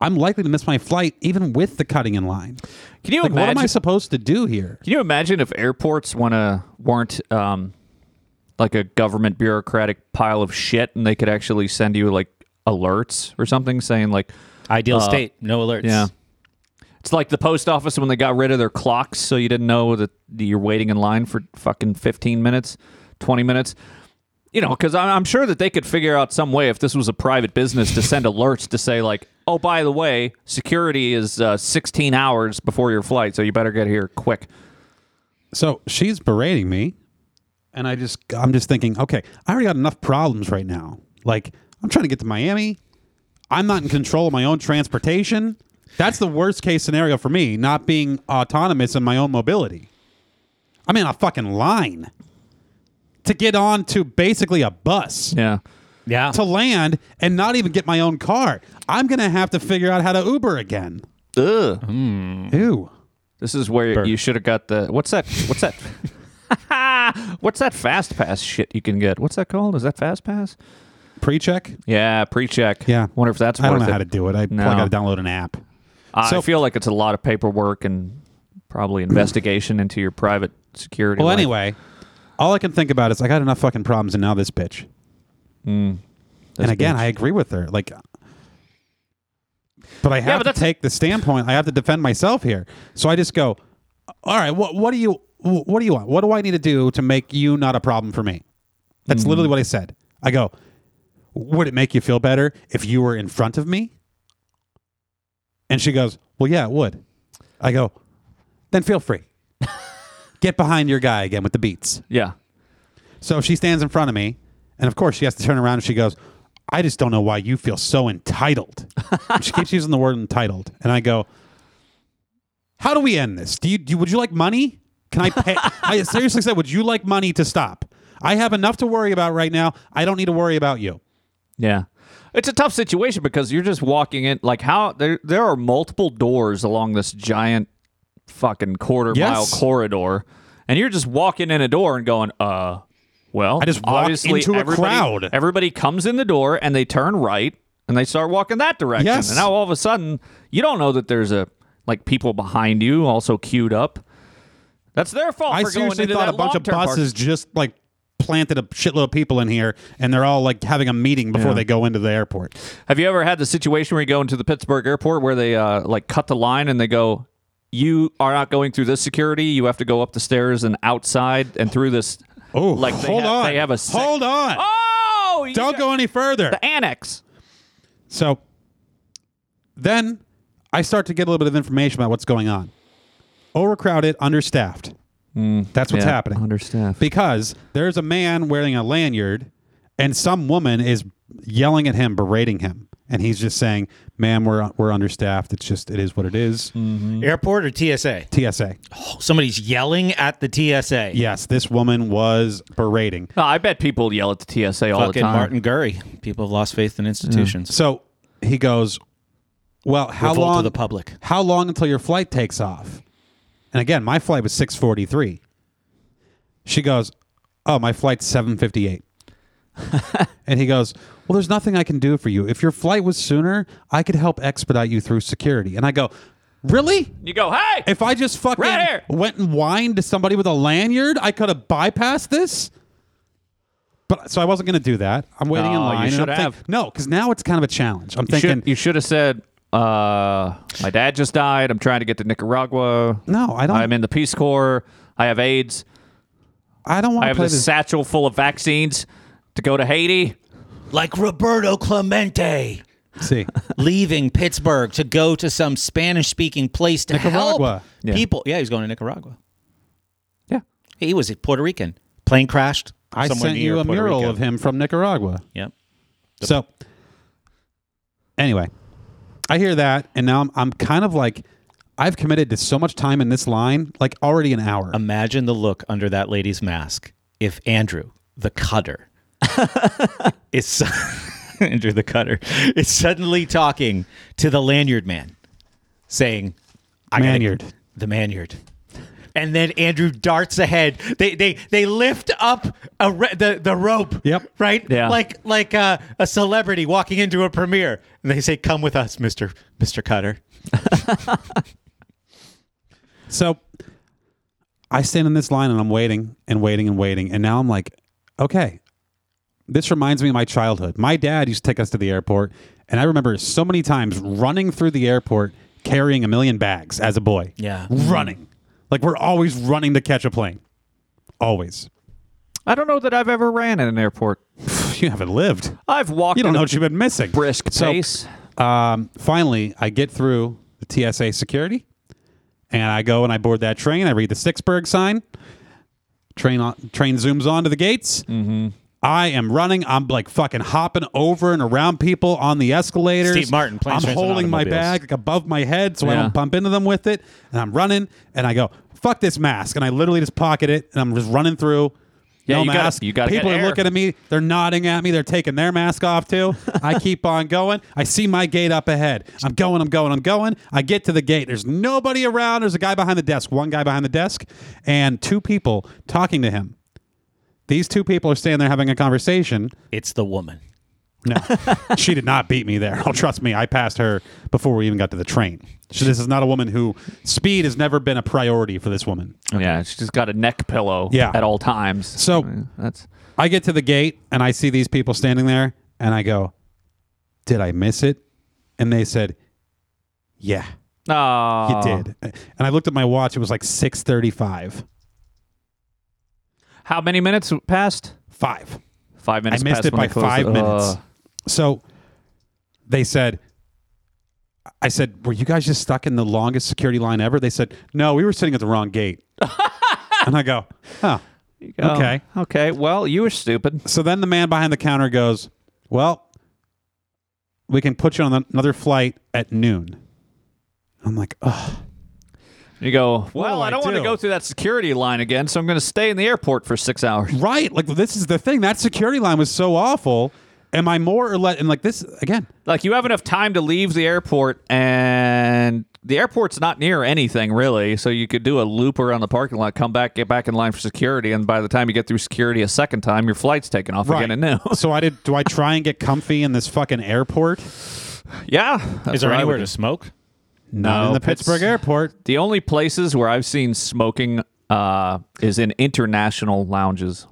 Speaker 1: I'm likely to miss my flight even with the cutting in line.
Speaker 2: Can you
Speaker 1: Like what
Speaker 2: imagine?
Speaker 1: am I supposed to do here?
Speaker 2: Can you imagine if airports want to weren't um, like a government bureaucratic pile of shit, and they could actually send you like alerts or something saying like,
Speaker 4: Ideal state, Uh, no alerts.
Speaker 2: yeah, it's like the post office when they got rid of their clocks, so you didn't know that you're waiting in line for fucking 15 minutes, 20 minutes. You know, because I'm sure that they could figure out some way if this was a private business to send alerts to say like, oh, by the way, security is uh, 16 hours before your flight, so you better get here quick.
Speaker 1: So she's berating me, and I just I'm just thinking, okay, I already got enough problems right now. Like I'm trying to get to Miami. I'm not in control of my own transportation. That's the worst case scenario for me, not being autonomous in my own mobility. I'm in a fucking line to get on to basically a bus
Speaker 2: Yeah.
Speaker 4: Yeah.
Speaker 1: to land and not even get my own car. I'm gonna have to figure out how to Uber again.
Speaker 2: Ugh. Hmm.
Speaker 1: Ew.
Speaker 2: This is where you should have got the what's that? What's
Speaker 1: (laughs)
Speaker 2: that? what's that fast pass shit you can get? What's that called? Is that fast pass?
Speaker 1: Pre-check?
Speaker 2: Yeah, pre-check.
Speaker 1: Yeah.
Speaker 2: Wonder if that's
Speaker 1: I don't
Speaker 2: worth
Speaker 1: know
Speaker 2: it.
Speaker 1: how to do it. I
Speaker 2: No.
Speaker 1: probably got to download an app.
Speaker 2: I
Speaker 1: So-
Speaker 2: feel like it's a lot of paperwork and
Speaker 1: (clears throat)
Speaker 2: probably investigation into your private security.
Speaker 1: Well,
Speaker 2: life.
Speaker 1: anyway, all I can think about is I got enough fucking problems, and now this bitch. and again, I agree with her. Like, but I have to
Speaker 2: but that's-
Speaker 1: take the standpoint. I have to defend myself here. So I just go, all right. What what do you wh- what do you want? What do I need to do to make you not a problem for me? That's
Speaker 2: Hmm.
Speaker 1: literally what I said. I go, would it make you feel better if you were in front of me? And she goes, well, yeah, it would. I go, then feel
Speaker 2: (laughs)
Speaker 1: free. Get behind your guy again with the beats.
Speaker 2: yeah.
Speaker 1: So she stands in front of me, and of course she has to turn around and she goes, I just don't know why you feel so
Speaker 2: (laughs)
Speaker 1: entitled. she keeps using the word entitled. And I go, How do we end this? Do you, do you- would you like money? Can I
Speaker 2: (laughs)
Speaker 1: pay I seriously said, Would you like money to stop? I have enough to worry about right now. I don't need to worry about you.
Speaker 2: Yeah. It's a tough situation because you're just walking in like how there there are multiple doors along this giant fucking quarter mile
Speaker 1: Yes.
Speaker 2: corridor and you're just walking in a door and going, "Uh, well,
Speaker 1: I just walked
Speaker 2: obviously
Speaker 1: into a
Speaker 2: everybody-
Speaker 1: crowd."
Speaker 2: Everybody comes in the door and they turn right and they start walking that direction.
Speaker 1: Yes.
Speaker 2: And now all of a sudden, you don't know that there's a like people behind you also queued up. That's their fault
Speaker 1: I
Speaker 2: for going
Speaker 1: seriously
Speaker 2: into
Speaker 1: thought
Speaker 2: that
Speaker 1: a bunch of
Speaker 2: long-term park.
Speaker 1: buses just like planted a shitload of people in here and they're all like having a meeting before they go into the airport.
Speaker 2: Have you ever had the situation where you go into the Pittsburgh airport where they uh, like cut the line and they go, "You are not going through this security. You have to go up the stairs and outside and through this."
Speaker 1: Oh,
Speaker 2: like they
Speaker 1: hold
Speaker 2: have,
Speaker 1: on.
Speaker 2: They have a sec-
Speaker 1: hold on.
Speaker 2: (laughs) Oh, you
Speaker 1: don't
Speaker 2: got-
Speaker 1: go any further.
Speaker 2: the annex.
Speaker 1: So then I start to get a little bit of information about what's going on. Overcrowded, understaffed. That's what's
Speaker 2: yeah,
Speaker 1: happening.
Speaker 2: understaffed.
Speaker 1: Because there's a man wearing a lanyard and some woman is yelling at him, berating him. And he's just saying, ma'am, we're, we're understaffed. It's just, it is what it is."
Speaker 4: Airport or TSA?
Speaker 1: TSA.
Speaker 4: Mm-hmm. Oh, somebody's yelling at the TSA.
Speaker 1: Yes, this woman was berating.
Speaker 2: No, Oh, I bet people yell at the TSA all the
Speaker 4: Fucking
Speaker 2: time.
Speaker 4: Martin Gurry. People have lost faith in institutions.
Speaker 1: So he goes, well, how
Speaker 4: Revolt of
Speaker 1: long
Speaker 4: the public.
Speaker 1: How long until your flight takes off? And again, my flight was six forty three. She goes, oh, my flight's seven fifty eight. (laughs) and he goes, well, there's nothing I can do for you. If your flight was sooner, I could help expedite you through security. And I go, really?
Speaker 2: You go, hey.
Speaker 1: If I just fucking
Speaker 2: Right here.
Speaker 1: went and whined to somebody with a lanyard, I could have bypassed this. But so I wasn't going to do that. I'm waiting in
Speaker 2: No, you
Speaker 1: line. and
Speaker 2: should
Speaker 1: I'm think-
Speaker 2: have.
Speaker 1: no, because now it's kind of a challenge. I'm
Speaker 2: you
Speaker 1: thinking,
Speaker 2: should, you should have said, uh, "My dad just died. I'm trying to get to Nicaragua.
Speaker 1: no, I don't.
Speaker 2: I'm in the Peace Corps. I have AIDS.
Speaker 1: I don't
Speaker 2: I
Speaker 1: want to
Speaker 2: have
Speaker 1: play
Speaker 2: this
Speaker 1: this.
Speaker 2: satchel full of vaccines to go to Haiti."
Speaker 4: Like Roberto Clemente
Speaker 1: (laughs) See,
Speaker 4: leaving Pittsburgh to go to some Spanish speaking place to
Speaker 1: Nicaragua.
Speaker 4: help
Speaker 2: Yeah.
Speaker 4: people. Yeah, he's going to Nicaragua. He was a Puerto Rican. Plane crashed.
Speaker 1: I
Speaker 4: somewhere
Speaker 1: sent
Speaker 4: near
Speaker 1: you a
Speaker 4: Puerto
Speaker 1: mural
Speaker 4: Rico.
Speaker 1: of him from Nicaragua.
Speaker 4: Yep.
Speaker 1: So, anyway, I hear that, and now I'm, I'm kind of like, I've committed to so much time in this line, like already an hour.
Speaker 2: Um,
Speaker 4: Imagine the look under that lady's mask if Andrew,
Speaker 1: (laughs)
Speaker 4: the cutter, is (laughs) Andrew the cutter is suddenly talking to the lanyard man, saying, I gotta-
Speaker 1: Manyard.
Speaker 4: the Manyard." And then Andrew darts ahead. They they they lift up a re- the the rope.
Speaker 1: Yep.
Speaker 4: Right.
Speaker 2: Yeah.
Speaker 4: Like like uh, a celebrity walking into a premiere, and they say, "Come with us, Mister Mister Cutter."
Speaker 1: So I stand in this line and I'm waiting and waiting and waiting. And now I'm like, okay, this reminds me of my childhood. My dad used to take us to the airport. And I remember so many times running through the airport carrying a million bags as a boy. Mm-hmm.
Speaker 4: Yeah.
Speaker 1: Running. Like we're always running to catch a plane. Always.
Speaker 2: I don't know that I've ever ran in an airport.
Speaker 1: You haven't lived.
Speaker 2: I've walked.
Speaker 1: You don't
Speaker 2: at
Speaker 1: know
Speaker 2: a
Speaker 1: what you've been missing.
Speaker 2: brisk
Speaker 1: So,
Speaker 2: pace.
Speaker 1: Um, finally, I get through the TSA security, and I go and I board that train. I read the Sticksburg sign. Train on, train zooms onto the gates. Mm-hmm. I am running. I'm like fucking hopping over and around people on the escalators.
Speaker 4: Steve Martin, Planes,
Speaker 1: I'm
Speaker 4: Trains, and
Speaker 1: holding my
Speaker 4: Automobiles.
Speaker 1: bag like above my head so I
Speaker 2: Yeah.
Speaker 1: don't bump into them with it. And I'm running and I go fuck this mask and I literally just pocket it and I'm just running through.
Speaker 2: Yeah,
Speaker 1: no
Speaker 2: you gotta-
Speaker 1: mask.
Speaker 2: you gotta
Speaker 1: People
Speaker 2: get
Speaker 1: are
Speaker 2: air.
Speaker 1: looking at me. They're nodding at me. They're taking their mask off too.
Speaker 2: (laughs)
Speaker 1: I keep on going. I see my gate up ahead. I'm going, I'm going, I'm going. I get to the gate. There's nobody around. There's a guy behind the desk, one guy behind the desk, and two people talking to him. These two people are standing there having a conversation.
Speaker 4: It's the woman.
Speaker 2: (laughs)
Speaker 1: No, she did not beat me there. Oh, trust me, I passed her before we even got to the train. So this is not a woman who speed has never been a priority for this woman.
Speaker 2: Yeah, she's just got a neck pillow
Speaker 1: Yeah.
Speaker 2: at all times.
Speaker 1: So-
Speaker 2: that's
Speaker 1: I get to the gate and I see these people standing there and I go, Did I miss it? And they said, Yeah,
Speaker 2: oh,
Speaker 1: you did. And I looked at my watch, it was like six thirty five.
Speaker 2: How many minutes passed?
Speaker 1: Five.
Speaker 2: Five minutes.
Speaker 1: missed
Speaker 2: passed
Speaker 1: it
Speaker 2: when they
Speaker 1: by
Speaker 2: closed
Speaker 1: five
Speaker 2: it. Uh,
Speaker 1: minutes.
Speaker 2: Ugh.
Speaker 1: So they said I said, Were you guys just stuck in the longest security line ever? They said, No, we were sitting at the wrong
Speaker 2: (laughs)
Speaker 1: gate. and I go, Huh.
Speaker 2: Oh,
Speaker 1: Okay.
Speaker 2: Okay. Well, you were stupid.
Speaker 1: So then the man behind the counter goes, Well, we can put you on another flight at noon. I'm like, Ugh.
Speaker 2: You go.
Speaker 1: What
Speaker 2: Well,
Speaker 1: do
Speaker 2: I
Speaker 1: I
Speaker 2: don't want to
Speaker 1: do?"
Speaker 2: go through that security line again, so I'm going to stay in the airport for six hours.
Speaker 1: Right. Like this is the thing. That security line was so awful. Am I more or less? And like this again.
Speaker 2: Like you have enough time to leave the airport, and the airport's not near anything really, so you could do a loop around the parking lot, come back, get back in line for security, and by the time you get through security a second time, your flight's taken off again at
Speaker 4: (laughs)
Speaker 2: noon.
Speaker 1: (laughs)
Speaker 2: (laughs)
Speaker 1: so I did. Do I try and get comfy in this fucking airport?
Speaker 2: yeah.
Speaker 4: Is there anywhere to smoke?
Speaker 1: Not
Speaker 2: No,
Speaker 1: in the
Speaker 2: it's-
Speaker 1: Pittsburgh airport.
Speaker 2: The only places where I've seen smoking uh, is in international lounges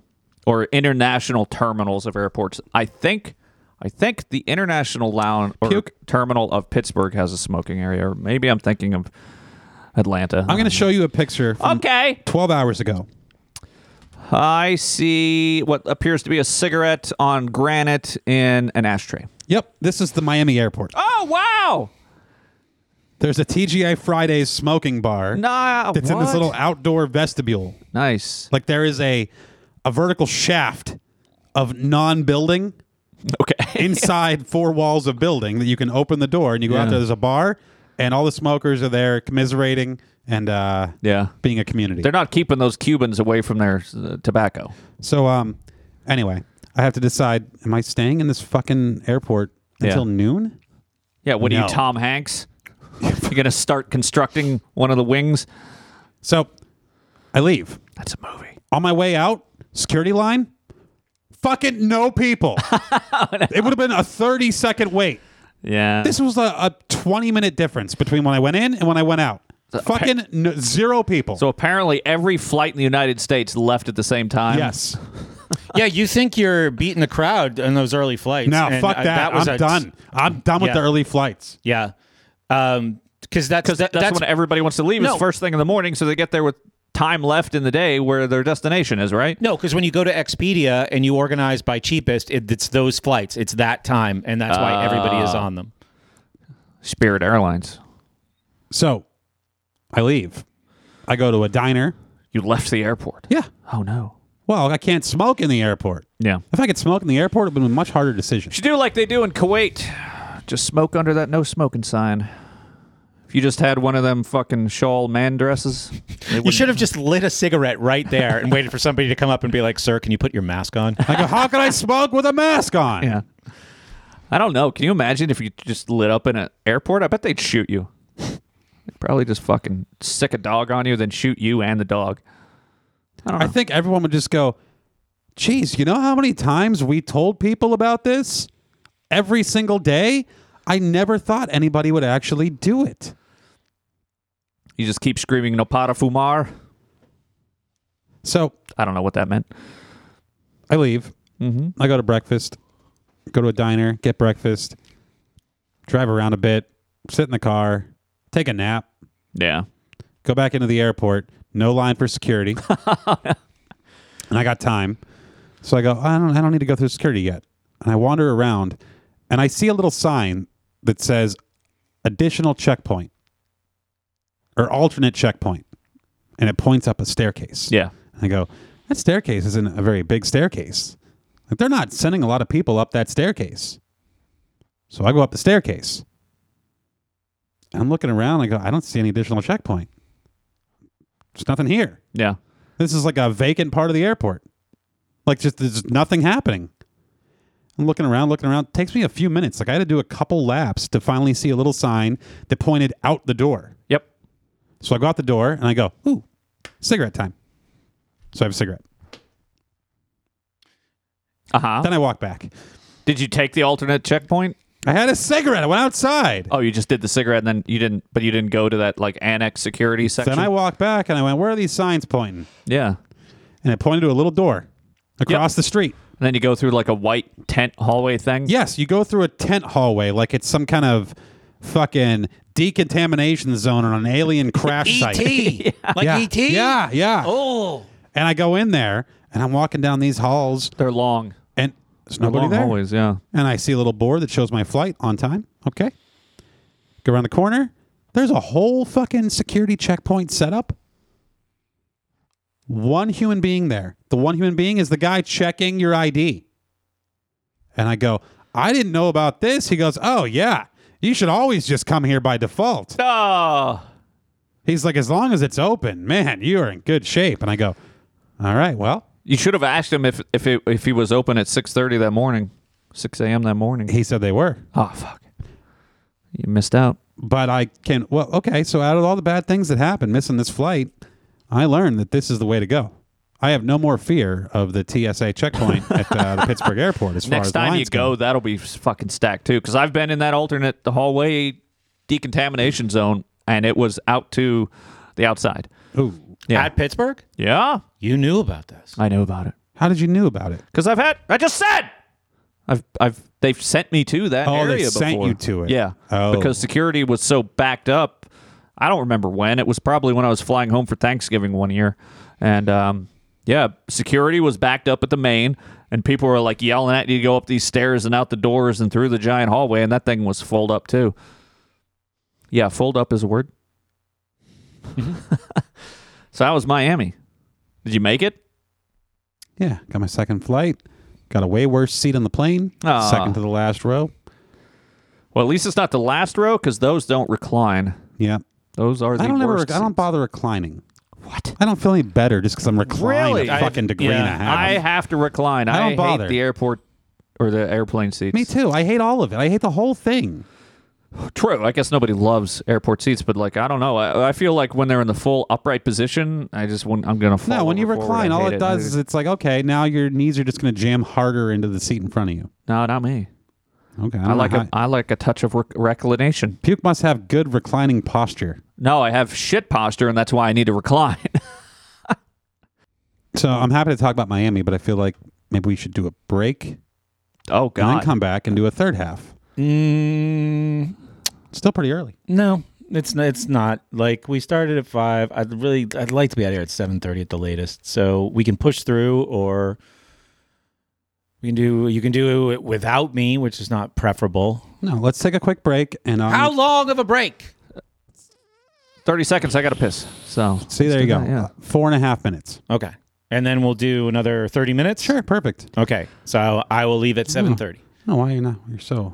Speaker 2: or international terminals of airports. I think I think the international lounge or
Speaker 1: Puke.
Speaker 2: terminal of Pittsburgh has a smoking area, or maybe I'm thinking of Atlanta.
Speaker 1: I'm going to show you a picture. From
Speaker 2: Okay.
Speaker 1: 12 hours ago.
Speaker 2: Um, I see what appears to be a cigarette on granite in an ashtray.
Speaker 1: Yep. This is the Miami airport.
Speaker 2: Oh wow!
Speaker 1: There's a TGI Fridays smoking bar.
Speaker 2: Nah,
Speaker 1: It's in this
Speaker 2: what?
Speaker 1: little outdoor vestibule.
Speaker 2: nice.
Speaker 1: Like there is a a vertical shaft of non-building
Speaker 2: (laughs) Okay.
Speaker 1: inside four walls of building that you can open the door and you go out
Speaker 2: Yeah.
Speaker 1: there. There's a bar, and all the smokers are there commiserating and uh,
Speaker 2: yeah.
Speaker 1: being a community.
Speaker 2: They're not keeping those Cubans away from their uh, tobacco.
Speaker 1: so, um, anyway, I have to decide: am I staying in this fucking airport
Speaker 2: Yeah.
Speaker 1: until noon?
Speaker 2: Yeah, what are
Speaker 1: No.
Speaker 2: you, Tom Hanks? You're gonna start constructing one of the wings.
Speaker 1: So, I leave.
Speaker 2: That's a movie.
Speaker 1: On my way out, security line, fucking no
Speaker 2: (laughs)
Speaker 1: people.
Speaker 2: Oh,
Speaker 1: It would have been a thirty-second wait.
Speaker 2: Yeah.
Speaker 1: This was a, a twenty-minute difference between when I went in and when I went out. Fucking no, zero people.
Speaker 2: so apparently, every flight in the United States left at the same time.
Speaker 1: yes.
Speaker 4: (laughs) Yeah, you think you're beating the crowd on those early flights.
Speaker 1: No,
Speaker 4: and,
Speaker 1: fuck
Speaker 4: uh,
Speaker 1: that. I'm
Speaker 4: a-
Speaker 1: done. I'm done with
Speaker 4: Yeah.
Speaker 1: the early flights.
Speaker 4: Yeah. Um, because that's,
Speaker 2: because
Speaker 4: that-
Speaker 2: that's, when everybody wants to leave.
Speaker 4: No.
Speaker 2: It's first thing in the morning, so they get there with time left in the day where their destination is. Right.
Speaker 4: no, because when you go to Expedia and you organize by cheapest, it, it's those flights. It's that time, and that's why everybody is on them.
Speaker 2: Spirit Airlines.
Speaker 1: So I leave. I go to a diner.
Speaker 2: You left the airport.
Speaker 1: Yeah.
Speaker 2: Oh no.
Speaker 1: Well, I can't smoke in the airport.
Speaker 2: Yeah.
Speaker 1: If I could smoke in the airport, it would have been a much harder decision.
Speaker 2: should do like they do in Kuwait. Just smoke under that no smoking sign. If you just had one of them fucking shawl man dresses, they
Speaker 4: You
Speaker 2: wouldn't-
Speaker 4: should have just lit a cigarette right there and waited for somebody to come up and be like, "Sir, can you put your mask (laughs) on?"
Speaker 1: I go, how can I smoke with a mask on?
Speaker 2: Yeah. I don't know. Can you imagine if you just lit up in an airport? I bet they'd shoot you. They'd probably just fucking sick a dog on you, then shoot you and the dog. I don't know.
Speaker 1: I think everyone would just go, geez, you know how many times we told people about this? Every single day? I never thought anybody would actually do it.
Speaker 2: you just keep screaming "No para fumar."
Speaker 1: So
Speaker 2: I don't know what that meant.
Speaker 1: I leave.
Speaker 2: Mm-hmm.
Speaker 1: I go to breakfast, go to a diner, get breakfast, drive around a bit, sit in the car, take a nap,
Speaker 2: Yeah.
Speaker 1: go back into the airport. No line for security, and I got time. So I go. I don't. I don't need to go through security yet. And I wander around, and I see a little sign that says "additional checkpoint" or "alternate checkpoint," and it points up a staircase.
Speaker 2: Yeah.
Speaker 1: And I go, that staircase isn't a very big staircase. Like they're not sending a lot of people up that staircase. So I go up the staircase. And I'm looking around. I go, I don't see any additional checkpoint. There's nothing here.
Speaker 2: Yeah.
Speaker 1: This is like a vacant part of the airport. Like just there's nothing happening. I'm looking around, looking around. It takes me a few minutes. Like I had to do a couple laps to finally see a little sign that pointed out the door.
Speaker 2: Yep.
Speaker 1: So I go out the door and I go, ooh, cigarette time. So I have a cigarette.
Speaker 2: Uh huh.
Speaker 1: Then I walk back.
Speaker 2: Did you take the alternate checkpoint?
Speaker 1: I had a cigarette. I went outside.
Speaker 2: Oh, you just did the cigarette, and then you didn't. But you didn't go to that like annex security section.
Speaker 1: then I walked back and I went, where are these signs pointing?
Speaker 2: yeah.
Speaker 1: And it pointed to a little door across the street.
Speaker 2: And then you go through like a white tent hallway thing.
Speaker 1: Yes, you go through a tent hallway like it's some kind of fucking decontamination zone on an alien crash site.
Speaker 4: ET, E (laughs) like
Speaker 1: (laughs)
Speaker 4: E
Speaker 1: yeah. Yeah,
Speaker 4: ET.
Speaker 1: yeah.
Speaker 4: Oh,
Speaker 1: And I go in there and I'm walking down these halls
Speaker 2: They're long.
Speaker 1: and there's
Speaker 2: They're
Speaker 1: nobody
Speaker 2: long
Speaker 1: there.
Speaker 2: hallways. Yeah.
Speaker 1: And I see a little board that shows my flight on time. Okay. Go around the corner. There's a whole fucking security checkpoint set up. One human being there. The one human being is the guy checking your ID. And I go, I didn't know about this. He goes, Oh, yeah. You should always just come here by default.
Speaker 2: Oh.
Speaker 1: Ah! He's like, As long as it's open, man, you are in good shape. And I go, All right, well.
Speaker 2: You should have asked him if if it, if he was open at six thirty that morning, six a.m. that morning.
Speaker 1: He said they were.
Speaker 2: Oh fuck, you missed out.
Speaker 1: but I can. Well, okay. So out of all the bad things that happened, missing this flight, I learned that this is the way to go. I have no more fear of the TSA checkpoint at uh,
Speaker 2: (laughs)
Speaker 1: the Pittsburgh airport. As far
Speaker 2: Next
Speaker 1: as the
Speaker 2: time you
Speaker 1: lines
Speaker 2: go, that'll be s- fucking stacked too. Because I've been in that alternate the hallway decontamination zone, and it was out to the outside.
Speaker 1: Ooh.
Speaker 2: Yeah,
Speaker 4: at Pittsburgh,
Speaker 2: yeah,
Speaker 4: you knew about this.
Speaker 2: I know about it.
Speaker 1: how did you knew about it?
Speaker 2: Because I've had. I just said. I've I've they've sent me to that
Speaker 1: Oh, they
Speaker 2: area before.
Speaker 1: sent you to it.
Speaker 2: Yeah.
Speaker 1: Oh.
Speaker 2: Because security was so backed up. I don't remember when. It was probably when I was flying home for Thanksgiving one year, and um, yeah, security was backed up at the main, and people were like yelling at you to go up these stairs and out the doors and through the giant hallway, and that thing was fold up too. Yeah, fold up is a word. Mm-hmm. (laughs) so that was Miami. Did you make it?
Speaker 1: Yeah, got my second flight. Got a way worse seat on the plane.
Speaker 2: Aw.
Speaker 1: Second to the last row.
Speaker 2: Well, at least it's not the last row because those don't recline.
Speaker 1: Yeah,
Speaker 2: Those are the
Speaker 1: I don't ever.
Speaker 2: worst
Speaker 1: I don't bother reclining.
Speaker 2: What?
Speaker 1: I don't feel any better just because I'm reclining
Speaker 2: Really?
Speaker 1: a
Speaker 2: I-
Speaker 1: fucking degree and a
Speaker 4: yeah,
Speaker 1: half.
Speaker 2: I have to recline. I,
Speaker 1: I don't
Speaker 2: hate
Speaker 1: bother.
Speaker 2: the airport or the airplane seats.
Speaker 1: Me too. I hate all of it. I hate the whole thing.
Speaker 2: True. I guess nobody loves airport seats, but like I don't know. I, I feel like when they're in the full upright position, I just when I'm gonna fall.
Speaker 1: No, when you
Speaker 2: over forward,
Speaker 1: recline,
Speaker 2: I
Speaker 1: all
Speaker 2: hate
Speaker 1: it does is it's like, okay, now your knees are just going to jam harder into the seat in front of you.
Speaker 2: no, not me.
Speaker 1: Okay,
Speaker 2: I like a
Speaker 1: it.
Speaker 2: I like a touch of rec- reclination.
Speaker 1: Puke must have good reclining posture.
Speaker 2: No, I have shit posture, and that's why I need to recline. (laughs)
Speaker 1: So I'm happy to talk about Miami, but I feel like maybe we should do a break
Speaker 2: oh
Speaker 1: and then
Speaker 2: God.
Speaker 1: come back and do a third half.
Speaker 4: Mm,
Speaker 1: Still pretty early.
Speaker 4: No, it's n- it's not. Like we started at five. I'd really I'd like to be out here at seven thirty at the latest, so we can push through, or we can do you can do it without me, which is not preferable.
Speaker 1: No, let's take a quick break and um,
Speaker 4: How long of a break?
Speaker 2: 30 seconds. I got to piss. So
Speaker 1: See, there you go. Four and a half minutes.
Speaker 4: Okay. And then we'll do another 30 minutes?
Speaker 1: Sure, perfect.
Speaker 4: Okay. So I will leave at 7:30
Speaker 1: No, why are you not? You're so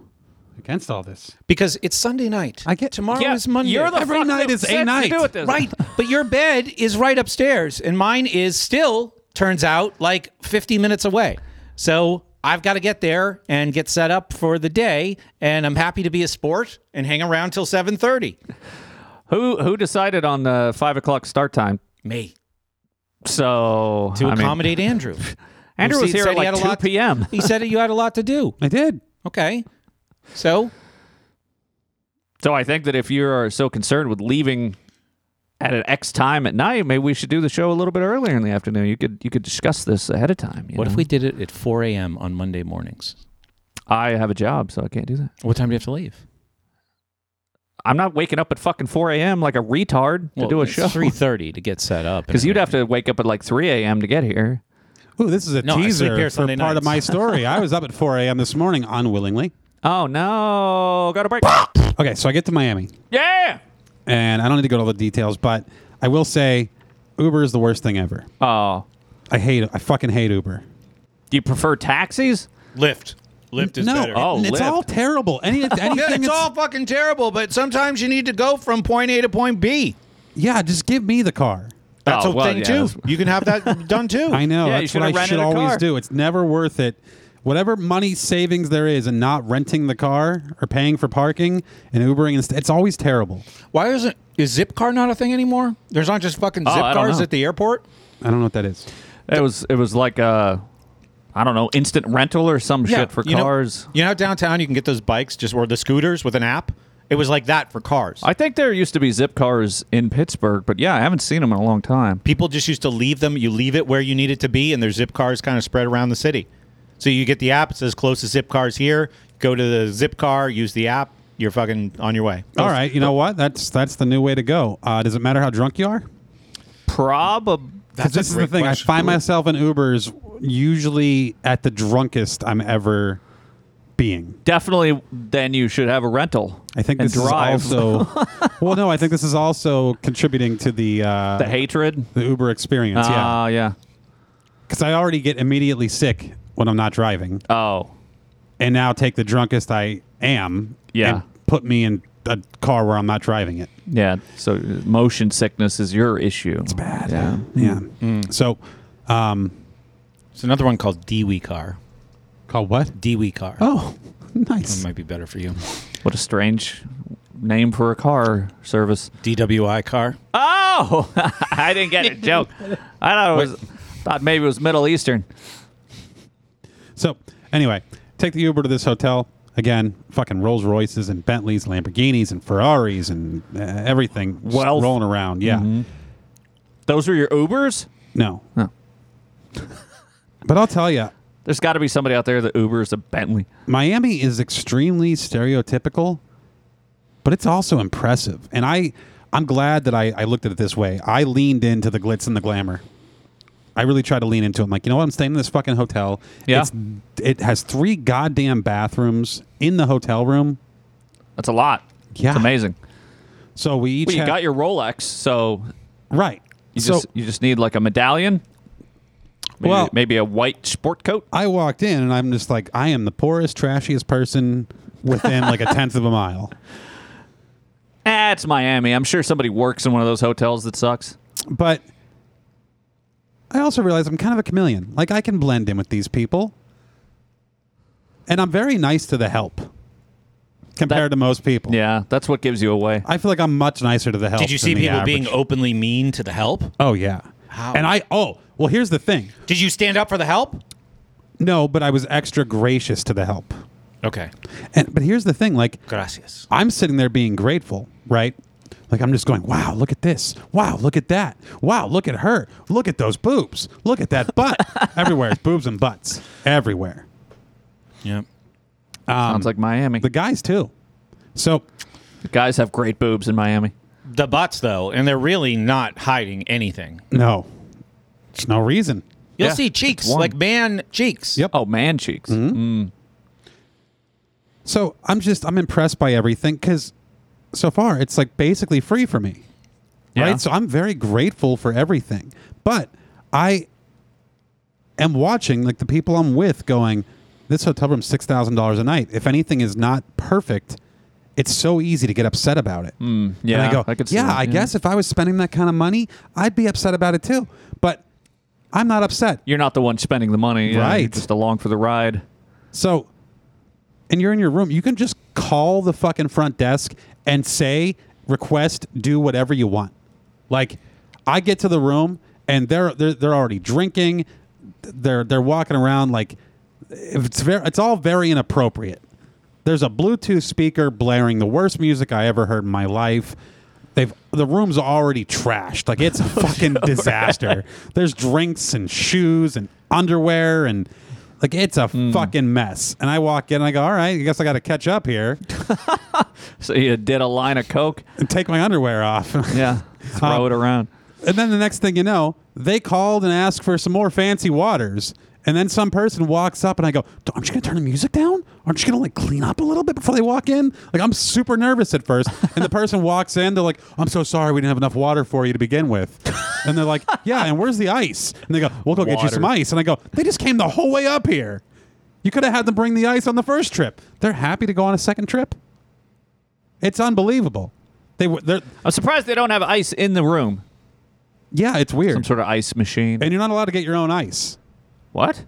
Speaker 1: against all this.
Speaker 4: because it's Sunday night.
Speaker 1: I get-
Speaker 4: tomorrow
Speaker 2: Yeah,
Speaker 4: is Monday.
Speaker 2: You're the
Speaker 1: Every
Speaker 2: fuck
Speaker 1: night
Speaker 2: that
Speaker 1: is a
Speaker 2: said to
Speaker 1: night.
Speaker 2: do it this-
Speaker 4: right. but your bed is right upstairs and mine is still turns out like 50 minutes away. So I've got to get there and get set up for the day and I'm happy to be a sport and hang around till 7:30.
Speaker 2: Who who decided on the five o'clock start time?
Speaker 4: Me
Speaker 2: So
Speaker 4: to
Speaker 2: I mean,
Speaker 4: accommodate Andrew.
Speaker 2: Andrew
Speaker 4: Who
Speaker 2: was
Speaker 4: said
Speaker 2: here at
Speaker 4: he had
Speaker 2: like
Speaker 4: a
Speaker 2: two
Speaker 4: lot-
Speaker 2: p.m.
Speaker 4: He said you had a lot to do.
Speaker 1: I did.
Speaker 4: Okay. So
Speaker 2: So I think that if you are so concerned with leaving at an X time at night, maybe we should do the show a little bit earlier in the afternoon. You could you could discuss this ahead of time. you
Speaker 4: what
Speaker 2: know?
Speaker 4: if we did it at 4 a.m. on Monday mornings?
Speaker 2: I have a job, so I can't do that.
Speaker 4: What time do you have to leave?
Speaker 2: I'm not waking up at fucking 4 a.m. like a retard to do a show. (laughs)
Speaker 4: Three thirty to get set up.
Speaker 2: Because you'd have to wake up at like 3 a.m. to get here.
Speaker 1: Ooh, this is a
Speaker 4: No, I sleep
Speaker 1: teaser
Speaker 4: here
Speaker 1: for
Speaker 4: Sunday
Speaker 1: part of my
Speaker 4: nights.
Speaker 1: story. I was up at 4 a.m. this morning unwillingly.
Speaker 2: Oh no, got a
Speaker 4: (laughs)
Speaker 2: break.
Speaker 1: Okay, so I get to Miami,
Speaker 2: yeah.
Speaker 1: and I don't need to go to all the details, but I will say Uber is the worst thing ever.
Speaker 2: Oh,
Speaker 1: I hate it. I fucking hate Uber.
Speaker 2: do you prefer taxis?
Speaker 4: lift. Lift
Speaker 1: no,
Speaker 2: Oh,
Speaker 1: it- it's
Speaker 2: Lyft.
Speaker 1: all terrible.
Speaker 4: (laughs)
Speaker 1: Any, anything
Speaker 4: Yeah, it's
Speaker 1: that's-
Speaker 4: all fucking terrible. But sometimes you need to go from point A to point B.
Speaker 1: Yeah, just give me the car.
Speaker 4: That's
Speaker 2: Oh,
Speaker 4: a
Speaker 2: well,
Speaker 4: thing
Speaker 2: yeah,
Speaker 4: too.
Speaker 2: that's-
Speaker 4: You can
Speaker 2: (laughs)
Speaker 4: have that done too.
Speaker 1: I know.
Speaker 2: Yeah, you
Speaker 1: that's
Speaker 2: should've
Speaker 1: what I
Speaker 2: rented
Speaker 1: should
Speaker 2: a
Speaker 1: always
Speaker 2: car.
Speaker 1: do. It's never worth it. Whatever money savings there is in not renting the car or paying for parking and Ubering, and st- it's always terrible.
Speaker 4: Why isn't is Zipcar not a thing anymore? There's not just fucking
Speaker 2: Oh, I don't
Speaker 4: Zipcars
Speaker 2: know.
Speaker 4: at the airport.
Speaker 1: I don't know what that is.
Speaker 2: It was it was like a, I don't know, instant rental or some shit for
Speaker 4: you know-
Speaker 2: cars.
Speaker 4: you know, how downtown you can get those bikes just or the scooters with an app. It was like that for cars.
Speaker 2: I think there used to be zip cars in Pittsburgh, but yeah, I haven't seen them in a long time.
Speaker 4: People just used to leave them. You leave it where you need it to be, and their zip cars kind of spread around the city. So you get the app. It says close to zip cars here. Go to the zip car. Use the app. You're fucking on your way.
Speaker 1: All right, you know what? That's that's the new way to go. Uh, does it matter how drunk you are?
Speaker 2: Probably.
Speaker 1: Because this is the thing. I find myself in Ubers usually at the drunkest I'm ever being.
Speaker 2: Definitely, then you should have a rental.
Speaker 1: I think
Speaker 2: and
Speaker 1: this
Speaker 2: drive
Speaker 1: is
Speaker 2: (laughs)
Speaker 1: also well. No, I think this is also contributing to the uh,
Speaker 2: the hatred.
Speaker 1: the Uber experience. yeah,
Speaker 2: Ah, yeah.
Speaker 1: because I already get immediately sick when I'm not driving,
Speaker 2: Oh,
Speaker 1: and now take the drunkest I am.
Speaker 2: Yeah.
Speaker 1: and put me in a car where I'm not driving it.
Speaker 2: yeah. So motion sickness is your issue. It's bad. Yeah.
Speaker 1: Yeah.
Speaker 2: Mm.
Speaker 1: So, um,
Speaker 4: It's another one called Dewey car.
Speaker 1: called what?
Speaker 4: Dewey car.
Speaker 1: Oh, (laughs) nice.
Speaker 4: might be better for you.
Speaker 2: What a strange name for a car service.
Speaker 4: DWI car.
Speaker 2: Oh, (laughs) I
Speaker 1: (laughs)
Speaker 2: didn't get a joke. I thought it was. Thought maybe it was Middle Eastern.
Speaker 1: So anyway, take the Uber to this hotel. Again, fucking Rolls Royces and Bentleys, Lamborghinis and Ferraris and uh, everything just
Speaker 2: Wealth.
Speaker 1: rolling around. Yeah.
Speaker 2: Those were your Ubers.
Speaker 1: No.
Speaker 2: No.
Speaker 1: (laughs) but I'll tell you,
Speaker 2: There's got to be somebody out there that Ubers a Bentley.
Speaker 1: Miami is extremely stereotypical, but it's also impressive. And I, I'm glad that I, I looked at it this way. I leaned into the glitz and the glamour. I really tried to lean into it. I'm like, you know what? I'm staying in this fucking hotel.
Speaker 2: Yeah.
Speaker 1: It's, it has three goddamn bathrooms in the hotel room.
Speaker 2: That's a lot.
Speaker 1: Yeah.
Speaker 2: it's amazing.
Speaker 1: So we each
Speaker 2: Well, you
Speaker 1: had-
Speaker 2: got your Rolex, so
Speaker 1: Right.
Speaker 2: you
Speaker 1: so
Speaker 2: just you just need like a medallion. Maybe,
Speaker 1: Well-
Speaker 2: maybe a white sport coat.
Speaker 1: I walked in and I'm just like, I am the poorest, trashiest person within like a tenth of a mile.
Speaker 2: Ah, it's Miami. I'm sure somebody works in one of those hotels that sucks.
Speaker 1: But I also realize I'm kind of a chameleon. Like I can blend in with these people. And I'm very nice to the help compared to
Speaker 2: That-
Speaker 1: most people.
Speaker 2: Yeah, that's what gives you away.
Speaker 1: I feel like I'm much nicer to the help.
Speaker 4: Did you see
Speaker 1: than the
Speaker 4: people being
Speaker 1: average.
Speaker 4: openly mean to the help?
Speaker 1: Oh yeah.
Speaker 4: How?
Speaker 1: And I oh, well here's the thing.
Speaker 4: Did you stand up for the help?
Speaker 1: No, but I was extra gracious to the help.
Speaker 4: Okay.
Speaker 1: And but here's the thing, like
Speaker 4: Gracias.
Speaker 1: I'm sitting there being grateful, right? Like I'm just going, wow, look at this. Wow, look at that. Wow, look at her. Look at those boobs. Look at that butt. everywhere, it's boobs and butts everywhere.
Speaker 4: Yep.
Speaker 2: Sounds like Miami.
Speaker 1: Um, The guys too. So
Speaker 2: Guys have great boobs in Miami.
Speaker 4: The butts though, and they're really not hiding anything.
Speaker 1: no, there's no reason.
Speaker 4: You'll
Speaker 2: Yeah,
Speaker 4: see cheeks,
Speaker 2: warm.
Speaker 4: like man cheeks.
Speaker 1: Yep.
Speaker 2: Oh, man cheeks.
Speaker 1: Mm-hmm. So I'm just I'm impressed by everything because so far it's like basically free for me.
Speaker 2: Yeah.
Speaker 1: right? So I'm very grateful for everything. But I am watching like the people I'm with going, this hotel room's six thousand dollars a night. If anything is not perfect, it's so easy to get upset about it.
Speaker 2: Mm, yeah,
Speaker 1: and I go,
Speaker 2: I could see
Speaker 1: yeah,
Speaker 2: that,
Speaker 1: I
Speaker 2: yeah."
Speaker 1: guess if I was spending that kind of money, I'd be upset about it too. But I'm not upset.
Speaker 2: You're not the one spending the money, yeah, you're
Speaker 1: Right.
Speaker 2: just along for the ride.
Speaker 1: So, and you're in your room, you can just call the fucking front desk and say, request, do whatever you want. Like, I get to the room and they're they're, they're already drinking, they're they're walking around like it's very it's all very inappropriate. There's a Bluetooth speaker blaring the worst music I ever heard in my life. They've the room's already trashed. Like it's a fucking disaster. There's drinks and shoes and underwear and like it's a fucking mess. And I walk in and I go, "All right, I guess I got to catch up here
Speaker 2: So you did a line of coke,
Speaker 1: and take my underwear off." (laughs)
Speaker 2: yeah, throw
Speaker 1: Um,
Speaker 2: it around.
Speaker 1: And then the next thing you know, they called and asked for some more fancy waters. And then some person walks up and I go, "D- Aren't you going to turn the music down? Aren't you going to like clean up a little bit before they walk in? Like, I'm super nervous at first. And the person walks in, they're like, I'm so sorry we didn't have enough water for you to begin with. And they're like, Yeah, and where's the ice? And they go, We'll go get you
Speaker 2: Water.
Speaker 1: some ice. And I go, They just came the whole way up here. You could have had them bring the ice on the first trip. They're happy to go on a second trip. It's unbelievable. They were, they're,
Speaker 2: I'm surprised they don't have ice in the room.
Speaker 1: yeah, it's weird.
Speaker 2: Some sort of ice machine.
Speaker 1: and you're not allowed to get your own ice.
Speaker 2: what?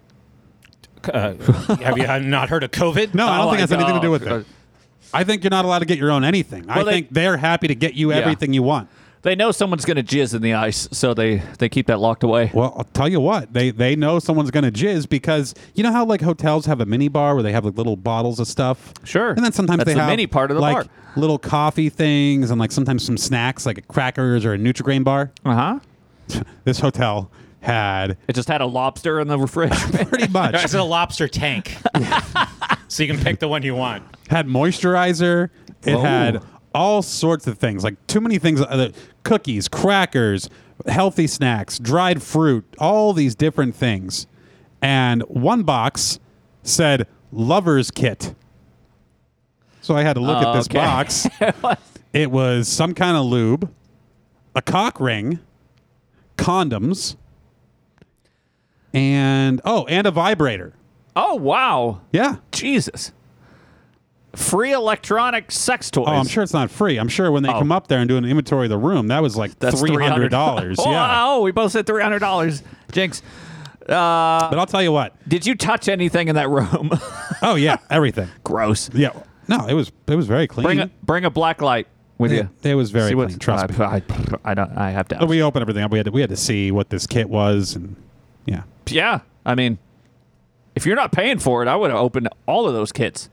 Speaker 4: Uh, have you not heard of COVID?
Speaker 1: No, I don't
Speaker 2: Oh,
Speaker 1: think that's anything to do with it. I think you're not allowed to get your own anything. I
Speaker 2: Well, they-
Speaker 1: think they're happy to get you
Speaker 2: Yeah.
Speaker 1: everything you want.
Speaker 2: They know someone's gonna jizz in the ice, so they they keep that locked away.
Speaker 1: Well, I'll tell you what, they they know someone's gonna jizz because you know how like hotels have a mini bar where they have like little bottles of stuff.
Speaker 2: Sure.
Speaker 1: And then sometimes
Speaker 2: That's
Speaker 1: they
Speaker 2: the
Speaker 1: have
Speaker 2: mini part of the
Speaker 1: like
Speaker 2: bar.
Speaker 1: little coffee things and like sometimes some snacks like crackers or a Nutrigrain bar.
Speaker 2: Uh huh.
Speaker 1: This hotel had
Speaker 2: It just had a lobster in the (laughs) refrigerator.
Speaker 1: pretty much
Speaker 4: It's a lobster (laughs) tank. so you can pick the one you want.
Speaker 1: had moisturizer. It
Speaker 2: Oh.
Speaker 1: had all sorts of things, like too many things: uh, cookies, crackers, healthy snacks, dried fruit, all these different things. And one box said "lovers kit," so I had to look at this
Speaker 2: Okay.
Speaker 1: box. (laughs) it was some kind of lube, a cock ring, condoms, and oh, and a vibrator.
Speaker 2: oh wow.
Speaker 1: Yeah.
Speaker 2: Jesus. Free electronic sex toys.
Speaker 1: Oh, I'm sure it's not free. I'm sure when they
Speaker 2: Oh.
Speaker 1: come up there and do an inventory of the room, that was like
Speaker 2: That's
Speaker 1: three hundred
Speaker 2: (laughs)
Speaker 1: dollars.
Speaker 2: oh,
Speaker 1: yeah.
Speaker 2: wow, we both said three hundred dollars. Jinx,
Speaker 1: But I'll tell you what.
Speaker 2: did you touch anything in that room? (laughs)
Speaker 1: Oh yeah, everything.
Speaker 2: Gross.
Speaker 1: Yeah. No, it was it was very clean.
Speaker 2: Bring a bring a black light with
Speaker 1: Yeah,
Speaker 2: you.
Speaker 1: it was very
Speaker 2: See what- Oh,
Speaker 1: clean, trust me.
Speaker 2: I, I, I don't. I have to.
Speaker 1: But we opened everything up. We had to we had to see what this kit was and yeah.
Speaker 2: yeah. I mean, if you're not paying for it, I would have opened all of those kits.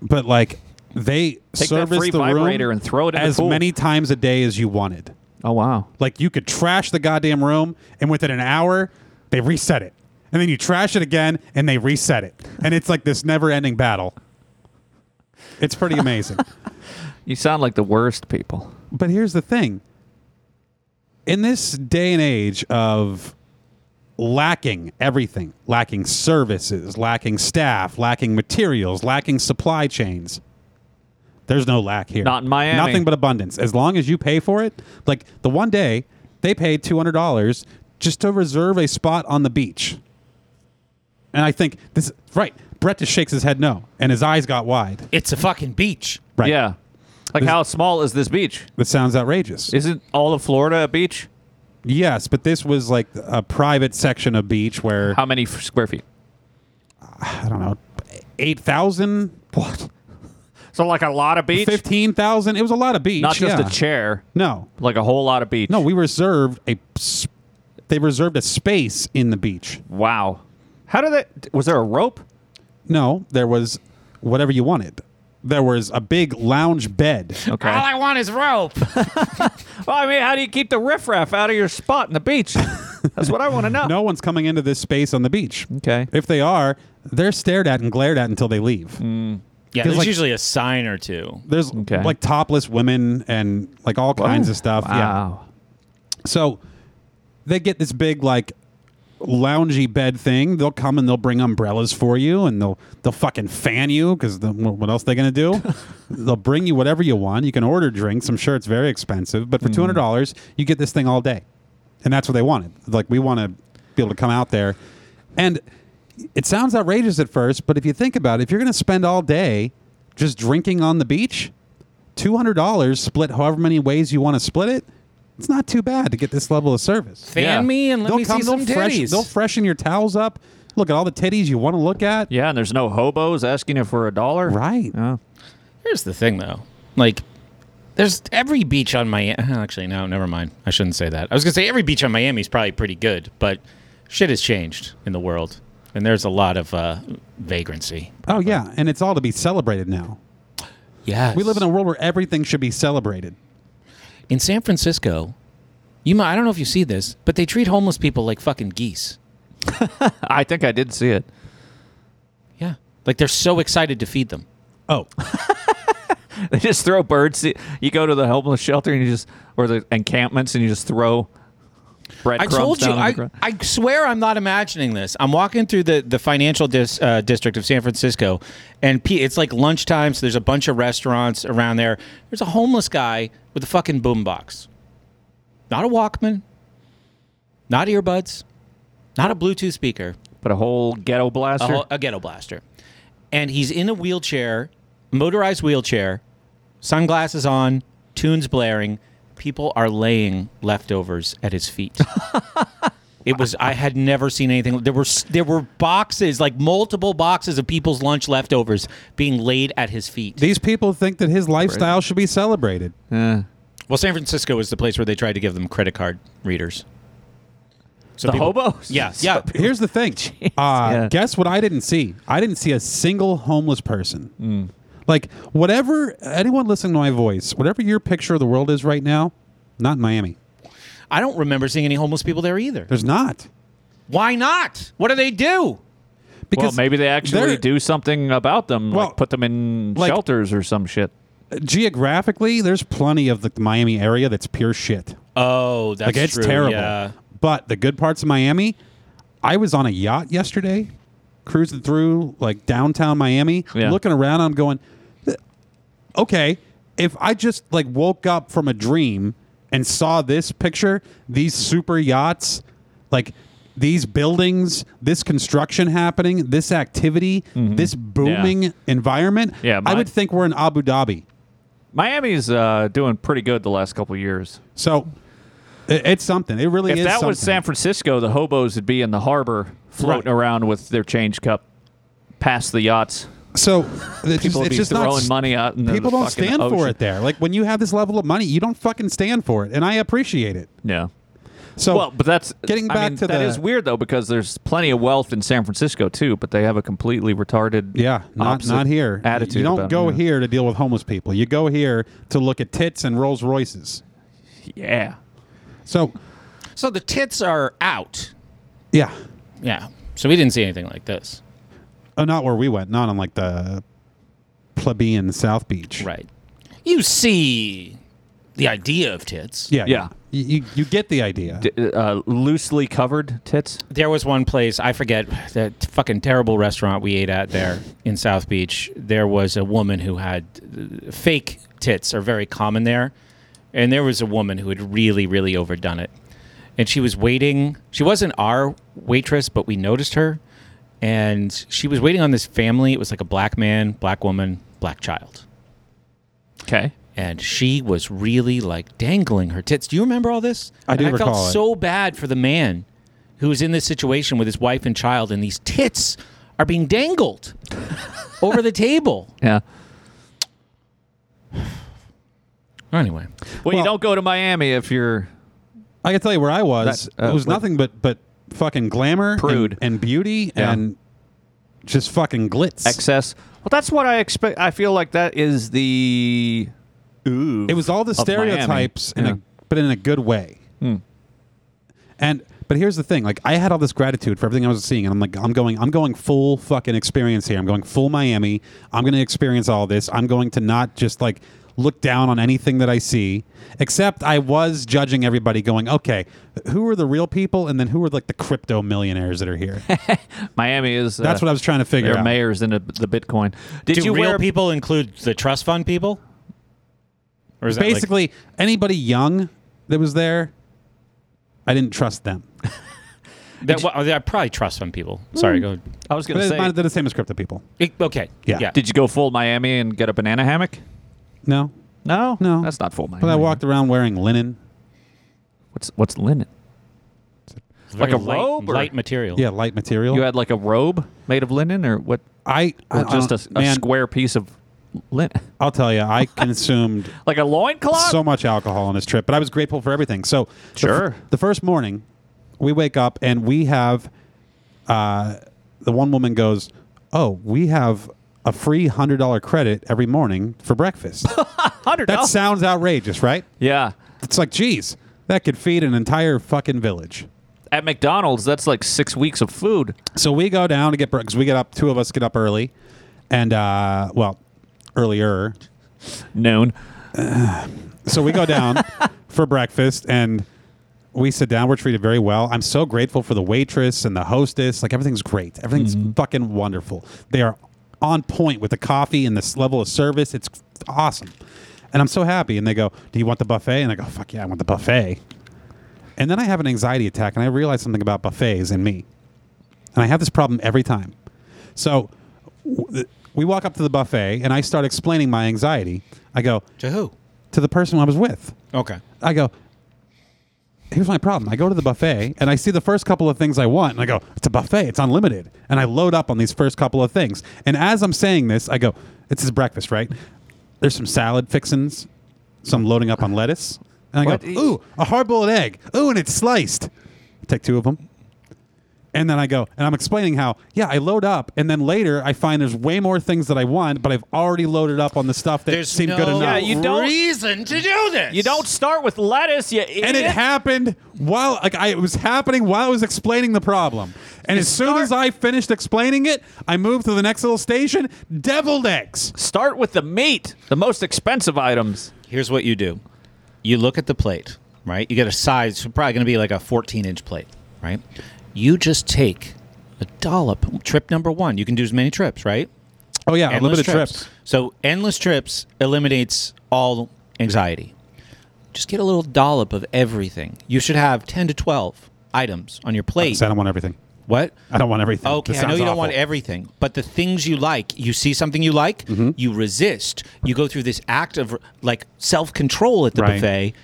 Speaker 1: But like they
Speaker 2: Take that
Speaker 1: serviced
Speaker 2: free
Speaker 1: the
Speaker 2: vibrator
Speaker 1: room
Speaker 2: and throw it in the
Speaker 1: as
Speaker 2: pool.
Speaker 1: many times a day as you wanted.
Speaker 2: Oh wow.
Speaker 1: Like you could trash the goddamn room, and within an hour, they reset it, and then you trash it again, and they reset it, and it's like this never-ending battle. It's pretty amazing.
Speaker 2: You sound like the worst people.
Speaker 1: But here's the thing. In this day and age of lacking everything, lacking services, lacking staff, lacking materials, lacking supply chains, there's no lack here.
Speaker 2: Not in Miami.
Speaker 1: Nothing but abundance. As long as you pay for it, like the one day they paid $200 just to reserve a spot on the beach. And I think this, right. Brett just shakes his head no, and his eyes got wide.
Speaker 4: It's a fucking beach.
Speaker 1: Right.
Speaker 2: Yeah. Like how small is this beach?
Speaker 1: That sounds outrageous.
Speaker 2: Isn't all of Florida a beach?
Speaker 1: Yes, but this was like a private section of beach where
Speaker 2: How many f- square feet?
Speaker 1: I don't know, eight thousand, what,
Speaker 2: So like a lot of beach,
Speaker 1: fifteen thousand? It was a lot of beach.
Speaker 2: not just
Speaker 1: yeah.
Speaker 2: a chair,
Speaker 1: No,
Speaker 2: like a whole lot of beach.
Speaker 1: no, we reserved a. s- They reserved a space in the beach.
Speaker 2: Wow. How did that? Was there a rope?
Speaker 1: No, there was whatever you wanted. There was a big lounge bed.
Speaker 2: Okay.
Speaker 4: All I want is rope.
Speaker 2: Well, I mean, how do you keep the riffraff out of your spot in the (laughs) beach? That's what I want to know.
Speaker 1: No one's coming into this space on the beach.
Speaker 2: Okay.
Speaker 1: If they are, they're stared at and glared at until they leave.
Speaker 4: Yeah,
Speaker 1: 'Cause,
Speaker 4: there's
Speaker 1: like-
Speaker 4: usually a sign or two.
Speaker 1: There's
Speaker 2: Mm, Okay.
Speaker 1: like topless women and like all kinds of stuff. Yeah.
Speaker 2: Wow.
Speaker 1: So they get this big like loungy bed thing, they'll come and they'll bring umbrellas for you, and they'll they'll fucking fan you because what else they gonna do? they'll bring you whatever you want. You can order drinks. I'm sure it's very expensive, but for two hundred dollars, you get this thing all day, and that's what they wanted. Like we want to be able to come out there, and it sounds outrageous at first, but if you think about it, if you're gonna spend all day just drinking on the beach, two hundred dollars split however many ways you want to split it. It's not too bad to get this level of service
Speaker 6: Fan
Speaker 2: Yeah.
Speaker 6: me and let me see some
Speaker 1: they'll fresh-
Speaker 6: titties.
Speaker 1: they'll freshen your towels up. Look at all the titties you want to look at.
Speaker 2: Yeah, and there's no hobos asking you for a dollar.
Speaker 1: Right.
Speaker 2: Yeah.
Speaker 4: Here's the thing, though.
Speaker 6: like,
Speaker 4: There's every beach on Miami. (laughs) Actually, no, never mind. I shouldn't say that. I was gonna say every beach on Miami is probably pretty good, but shit has changed in the world, and there's a lot of uh, vagrancy.
Speaker 1: Oh yeah, and it's all to be celebrated now.
Speaker 4: Yes,
Speaker 1: We live in a world where everything should be celebrated.
Speaker 4: in San Francisco. You might, I don't know if you see this, but they treat homeless people like fucking geese.
Speaker 2: (laughs) I think I did see it. (laughs)
Speaker 4: Yeah, like they're so excited to feed them.
Speaker 1: Oh,
Speaker 2: They just throw birds. You go to the homeless shelter and you just, or the encampments, and you just throw
Speaker 4: I
Speaker 2: breadcrumbs
Speaker 4: told you.
Speaker 2: down on the
Speaker 4: I,
Speaker 2: ground.
Speaker 4: I swear I'm not imagining this. I'm walking through the the financial dis, uh, district of San Francisco, and P, it's like lunchtime. So there's a bunch of restaurants around there. There's a homeless guy with a fucking boombox. Not a Walkman. Not earbuds. Not a Bluetooth speaker.
Speaker 2: But a whole ghetto blaster.
Speaker 4: A, whole- a ghetto blaster, and he's in a wheelchair, motorized wheelchair, sunglasses on, tunes blaring. People are laying leftovers at his (laughs) feet. it was I had never seen anything. There were s- there were boxes, like multiple boxes of people's lunch leftovers being laid at his feet.
Speaker 1: these people think that his lifestyle should be celebrated.
Speaker 2: Yeah.
Speaker 4: Well, San Francisco is the place where they tried to give them credit card readers. So
Speaker 2: the
Speaker 4: people-
Speaker 1: (laughs)
Speaker 2: hobos.
Speaker 4: Yeah, yeah.
Speaker 1: Here's
Speaker 6: (laughs)
Speaker 1: the thing. Uh,
Speaker 2: yeah.
Speaker 1: Guess what I didn't see? I didn't see a single homeless person.
Speaker 6: Mm.
Speaker 1: Like, whatever, anyone listening to my voice, whatever your picture of the world is right now, not in Miami.
Speaker 4: I don't remember seeing any homeless people there either.
Speaker 1: There's not.
Speaker 4: Why not? What do they do?
Speaker 2: Well, maybe they actually
Speaker 1: they're-
Speaker 2: do something about them,
Speaker 1: Well,
Speaker 2: like put them in
Speaker 1: like-
Speaker 2: shelters or some shit.
Speaker 1: geographically, there's plenty of the Miami area that's pure shit.
Speaker 4: Oh,
Speaker 1: Like
Speaker 4: that's
Speaker 1: it's
Speaker 4: true,
Speaker 1: terrible.
Speaker 4: Yeah.
Speaker 1: But the good parts of Miami, I was on a yacht yesterday, cruising through like downtown Miami,
Speaker 2: Yeah.
Speaker 1: looking around. I'm going, okay, if I just like woke up from a dream and saw this picture, these super yachts, like these buildings, this construction happening, this activity, this booming environment,
Speaker 2: Yeah,
Speaker 1: I
Speaker 2: my-
Speaker 1: would think we're in Abu Dhabi.
Speaker 2: Miami's uh, doing pretty good the last couple years.
Speaker 1: So it, it's something. It really
Speaker 2: If
Speaker 1: is.
Speaker 2: that was
Speaker 1: something.
Speaker 2: San Francisco, the hobos would be in the harbor floating
Speaker 1: Right.
Speaker 2: around with their change cup past the yachts.
Speaker 1: so it's
Speaker 2: People
Speaker 1: just,
Speaker 2: would
Speaker 1: it's
Speaker 2: be
Speaker 1: just not
Speaker 2: throwing
Speaker 1: s-
Speaker 2: money out in the
Speaker 1: People don't
Speaker 2: fucking
Speaker 1: stand for
Speaker 2: ocean.
Speaker 1: it there. Like when you have this level of money, you don't fucking stand for it, and I appreciate it.
Speaker 2: Yeah.
Speaker 1: So
Speaker 2: Well, but that's
Speaker 1: Getting
Speaker 2: I
Speaker 1: back
Speaker 2: mean,
Speaker 1: to
Speaker 2: that
Speaker 1: the-
Speaker 2: is weird though because there's plenty of wealth in San Francisco too, but they have a completely retarded
Speaker 1: yeah, not
Speaker 2: opposite
Speaker 1: not here.
Speaker 2: attitude.
Speaker 1: You don't
Speaker 2: about
Speaker 1: go
Speaker 2: it.
Speaker 1: here to deal with homeless people. You go here to look at tits and Rolls Royces.
Speaker 2: Yeah,
Speaker 1: So
Speaker 4: So the tits are out.
Speaker 1: yeah,
Speaker 4: Yeah. So we didn't see anything like this.
Speaker 1: oh, not where we went. Not on like the plebeian South Beach.
Speaker 4: Right. You see the idea of tits.
Speaker 1: Yeah.
Speaker 2: Yeah.
Speaker 1: You, you, you get the idea.
Speaker 2: D- uh, loosely covered tits.
Speaker 4: There was one place, I forget, that fucking terrible restaurant we ate at there in South Beach. There was a woman who had uh, fake tits are very common there. And there was a woman who had really, really overdone it. And she was waiting. She wasn't our waitress, but we noticed her. And she was waiting on this family. It was like a black man, black woman, black child.
Speaker 2: Okay,
Speaker 4: and she was really like dangling her tits. Do you remember all this?
Speaker 1: I do
Speaker 4: And I
Speaker 1: recall
Speaker 4: felt
Speaker 1: it.
Speaker 4: so bad for the man who was in this situation with his wife and child, and these tits are being dangled over the table.
Speaker 2: yeah.
Speaker 4: Anyway,
Speaker 2: Well, you
Speaker 1: Well-
Speaker 2: don't go to Miami if you're
Speaker 1: I can tell you where I was.
Speaker 2: That- uh,
Speaker 1: it was
Speaker 2: what-
Speaker 1: nothing but but fucking glamour, and-
Speaker 2: Prude.
Speaker 1: and, beauty,
Speaker 2: Yeah.
Speaker 1: and just fucking glitz.
Speaker 2: excess. Well, that's what I expect. I feel like that is the ooh.
Speaker 1: it was all the
Speaker 2: of Miami.
Speaker 1: stereotypes, in
Speaker 2: Yeah. Hmm.
Speaker 1: a, but in a good way. And but here's the thing: like I had all this gratitude for everything I was seeing, and I'm like, I'm going, I'm going full fucking experience here. I'm going full Miami. I'm going to experience all this. I'm going to not just like look down on anything that I see, except I was judging everybody going, okay, who are the real people and then who are like the crypto millionaires that are
Speaker 2: (laughs)
Speaker 1: here?
Speaker 2: Miami is. uh,
Speaker 1: That's what I was trying to figure
Speaker 2: Their
Speaker 1: out.
Speaker 2: mayor's in the Bitcoin. Did
Speaker 4: Do
Speaker 2: you
Speaker 4: real
Speaker 2: wear
Speaker 4: people include the trust fund people? Or is that like-
Speaker 1: Basically, anybody young that was there, I didn't trust them.
Speaker 4: that, well, I probably trust fund people. Sorry, go.
Speaker 2: I was
Speaker 1: But
Speaker 2: going to
Speaker 1: it's
Speaker 2: say.
Speaker 1: not- they're the same as crypto people.
Speaker 4: It- okay.
Speaker 1: Yeah.
Speaker 2: Did you go full Miami and get a banana hammock?
Speaker 1: No,
Speaker 2: No,
Speaker 1: No.
Speaker 2: that's not full Miami.
Speaker 1: but I walked around wearing linen.
Speaker 2: What's what's linen? Like
Speaker 4: Very
Speaker 2: a
Speaker 4: light,
Speaker 2: robe or-
Speaker 4: light material.
Speaker 1: Yeah, light material.
Speaker 2: You had like a robe made of linen, or what?
Speaker 1: I, I
Speaker 2: Or just
Speaker 1: don't-
Speaker 2: a, a
Speaker 1: man,
Speaker 2: square piece of linen,
Speaker 1: I'll tell you, I consumed
Speaker 2: (laughs) like a loincloth.
Speaker 1: so much alcohol on this trip, but I was grateful for everything. So the f-
Speaker 2: Sure.
Speaker 1: the, first morning, we wake up and we have uh, the one woman goes, "Oh, we have a free hundred dollar credit every morning for
Speaker 2: (laughs)
Speaker 1: breakfast."
Speaker 2: Hundred
Speaker 1: that
Speaker 2: dollars.
Speaker 1: sounds outrageous, right?
Speaker 2: yeah,
Speaker 1: It's like, geez, that could feed an entire fucking village.
Speaker 2: at McDonald's, that's like six weeks of food.
Speaker 1: So we go down to get because we get up. Two of us get up early, and uh, well, earlier.
Speaker 2: Noon.
Speaker 1: So we go down for breakfast and we sit down. We're treated very well. I'm so grateful for the waitress and the hostess. Like everything's great. Everything's fucking wonderful. They are on point with the coffee and this level of service. It's awesome. And I'm so happy. And they go, Do you want the buffet? And I go, Fuck yeah, I want the buffet. And then I have an anxiety attack and I realize something about buffets and me. And I have this problem every time. So w- th- we walk up to the buffet and I start explaining my anxiety. I go,
Speaker 4: To who?
Speaker 1: to the person I was with.
Speaker 4: Okay.
Speaker 1: I go, here's my problem. I go to the buffet and I see the first couple of things I want, and I go, it's a buffet, it's unlimited. And I load up on these first couple of things. And as I'm saying this, I go, it's his breakfast, right? There's some salad fixins, some loading up on lettuce. And I
Speaker 2: What
Speaker 1: go,
Speaker 2: is-
Speaker 1: ooh, a hard boiled egg. Ooh, and it's sliced. Take two of them. And then I go, and I'm explaining how, yeah, I load up, and then later I find there's way more things that I want, but I've already loaded up on the stuff that
Speaker 4: There's
Speaker 1: seemed
Speaker 4: no
Speaker 1: good enough.
Speaker 2: Yeah, you don't-
Speaker 4: reason to do this.
Speaker 2: You don't start with lettuce, you idiot.
Speaker 1: and it happened while like I it was happening while I was explaining the problem. And as soon as I finished explaining it, I moved to the next little station. Deviled eggs.
Speaker 2: start with the meat, the most expensive items.
Speaker 4: Here's what you do. You look at the plate, right? You get a size, so probably going to be like a 14 inch plate, right? You just take a dollop. Trip number one. You can do as many trips, right?
Speaker 1: Oh yeah, limited
Speaker 4: So endless trips eliminates all anxiety. Just get a little dollop of everything. You should have 10 to 12 items on your plate.
Speaker 1: I don't want everything.
Speaker 4: what?
Speaker 1: I don't want everything.
Speaker 4: Okay,
Speaker 1: That
Speaker 4: I know
Speaker 1: sounds
Speaker 4: you don't
Speaker 1: awful.
Speaker 4: want everything, but the things you like, you see something you like, you resist. You go through this act of like self control at the
Speaker 1: Right.
Speaker 4: buffet.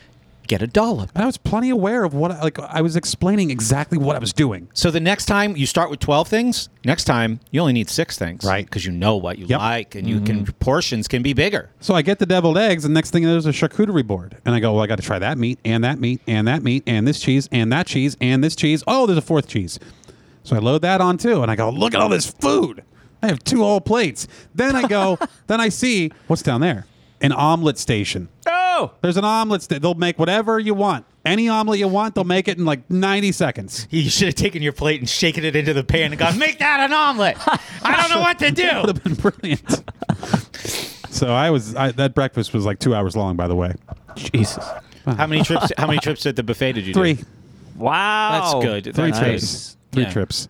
Speaker 4: Get a dollop.
Speaker 1: And I was plenty aware of what I, like I was explaining exactly what I was doing.
Speaker 4: So the next time you start with twelve things. Next time you only need six things,
Speaker 1: Right.
Speaker 4: Because you know what you
Speaker 1: Yep.
Speaker 4: like, and you can portions can be bigger.
Speaker 1: So I get the deviled eggs, and next thing there's a charcuterie board, and I go, "Well, I got to try that meat, and that meat, and that meat, and this cheese, and that cheese, and this cheese. Oh, there's a fourth cheese." So I load that on too, and I go, "Look at all this food! I have two whole plates." Then I go, then I see what's down there, an omelet station.
Speaker 2: Oh,
Speaker 1: There's an omelet. Sta- they'll make whatever you want, any omelet you want. They'll make it in like 90 seconds.
Speaker 4: You should have taken your plate and shaken it into the pan and gone, "Make that an (laughs) omelet." I don't know what to do.
Speaker 1: Would have been brilliant. (laughs) so I was I, that breakfast was like two hours long, by the way.
Speaker 2: Jesus!
Speaker 4: How many trips? How many trips at the buffet did you
Speaker 1: Three,
Speaker 4: do?
Speaker 2: Wow,
Speaker 4: That's good.
Speaker 1: three
Speaker 4: That's
Speaker 1: trips,
Speaker 4: good.
Speaker 1: three
Speaker 4: Yeah.
Speaker 1: trips.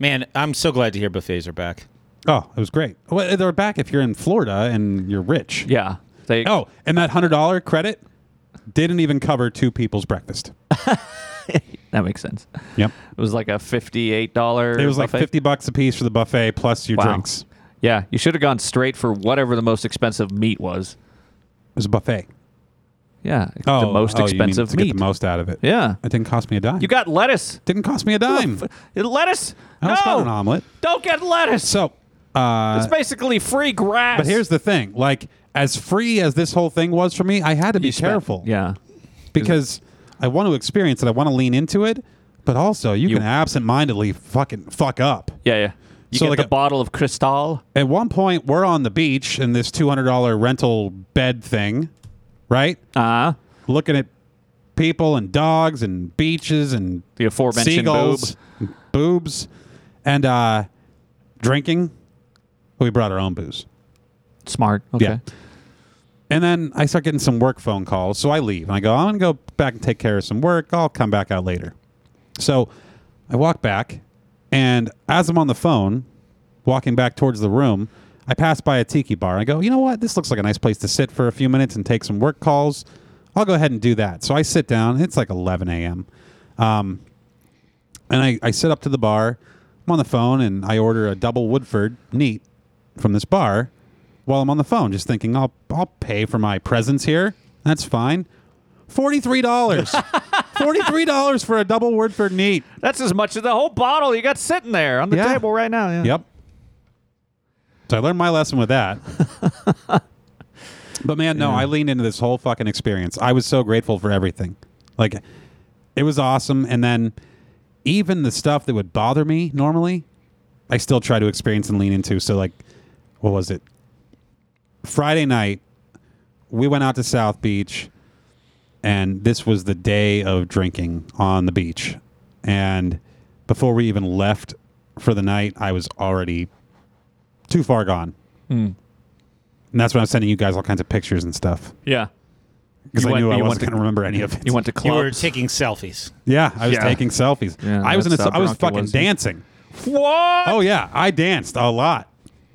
Speaker 4: Man, I'm so glad to hear buffets are back.
Speaker 1: Oh, it was great. Well, they're back if you're in Florida and you're rich.
Speaker 2: Yeah. They,
Speaker 1: Oh, and that hundred dollar credit didn't even cover two people's breakfast.
Speaker 2: that makes sense.
Speaker 1: Yep.
Speaker 2: It was like a fifty-eight dollar.
Speaker 1: It was like fifty bucks a piece for the buffet plus your drinks.
Speaker 2: Yeah, you should have gone straight for whatever the most expensive meat was.
Speaker 1: It was a buffet.
Speaker 2: Yeah, the most
Speaker 1: oh, you mean
Speaker 2: expensive
Speaker 1: to
Speaker 2: meat.
Speaker 1: Get the most out of it.
Speaker 2: yeah,
Speaker 1: It didn't cost me a dime.
Speaker 2: you got lettuce.
Speaker 1: didn't cost me a dime.
Speaker 2: Lettuce?
Speaker 1: I almost got an
Speaker 2: No,
Speaker 1: omelet.
Speaker 2: don't get lettuce.
Speaker 1: So,
Speaker 2: it's
Speaker 1: uh,
Speaker 2: basically free grass.
Speaker 1: but here's the thing: like, as free as this whole thing was for me, I had to be
Speaker 2: You spent-
Speaker 1: careful.
Speaker 2: Yeah,
Speaker 1: because I want to experience it. I want to lean into it, but also you,
Speaker 2: You-
Speaker 1: can absentmindedly fucking fuck up.
Speaker 2: yeah, yeah. You
Speaker 1: So
Speaker 2: get
Speaker 1: like
Speaker 2: the
Speaker 1: a-
Speaker 2: bottle of Cristal.
Speaker 1: At one point, we're on the beach in this two hundred dollar rental bed thing, right?
Speaker 2: Uh
Speaker 1: Looking at people and dogs and beaches and
Speaker 2: the aforementioned
Speaker 1: seagulls,
Speaker 2: boob.
Speaker 1: boobs, and uh, drinking. We brought our own booze.
Speaker 2: Smart. Okay.
Speaker 1: Yeah. And then I start getting some work phone calls. So I leave. And I go, I'm going to go back and take care of some work. I'll come back out later. So I walk back. And as I'm on the phone, walking back towards the room, I pass by a tiki bar. I go, you know what? This looks like a nice place to sit for a few minutes and take some work calls. I'll go ahead and do that. So I sit down. It's like 11 a.m. Um, and I, I sit up to the bar. I'm on the phone and I order a double Woodford neat from this bar while I'm on the phone, just thinking I'll I'll pay for my presence here. That's fine. Forty three dollars. Forty three dollars for a double Woodford neat.
Speaker 2: That's as much as the whole bottle you got sitting there on the
Speaker 1: Yeah.
Speaker 2: table right now. Yeah.
Speaker 1: Yep. So I learned my lesson with that. but man, no, I leaned into this whole fucking experience. I was so grateful for everything. Like it was awesome and then even the stuff that would bother me normally, I still try to experience and lean into. So like what was it? Friday night we went out to South Beach and this was the day of drinking on the beach. And before we even left for the night, I was already too far gone.
Speaker 2: Hmm.
Speaker 1: And that's when I was sending you guys all kinds of pictures and stuff
Speaker 2: Yeah.
Speaker 1: because
Speaker 2: You
Speaker 1: I
Speaker 2: went-
Speaker 1: knew I
Speaker 2: you
Speaker 1: wasn't
Speaker 2: went to-
Speaker 1: going to remember any of it.
Speaker 2: You went to
Speaker 4: You were
Speaker 2: clubs.
Speaker 4: taking selfies.
Speaker 1: (laughs) yeah, I was
Speaker 2: Yeah.
Speaker 1: taking selfies.
Speaker 2: Yeah,
Speaker 1: I was in a,
Speaker 2: that's how
Speaker 1: I was
Speaker 2: drunk you
Speaker 1: fucking
Speaker 2: was.
Speaker 1: dancing.
Speaker 2: what?
Speaker 1: Oh yeah, I danced a lot.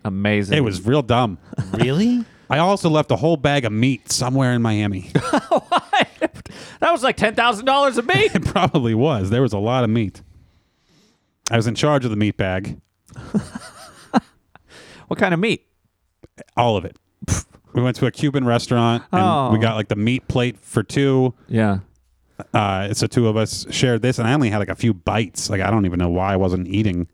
Speaker 2: Amazing.
Speaker 1: It was real
Speaker 2: (laughs)
Speaker 1: dumb.
Speaker 4: Really?
Speaker 1: I also left a whole bag of meat somewhere in Miami. (laughs)
Speaker 2: that was like ten thousand dollars
Speaker 1: (laughs)
Speaker 2: a meat.
Speaker 1: It probably was. There was a lot of meat. I was in charge of the meat bag,
Speaker 2: what kind of meat?
Speaker 1: all of it. We went to a Cuban restaurant and
Speaker 2: Oh.
Speaker 1: we got like the meat plate for two.
Speaker 2: Yeah.
Speaker 1: Uh, so two of us shared this, and I only had like a few bites. Like I don't even know why I wasn't eating,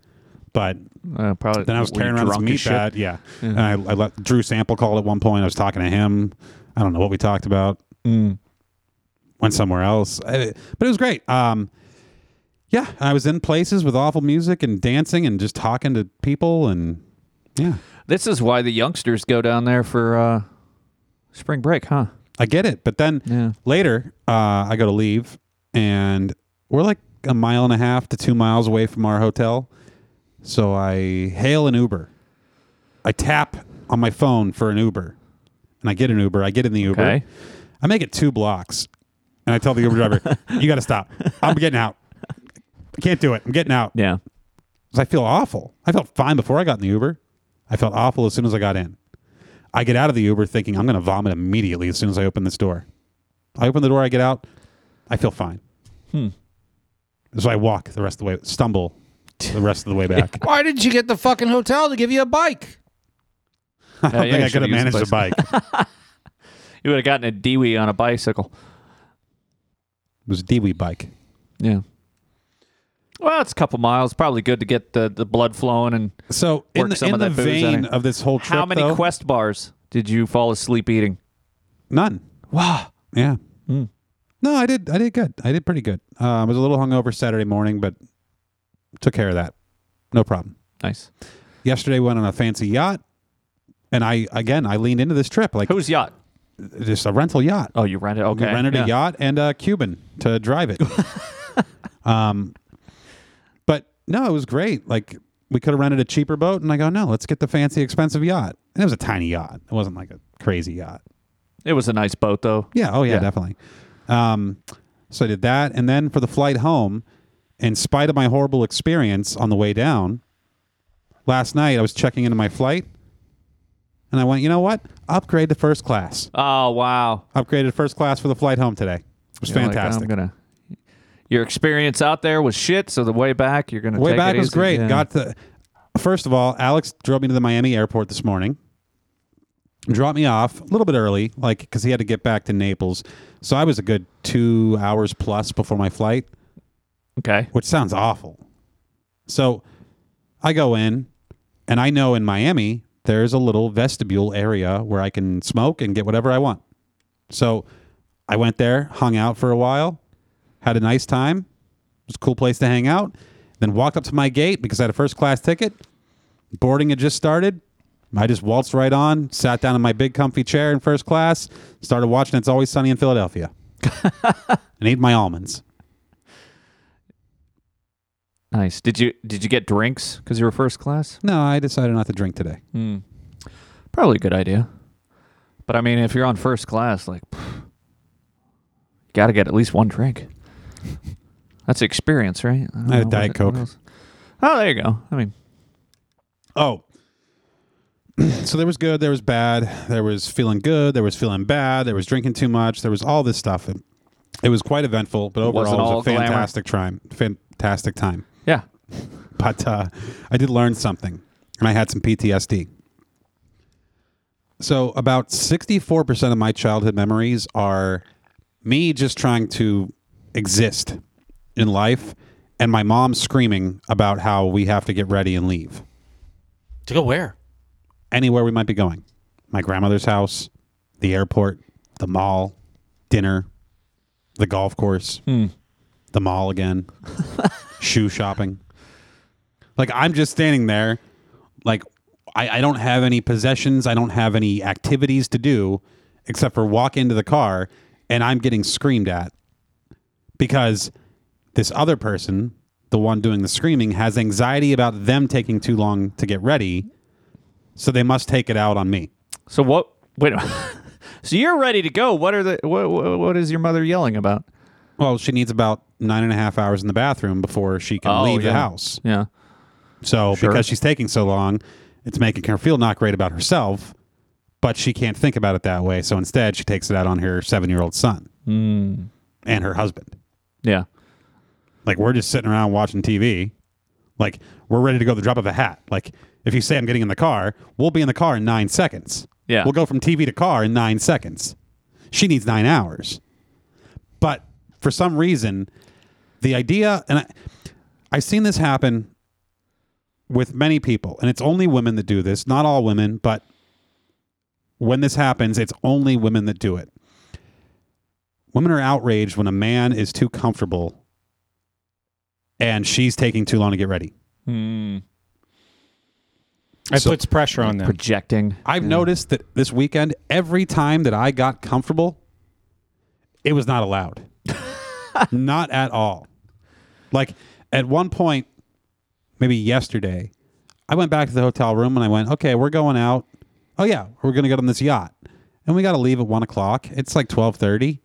Speaker 1: but
Speaker 2: Uh, probably.
Speaker 1: then I was
Speaker 2: were you
Speaker 1: carrying around this
Speaker 2: drunk as
Speaker 1: meat
Speaker 2: shit?
Speaker 1: bag. Yeah, and I, I let Drew Sample call at one point. I was talking to him. I don't know what we talked about.
Speaker 2: Mm.
Speaker 1: Went somewhere else, I- but it was great. Um, yeah, I was in places with awful music and dancing and just talking to people, and yeah,
Speaker 2: This is why the youngsters go down there for uh, spring break, huh?
Speaker 1: I get it. But then
Speaker 2: Yeah.
Speaker 1: later, uh, I go to leave, and we're like a mile and a half to two miles away from our hotel. So I hail an Uber. I tap on my phone for an Uber, and I get an Uber. I get in the Uber.
Speaker 2: Okay.
Speaker 1: I make it two blocks, and I tell the Uber
Speaker 2: (laughs)
Speaker 1: driver, "You got to stop. I'm getting out. I can't do it. I'm getting out."
Speaker 2: Yeah.
Speaker 1: 'Cause I feel awful. I felt fine before I got in the Uber. I felt awful as soon as I got in. I get out of the Uber thinking I'm going to vomit immediately as soon as I open this door. I open the door, I get out, I feel fine. Hmm. So I walk the rest of the way, stumble the rest of the way
Speaker 2: (laughs)
Speaker 1: back.
Speaker 6: Why did you get the fucking hotel to give you a bike?
Speaker 2: (laughs) I
Speaker 1: I think I could have managed a bike. it
Speaker 2: You would have gotten a Dewey on a bicycle.
Speaker 1: was a Dewey bike.
Speaker 2: Yeah. Well, it's a couple miles. Probably good to get the, the blood flowing. And
Speaker 1: So in
Speaker 2: Work
Speaker 1: the,
Speaker 2: some
Speaker 1: in
Speaker 2: of
Speaker 1: the
Speaker 2: that booze out
Speaker 1: vein
Speaker 2: of-
Speaker 1: of this whole trip,
Speaker 2: how many
Speaker 1: though,
Speaker 2: Quest bars did you fall asleep eating?
Speaker 1: none.
Speaker 2: Wow. Hmm.
Speaker 1: Yeah. No, I did. I did good. I did pretty good. Uh, I was a little hungover Saturday morning, but took care of that. No problem.
Speaker 2: Nice.
Speaker 1: yesterday went on a fancy yacht and i again i leaned into this trip like
Speaker 2: Whose yacht?
Speaker 1: just a rental yacht
Speaker 2: Oh, you rented. Okay.
Speaker 1: we rented
Speaker 2: yeah.
Speaker 1: a yacht and a cuban to drive
Speaker 2: (laughs)
Speaker 1: it um but no it was great like we could have rented a cheaper boat and i go no let's get the fancy expensive yacht and it was a tiny yacht it wasn't like a crazy yacht
Speaker 2: It was a nice boat, though.
Speaker 1: yeah. Oh, yeah,
Speaker 2: Yeah.
Speaker 1: definitely. Um, so I did that. And then for the flight home, in spite of my horrible experience on the way down, last night I was checking into my flight and I went, you know what? Upgrade to first class.
Speaker 2: Oh, wow.
Speaker 1: Upgraded first class for the flight home today. It was
Speaker 2: You're like,
Speaker 1: fantastic.
Speaker 2: I'm gonna. Your experience out there was shit, so the way back you're gonna.
Speaker 1: way
Speaker 2: take
Speaker 1: back
Speaker 2: it
Speaker 1: was
Speaker 2: easy.
Speaker 1: great.
Speaker 2: Yeah.
Speaker 1: Got to first of all, Alex drove me to the Miami airport this morning. Dropped me off a little bit early, like because he had to get back to Naples. So I was a good two hours plus before my flight.
Speaker 2: okay.
Speaker 1: which sounds awful. So I go in, and I know in Miami, there's a little vestibule area where I can smoke and get whatever I want. So I went there, hung out for a while, had a nice time. It was a cool place to hang out. Then walked up to my gate because I had a first class ticket. Boarding had just started. I just waltzed right on, sat down in my big comfy chair in first class, started watching It's Always Sunny in Philadelphia, (laughs) and ate my almonds.
Speaker 2: Nice. Did you did you get drinks because you were first class?
Speaker 1: No, I decided not to drink today.
Speaker 2: Probably a good idea. But I mean, if you're on first class, like, got to get at least one drink. (laughs) That's the experience, right? I don't
Speaker 1: I had
Speaker 2: know,
Speaker 1: Uh, Diet
Speaker 2: what-
Speaker 1: Coke.
Speaker 2: what else? Oh, there you go. I mean,
Speaker 1: Oh. (clears throat) so there was good, there was bad, there was feeling good, there was feeling bad, there was drinking too much, there was all this stuff. It, it was quite eventful, but overall
Speaker 2: wasn't
Speaker 1: it
Speaker 2: all
Speaker 1: was a
Speaker 2: glamour.
Speaker 1: fantastic time. Fantastic time.
Speaker 2: yeah.
Speaker 1: But uh, I did learn something, and I had some PTSD. So about 64% of my childhood memories are me just trying to exist in life and my mom screaming about how we have to get ready and leave
Speaker 4: To go where?
Speaker 1: anywhere we might be going. My grandmother's house, the airport, the mall, dinner, the golf course, the mall again, shoe shopping. Like I'm just standing there, like I, I don't have any possessions, I don't have any activities to do except for walk into the car and I'm getting screamed at because this other person, the one doing the screaming, has anxiety about them taking too long to get ready so they must take it out on me.
Speaker 2: So what? Wait. (laughs) so you're ready to go. What are the? What, what, what is your mother yelling about?
Speaker 1: Well, she needs about nine and a half hours in the bathroom before she can
Speaker 2: Oh,
Speaker 1: leave
Speaker 2: yeah.
Speaker 1: the house.
Speaker 2: Yeah.
Speaker 1: So
Speaker 2: Sure.
Speaker 1: because she's taking so long, it's making her feel not great about herself, but she can't think about it that way. So instead, she takes it out on her seven year old son
Speaker 2: Hmm.
Speaker 1: and her husband.
Speaker 2: Yeah.
Speaker 1: Like we're just sitting around watching TV. Like we're ready to go at the drop of a hat. Like if you say I'm getting in the car, we'll be in the car in nine seconds.
Speaker 2: Yeah.
Speaker 1: We'll go from TV to car in nine seconds. She needs nine hours. But for some reason, the idea and I I've seen this happen with many people, and it's only women that do this, not all women, but when this happens, it's only women that do it. Women are outraged when a man is too comfortable and she's taking too long to get ready.
Speaker 4: It
Speaker 1: So-
Speaker 4: puts pressure on them.
Speaker 2: Projecting.
Speaker 1: I've noticed that this weekend, every time that I got comfortable, it was not allowed. not at all. Like at one point, maybe yesterday, I went back to the hotel room and I went, okay, we're going out. Oh yeah, we're gonna get on this yacht. And we gotta leave at one o'clock. It's like twelve thirty.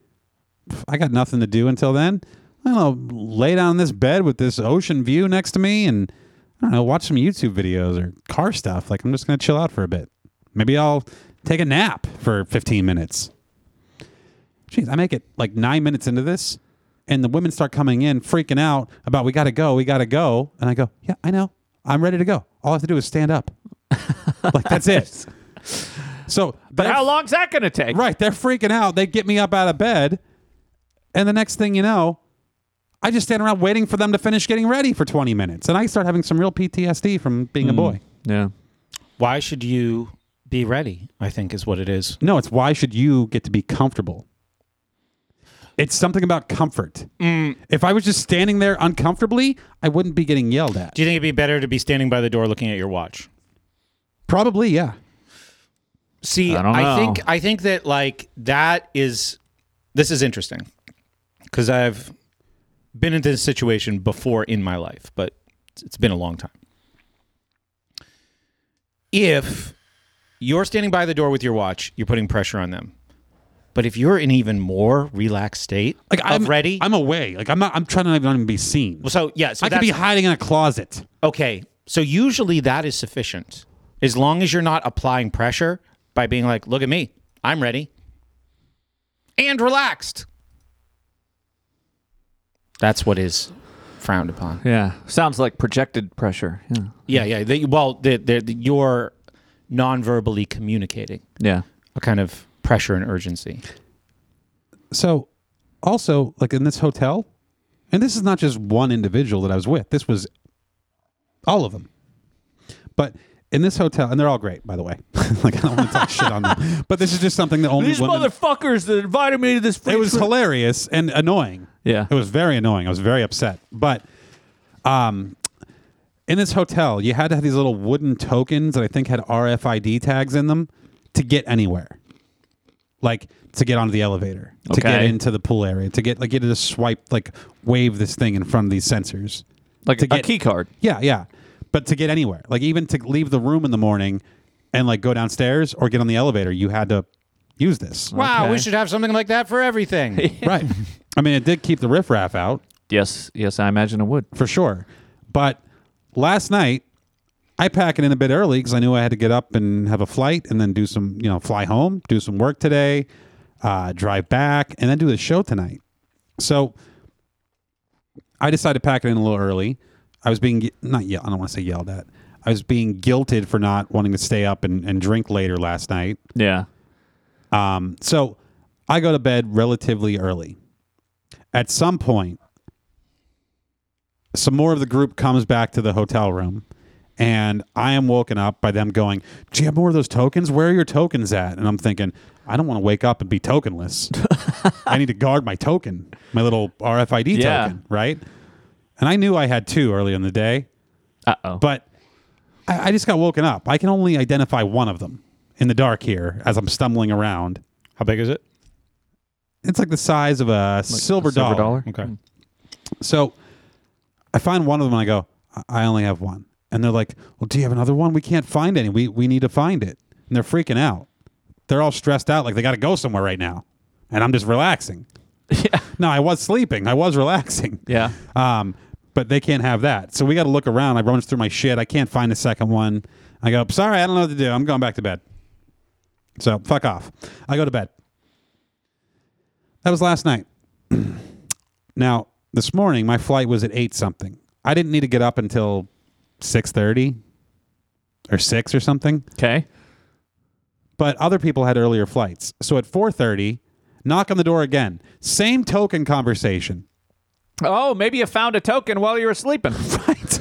Speaker 1: I got nothing to do until then. I don't know, lay down in this bed with this ocean view next to me and I don't know, watch some YouTube videos or car stuff. Like I'm just gonna chill out for a bit. Maybe I'll take a nap for 15 minutes. Jeez, I make it like nine minutes into this, and the women start coming in, freaking out about we gotta go, we gotta go, and I go, yeah, I know, I'm ready to go. All I have to do is stand up. like that's it. So,
Speaker 2: But how long's that going to take?
Speaker 1: Right. They're freaking out. They get me up out of bed. And the next thing you know, I just stand around waiting for them to finish getting ready for 20 minutes. And I start having some real PTSD from being
Speaker 4: Hmm.
Speaker 1: a boy.
Speaker 2: Yeah.
Speaker 4: Why should you be ready? I think is what it is.
Speaker 1: No, it's why should you get to be comfortable? It's something about comfort.
Speaker 4: Mm.
Speaker 1: If I was just standing there uncomfortably, I wouldn't be getting yelled at.
Speaker 4: Do you think it'd be better to be standing by the door looking at your watch?
Speaker 1: Probably, yeah.
Speaker 4: See,
Speaker 2: I don't
Speaker 4: I,
Speaker 2: know.
Speaker 4: think I think that like that is this is interesting because I've been into this situation before in my life, but it's- it's been a long time. If you're standing by the door with your watch, you're putting pressure on them. But if you're in even more relaxed state,
Speaker 1: Like
Speaker 4: of
Speaker 1: I'm
Speaker 4: ready,
Speaker 1: I'm away. Like I'm not. I'm trying to not even be seen.
Speaker 4: Well, so yeah, so
Speaker 1: I could
Speaker 4: that's-
Speaker 1: be hiding in a closet.
Speaker 4: Okay. So usually that is sufficient. As long as you're not applying pressure by being like, look at me, I'm ready and relaxed. That's what is frowned upon.
Speaker 2: Yeah. Sounds like projected pressure. Yeah.
Speaker 4: Yeah, yeah. They, well, they they you're non verbally communicating
Speaker 2: Yeah.
Speaker 4: a kind of pressure and urgency.
Speaker 1: So, also, like in this hotel, and this is not just one individual that I was with, this was all of them. But in this hotel, and they're all great, by the way. (laughs) like, I don't want to talk shit on them. But this is just something that only women.
Speaker 2: motherfuckers that invited me to this.
Speaker 1: it was hilarious and annoying.
Speaker 2: Yeah.
Speaker 1: It was very annoying. I was very upset. But um, in this hotel, you had to have these little wooden tokens that I think had RFID tags in them to get anywhere. Like to get onto the elevator, to get
Speaker 2: Okay.
Speaker 1: into the pool area, to get like you had to just swipe, like wave this thing in front of these sensors.
Speaker 2: like
Speaker 1: to
Speaker 2: a
Speaker 1: get-
Speaker 2: key card.
Speaker 1: Yeah, yeah. But to get anywhere, like even to leave the room in the morning and like go downstairs or get on the elevator, you had to use this.
Speaker 4: Wow, we
Speaker 2: Okay.
Speaker 4: should have something like that for (laughs) everything.
Speaker 1: right. I mean, it did keep the riffraff out
Speaker 2: Yes, yes, I imagine it would.
Speaker 1: for sure. But last night, I packed it in a bit early because I knew I had to get up and have a flight and then do some, you know, fly home, do some work today, uh, drive back, and then do the show tonight. So I decided to pack it in a little early. I was being ge- not yelled. I don't want to say yelled at. I was being guilted for not wanting to stay up and, and drink later last night.
Speaker 2: Yeah.
Speaker 1: Um, so I go to bed relatively early. At some point, some more of the group comes back to the hotel room, and I am woken up by them going, Do you have more of those tokens? Where are your tokens at? And I'm thinking, I don't want to wake up and be tokenless. I need to guard my token, my little RFID
Speaker 2: Yeah.
Speaker 1: token, right? And I knew I had two early in the day
Speaker 2: Uh oh.
Speaker 1: but I, I just got woken up. I can only identify one of them in the dark here as I'm stumbling around.
Speaker 4: How big is it?
Speaker 1: It's like the size of a silver, dollar.
Speaker 4: Okay.
Speaker 1: So I find one of them and I go, "I- I only have one. And they're like, Well, do you have another one? We can't find any. We we need to find it. And they're freaking out. They're all stressed out, like they gotta go somewhere right now. And I'm just relaxing.
Speaker 2: Yeah.
Speaker 1: No, I was sleeping. I was relaxing.
Speaker 2: Yeah.
Speaker 1: Um, but they can't have that. So we got to look around. I rummage through my shit. I can't find the second one. I go, sorry, I don't know what to do. I'm going back to bed. So fuck off. I go to bed. That was last night. (clears throat) now this morning, my flight was at eight something. I didn't need to get up until six thirty or six or something
Speaker 2: Okay.
Speaker 1: but other people had earlier flights. So at 4:30, knock on the door again. Same token conversation.
Speaker 2: Oh, maybe you found a token while you were sleeping.
Speaker 1: Right.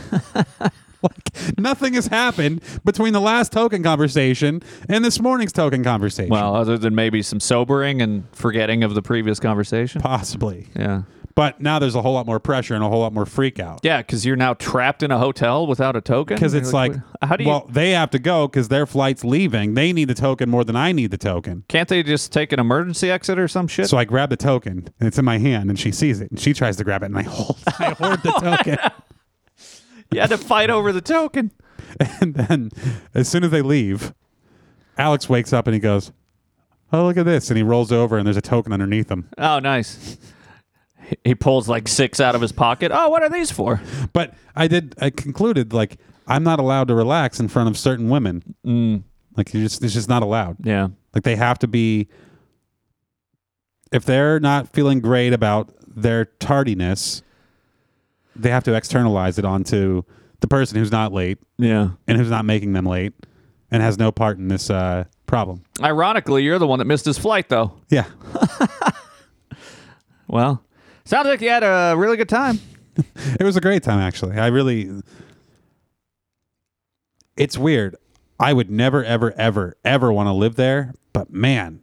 Speaker 1: (laughs) like nothing has happened between the last token conversation and this morning's token conversation.
Speaker 2: (laughs) well, other than maybe some sobering and forgetting of the previous conversation.
Speaker 1: possibly.
Speaker 2: Yeah.
Speaker 1: But now there's a whole lot more pressure and a whole lot more freak out.
Speaker 2: Yeah, because you're now trapped in a hotel without a token.
Speaker 1: Because
Speaker 2: You're
Speaker 1: it's like,
Speaker 2: "Wait, how do you?
Speaker 1: well, they have to go because their flight's leaving. They need the token more than I need the token.
Speaker 2: can't they just take an emergency exit or some shit?
Speaker 1: So I grab the token and it's in my hand, and she sees it and she tries to grab it, and I (laughs) hold, I hoard the
Speaker 2: (laughs)
Speaker 1: token.
Speaker 2: you had to fight over the token.
Speaker 1: And then as soon as they leave, Alex wakes up and he goes, Oh, look at this. And he rolls over and there's a token underneath him.
Speaker 2: Oh, nice. He- He pulls like six out of his pocket. Oh, what are these for?
Speaker 1: But I did, I concluded, like, I'm not allowed to relax in front of certain women. Like, you just, it's just not allowed.
Speaker 2: Yeah.
Speaker 1: Like, they have to be, if they're not feeling great about their tardiness, they have to externalize it onto the person who's not late
Speaker 2: Yeah.
Speaker 1: and who's not making them late and has no part in this uh, problem.
Speaker 2: Ironically, you're the one that missed his flight, though.
Speaker 1: Yeah.
Speaker 2: Well, sounds like you had a really good time.
Speaker 1: It was a great time, actually. I really. It's weird. I would never, ever, ever, ever want to live there, but man,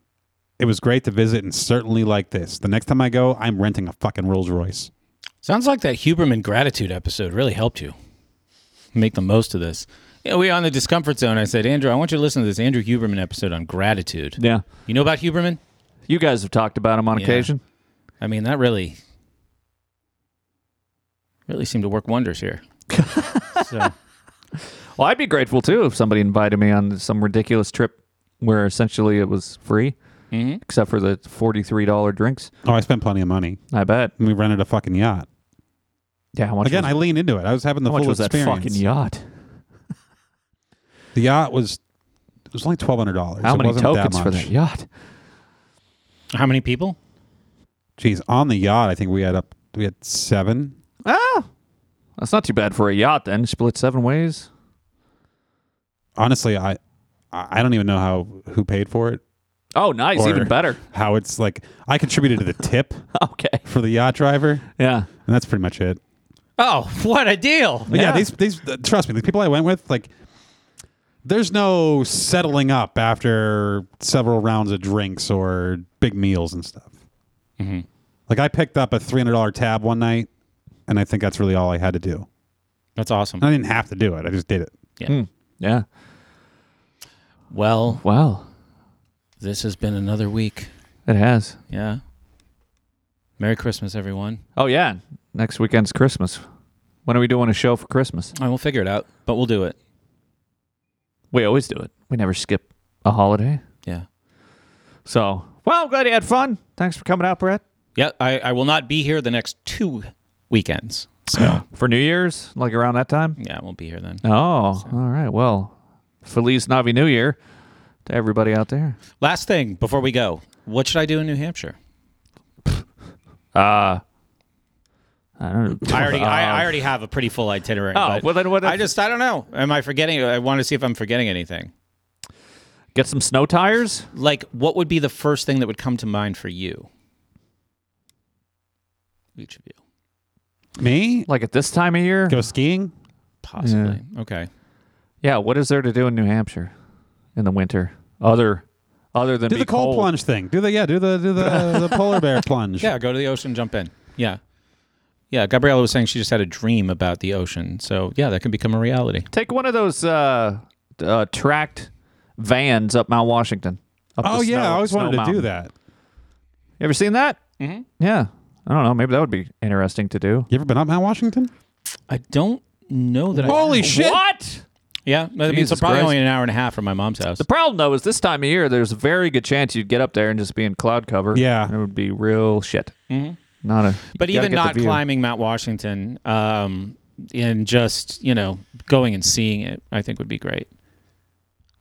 Speaker 1: it was great to visit and certainly like this. The next time I go, I'm renting a fucking Rolls Royce.
Speaker 6: Sounds like that Huberman gratitude episode really helped you make the most of this. Yeah, we on the discomfort zone. I said, Andrew, I want you to listen to this Andrew Huberman episode on gratitude.
Speaker 2: Yeah.
Speaker 6: You know about Huberman?
Speaker 2: You guys have talked about him on
Speaker 6: Yeah.
Speaker 2: occasion.
Speaker 6: I mean, that really, really seemed to work wonders here. so,
Speaker 2: Well, I'd be grateful too if somebody invited me on some ridiculous trip where essentially it was free,
Speaker 6: Mhm.
Speaker 2: except for the forty-three dollar drinks.
Speaker 1: Oh, I spent plenty of money.
Speaker 2: I bet.
Speaker 1: And we rented a fucking yacht.
Speaker 2: Yeah. How much
Speaker 1: Again,
Speaker 2: was,
Speaker 1: I leaned into it. I was having the
Speaker 2: how much
Speaker 1: full
Speaker 2: was that
Speaker 1: experience.
Speaker 2: fucking yacht?
Speaker 1: The yacht was it was only twelve hundred dollars.
Speaker 2: How
Speaker 1: it
Speaker 2: many
Speaker 1: wasn't
Speaker 2: tokens
Speaker 1: that
Speaker 2: for
Speaker 1: much.
Speaker 2: that yacht?
Speaker 6: how many people?
Speaker 1: Jeez, on the yacht, I think we had up we had seven.
Speaker 2: Ah, that's not too bad for a yacht. Then split seven ways.
Speaker 1: Honestly, I I I don't even know how who paid for it.
Speaker 2: Oh, nice.
Speaker 1: Or-
Speaker 2: Even better.
Speaker 1: how it's like I contributed to the tip
Speaker 2: (laughs) Okay.
Speaker 1: for the yacht driver, and
Speaker 2: Yeah.
Speaker 1: that's pretty much it.
Speaker 6: Oh, what a deal!
Speaker 1: But yeah, these these uh, trust me, the people I went with, like, there's no settling up after several rounds of drinks or big meals and stuff. Like I picked up a three hundred dollar tab one night, and I think that's really all I had to do.
Speaker 6: That's awesome.
Speaker 1: And I didn't have to do it; I just did it.
Speaker 2: Hmm. Yeah.
Speaker 6: Well,
Speaker 2: Wow.
Speaker 6: this has been another week.
Speaker 2: It has.
Speaker 6: Yeah. Merry Christmas, everyone.
Speaker 2: Oh yeah. Next weekend's Christmas. When are we doing a show for Christmas?
Speaker 6: I will figure it out, but we'll do it.
Speaker 2: We always do it. We never skip a holiday.
Speaker 6: Yeah.
Speaker 2: So, well, I'm glad you had fun. Thanks for coming out, Brett.
Speaker 4: Yeah, I, I will not be here the next two weekends.
Speaker 2: For New Year's, like around that time.
Speaker 4: Yeah, I won't be here then.
Speaker 2: Oh, all right. Well, Feliz Navi New Year to everybody out there.
Speaker 4: Last thing before we go, what should I do in New Hampshire?
Speaker 2: Uh, I don't know.
Speaker 4: I already, I, I already have a pretty full itinerary.
Speaker 2: Uh, (laughs) Oh,
Speaker 4: but
Speaker 2: well, then what
Speaker 4: I
Speaker 2: if-
Speaker 4: just, I don't know. Am I forgetting? I want to see if I'm forgetting anything.
Speaker 2: Get some snow tires.
Speaker 4: Like, what would be the first thing that would come to mind for you? Each of you,
Speaker 1: Me?
Speaker 2: Like at this time of year?
Speaker 1: Go skiing?
Speaker 4: possibly. Okay.
Speaker 2: Yeah, what is there to do in New Hampshire in the winter? Other other than
Speaker 1: Do
Speaker 2: be
Speaker 1: the cold,
Speaker 2: cold
Speaker 1: plunge thing. Do the yeah. Do the do the, the polar bear plunge.
Speaker 4: Yeah, go to the ocean, jump in. Yeah. Yeah, Gabriella was saying she just had a dream about the ocean. So, yeah, that can become a reality.
Speaker 2: Take one of those uh, uh, tracked vans up Mount Washington. Up the
Speaker 1: Oh yeah,
Speaker 2: snow-
Speaker 1: I always
Speaker 2: snow
Speaker 1: wanted to do
Speaker 2: mountain.
Speaker 1: that.
Speaker 2: You ever seen that? Mm-hmm. Yeah. I don't know. Maybe that would be interesting to do.
Speaker 1: You ever been up Mount Washington?
Speaker 4: I don't know that I.
Speaker 1: Holy shit!
Speaker 2: What?
Speaker 4: Yeah, I mean, so
Speaker 2: Jesus
Speaker 4: probably
Speaker 2: Christ.
Speaker 4: only an hour and a half from my mom's house.
Speaker 2: The problem though is this time of year, there's a very good chance you'd get up there and just be in cloud cover.
Speaker 1: Yeah.
Speaker 2: and it would be real shit. Mm-hmm. Not a.
Speaker 4: But
Speaker 2: you gotta get
Speaker 4: even
Speaker 2: the
Speaker 4: not
Speaker 2: view.
Speaker 4: climbing Mount Washington um, and just, you know, going and seeing it, I think would be great.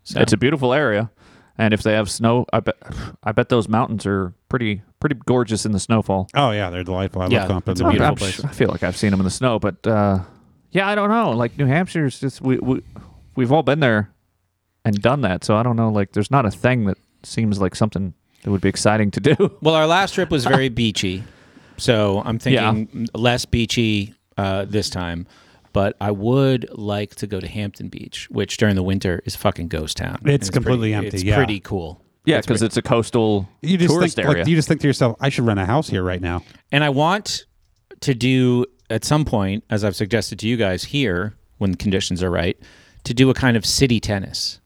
Speaker 4: So,
Speaker 2: It's a beautiful area, and if they have snow, I bet I bet those mountains are pretty pretty gorgeous in the snowfall.
Speaker 1: Oh yeah, they're delightful. I
Speaker 4: Yeah,
Speaker 1: love up in
Speaker 4: it's a
Speaker 1: the-
Speaker 4: beautiful
Speaker 2: I'm
Speaker 4: place.
Speaker 2: sure- I feel like I've seen them in the snow, but uh, yeah, I don't know. Like New Hampshire's just we we we've all been there and done that, so I don't know. Like there's not a thing that seems like something that would be exciting to do. (laughs)
Speaker 4: well, our last trip was very (laughs) beachy. So I'm thinking less beachy uh, this time. But I would like to go to Hampton Beach, which during the winter is fucking ghost town. And
Speaker 1: completely
Speaker 4: pretty,
Speaker 1: empty,
Speaker 4: It's
Speaker 1: yeah.
Speaker 4: pretty cool.
Speaker 2: yeah, because it's a coastal
Speaker 1: You just
Speaker 2: tourist
Speaker 1: think
Speaker 2: area.
Speaker 1: like you just think to yourself, I should rent a house here right now.
Speaker 4: And I want to do at some point, as I've suggested to you guys here, when the conditions are right, to do a kind of city tennis.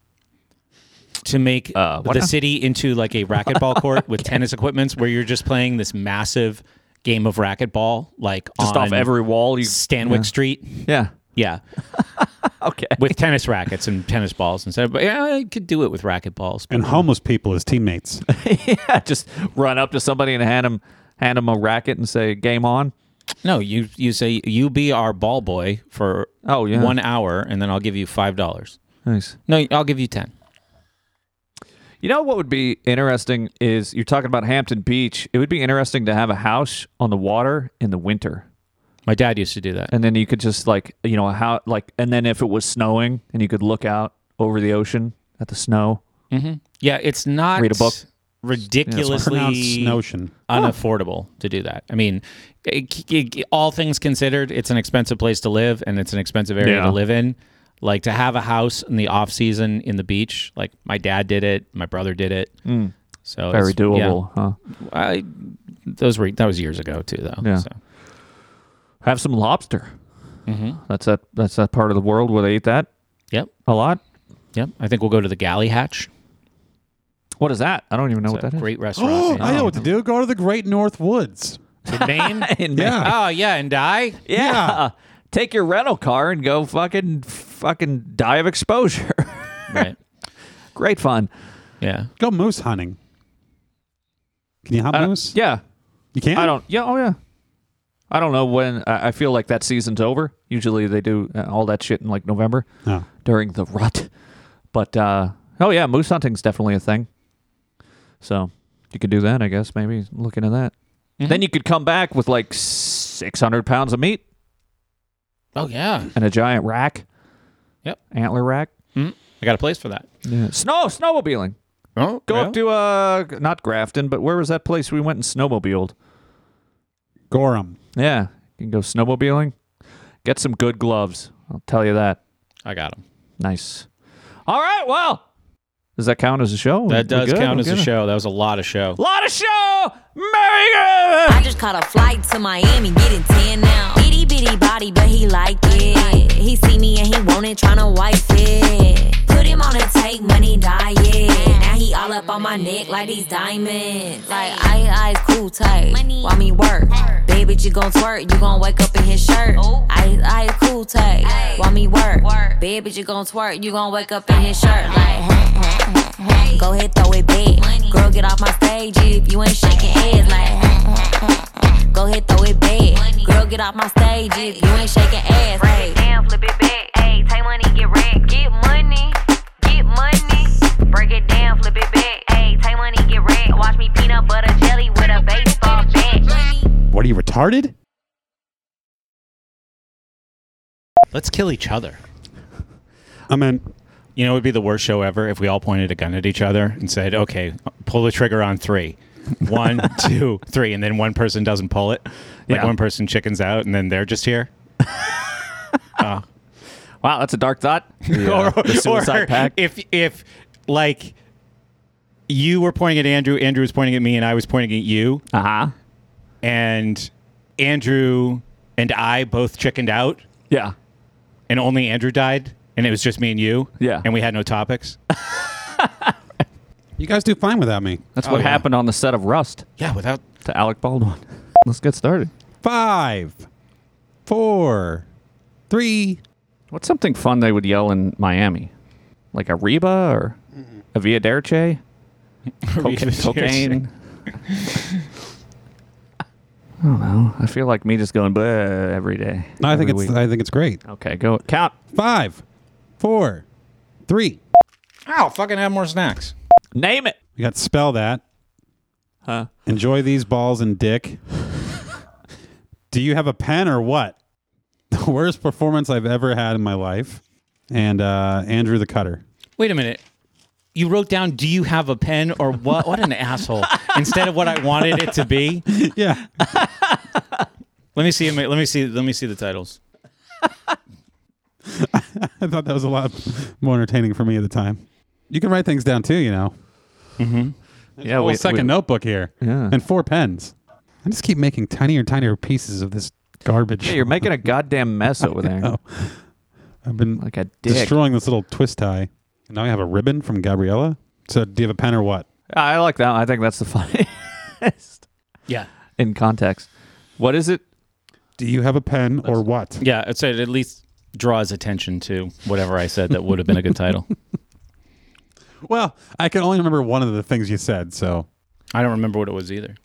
Speaker 4: To make
Speaker 2: Uh, what
Speaker 4: the
Speaker 2: now?
Speaker 4: city into like a racquetball
Speaker 2: (laughs)
Speaker 4: court with tennis equipments where you're just playing this massive game of racquetball, like
Speaker 2: just
Speaker 4: on
Speaker 2: off every wall. You
Speaker 4: Stanwick
Speaker 2: yeah.
Speaker 4: Street.
Speaker 2: Yeah.
Speaker 4: Yeah.
Speaker 2: Okay.
Speaker 4: With tennis rackets and tennis balls and stuff. But yeah, I could do it with racquetballs.
Speaker 1: And
Speaker 2: Mm-hmm.
Speaker 1: homeless people as
Speaker 2: (laughs)
Speaker 1: teammates.
Speaker 2: (laughs) yeah, just run up to somebody and hand them hand them a racket and say game on.
Speaker 4: No, you you say you be our ball boy for
Speaker 2: Oh, yeah.
Speaker 4: one hour and then I'll give you five dollars.
Speaker 2: Nice.
Speaker 4: No, I'll give you ten.
Speaker 2: You know what would be interesting is you're talking about Hampton Beach. It would be interesting to have a house on the water in the winter.
Speaker 4: My dad used to do that.
Speaker 2: And then you could just like, you know, how like and then if it was snowing and you could look out over the ocean at the snow.
Speaker 4: Yeah, it's not
Speaker 2: Read a book. Oh.
Speaker 4: ridiculously
Speaker 1: Pronounced notion.
Speaker 4: unaffordable to do that. I mean, it- it- it- all things considered, it's an expensive place to live and it's an expensive area
Speaker 2: Yeah.
Speaker 4: to live in. Like to have a house in the off season in the beach, like my dad did it, my brother did it. So
Speaker 2: Mm. Very
Speaker 4: Oh, it's-
Speaker 2: doable, huh?
Speaker 4: yeah. I, those were that was years ago too, though.
Speaker 2: Yeah.
Speaker 4: So.
Speaker 2: Have some lobster.
Speaker 4: Mm-hmm.
Speaker 2: That's that that's that part of the world where they eat that
Speaker 4: Yep.
Speaker 2: a lot.
Speaker 4: Yep. I think we'll go to the Galley Hatch.
Speaker 2: What is that? (gasps) I don't even know what
Speaker 4: It's a
Speaker 2: that is.
Speaker 4: great restaurant. Um,
Speaker 1: Oh, (gasps)
Speaker 4: in-
Speaker 1: I know what to do. Go to the Great North Woods.
Speaker 4: in
Speaker 2: (laughs)
Speaker 4: Maine.
Speaker 2: In Maine.
Speaker 1: Yeah.
Speaker 4: (laughs) oh yeah,
Speaker 2: (laughs)
Speaker 4: and die.
Speaker 2: Yeah.
Speaker 1: Yeah.
Speaker 2: Take your rental car and go fucking fucking die of exposure. (laughs)
Speaker 4: Right.
Speaker 2: Great fun.
Speaker 4: Yeah.
Speaker 1: Go moose hunting. Can you hunt
Speaker 2: I don't-
Speaker 1: moose?
Speaker 2: Uh, yeah.
Speaker 1: You can.
Speaker 2: I don't. Yeah. Oh yeah. I don't know when. I, I feel like that season's over. Usually they do uh, all that shit in like November
Speaker 1: No.
Speaker 2: during the rut. But uh, oh yeah, moose hunting's definitely a thing. So you could do that, I guess. Maybe look into that.
Speaker 4: Mm-hmm.
Speaker 2: Then you could come back with like six hundred pounds of meat
Speaker 4: Oh yeah.
Speaker 2: and a giant rack.
Speaker 4: Yep.
Speaker 2: Antler rack.
Speaker 4: I got a place for that.
Speaker 2: Yeah. Snow snowmobiling.
Speaker 4: Oh,
Speaker 2: Go up to uh not Grafton, but where was that place we went and snowmobiled?
Speaker 1: Gorham.
Speaker 2: Yeah, you can go snowmobiling. Get some good gloves. I'll tell you that.
Speaker 4: I got him.
Speaker 2: Nice. All right. Well, does that count as a show? We- we
Speaker 4: That does
Speaker 2: good?
Speaker 4: count
Speaker 2: We
Speaker 4: as a
Speaker 2: good?
Speaker 4: show. That was a lot of show.
Speaker 2: Lot of show. Merry
Speaker 3: I just caught a flight to Miami, getting 10 now. Itty bitty body, but he like it. He see me and he want it, tryna wife it. Put him on a take money diet. Now he all up on my neck like these diamonds. Like, I, I, cool tight. Why me work? Baby, you gon' twerk, you gon' wake up in his shirt. I, I, cool tight. Why me work? Baby, you gon' twerk, you gon' wake up in his shirt. Like, Go ahead, throw it back. Girl, get off my stage if you ain't shaking ass like. Go ahead, throw it back. Girl, get off my stage if you ain't shaking ass. Break it down, flip it back. Hey, take money, get wrecked. Get money, get money. Break it down, flip it back. Hey, take money, get wrecked. Watch me peanut butter jelly with a baseball bat.
Speaker 1: What are you retarded?
Speaker 4: Let's kill each other.
Speaker 1: I mean,
Speaker 4: You know, it would be the worst show ever if we all pointed a gun at each other and said, "Okay, pull the trigger on three.
Speaker 2: (laughs)
Speaker 4: One, two, three," and then one person doesn't pull it. Like
Speaker 2: Yeah.
Speaker 4: one person chickens out, and then they're just here.
Speaker 2: Wow, that's a dark (laughs) thought. The, uh, the suicide
Speaker 4: or
Speaker 2: pact.
Speaker 4: If if like you were pointing at Andrew, Andrew was pointing at me, and I was pointing at you,
Speaker 2: Uh huh.
Speaker 4: and Andrew and I both chickened out,
Speaker 2: Yeah.
Speaker 4: and only Andrew died, and it was just me and you.
Speaker 2: Yeah.
Speaker 4: and we had no topics.
Speaker 1: you guys do fine without me.
Speaker 2: That's what happened on the set of Rust
Speaker 4: yeah, without
Speaker 2: to Alec Baldwin. (laughs) Let's get started.
Speaker 1: Five, four, three.
Speaker 2: What's something fun they would yell in Miami? Like a Reba or a Via (laughs) Derce? Coca- cocaine? (laughs) I don't know. I feel like me just going bleh every day.
Speaker 1: No, I think
Speaker 2: every
Speaker 1: it's.
Speaker 2: week.
Speaker 1: I think it's great.
Speaker 2: okay, go count.
Speaker 1: Five, four, three.
Speaker 4: Ow, fucking have more snacks.
Speaker 2: Name it.
Speaker 1: We got spell that.
Speaker 2: Huh.
Speaker 1: Enjoy these balls and dick. Do you have a pen or what? (laughs) The worst performance I've ever had in my life. And uh, Andrew the Cutter. (laughs)
Speaker 4: Wait a minute. You wrote down, "Do you have a pen or what?" What an asshole! Instead of what I wanted it to be.
Speaker 1: Yeah.
Speaker 4: Let me see. Let me see. Let me see the titles.
Speaker 1: I thought that was a lot more entertaining for me at the time. You can write things down too, you know.
Speaker 2: Yeah,
Speaker 1: Whole second notebook here.
Speaker 2: Oh, Yeah.
Speaker 1: And four pens. I just keep making tinier and tinier pieces of this garbage. (laughs)
Speaker 2: (laughs) Hey, you're making a goddamn mess over there.
Speaker 1: know. I've been
Speaker 2: Like a dick.
Speaker 1: destroying this little twist tie. And now I have a ribbon from Gabriella. So do you have a pen or what?
Speaker 2: I like that. I think that's the funniest
Speaker 4: Yeah.
Speaker 2: (laughs) in context. What is it?
Speaker 1: Do you have a pen or what?
Speaker 4: Yeah. It said at least draws attention to whatever I said that would have been a good title.
Speaker 1: Well, I can only remember one of the things you said, so
Speaker 4: I don't remember what it was either.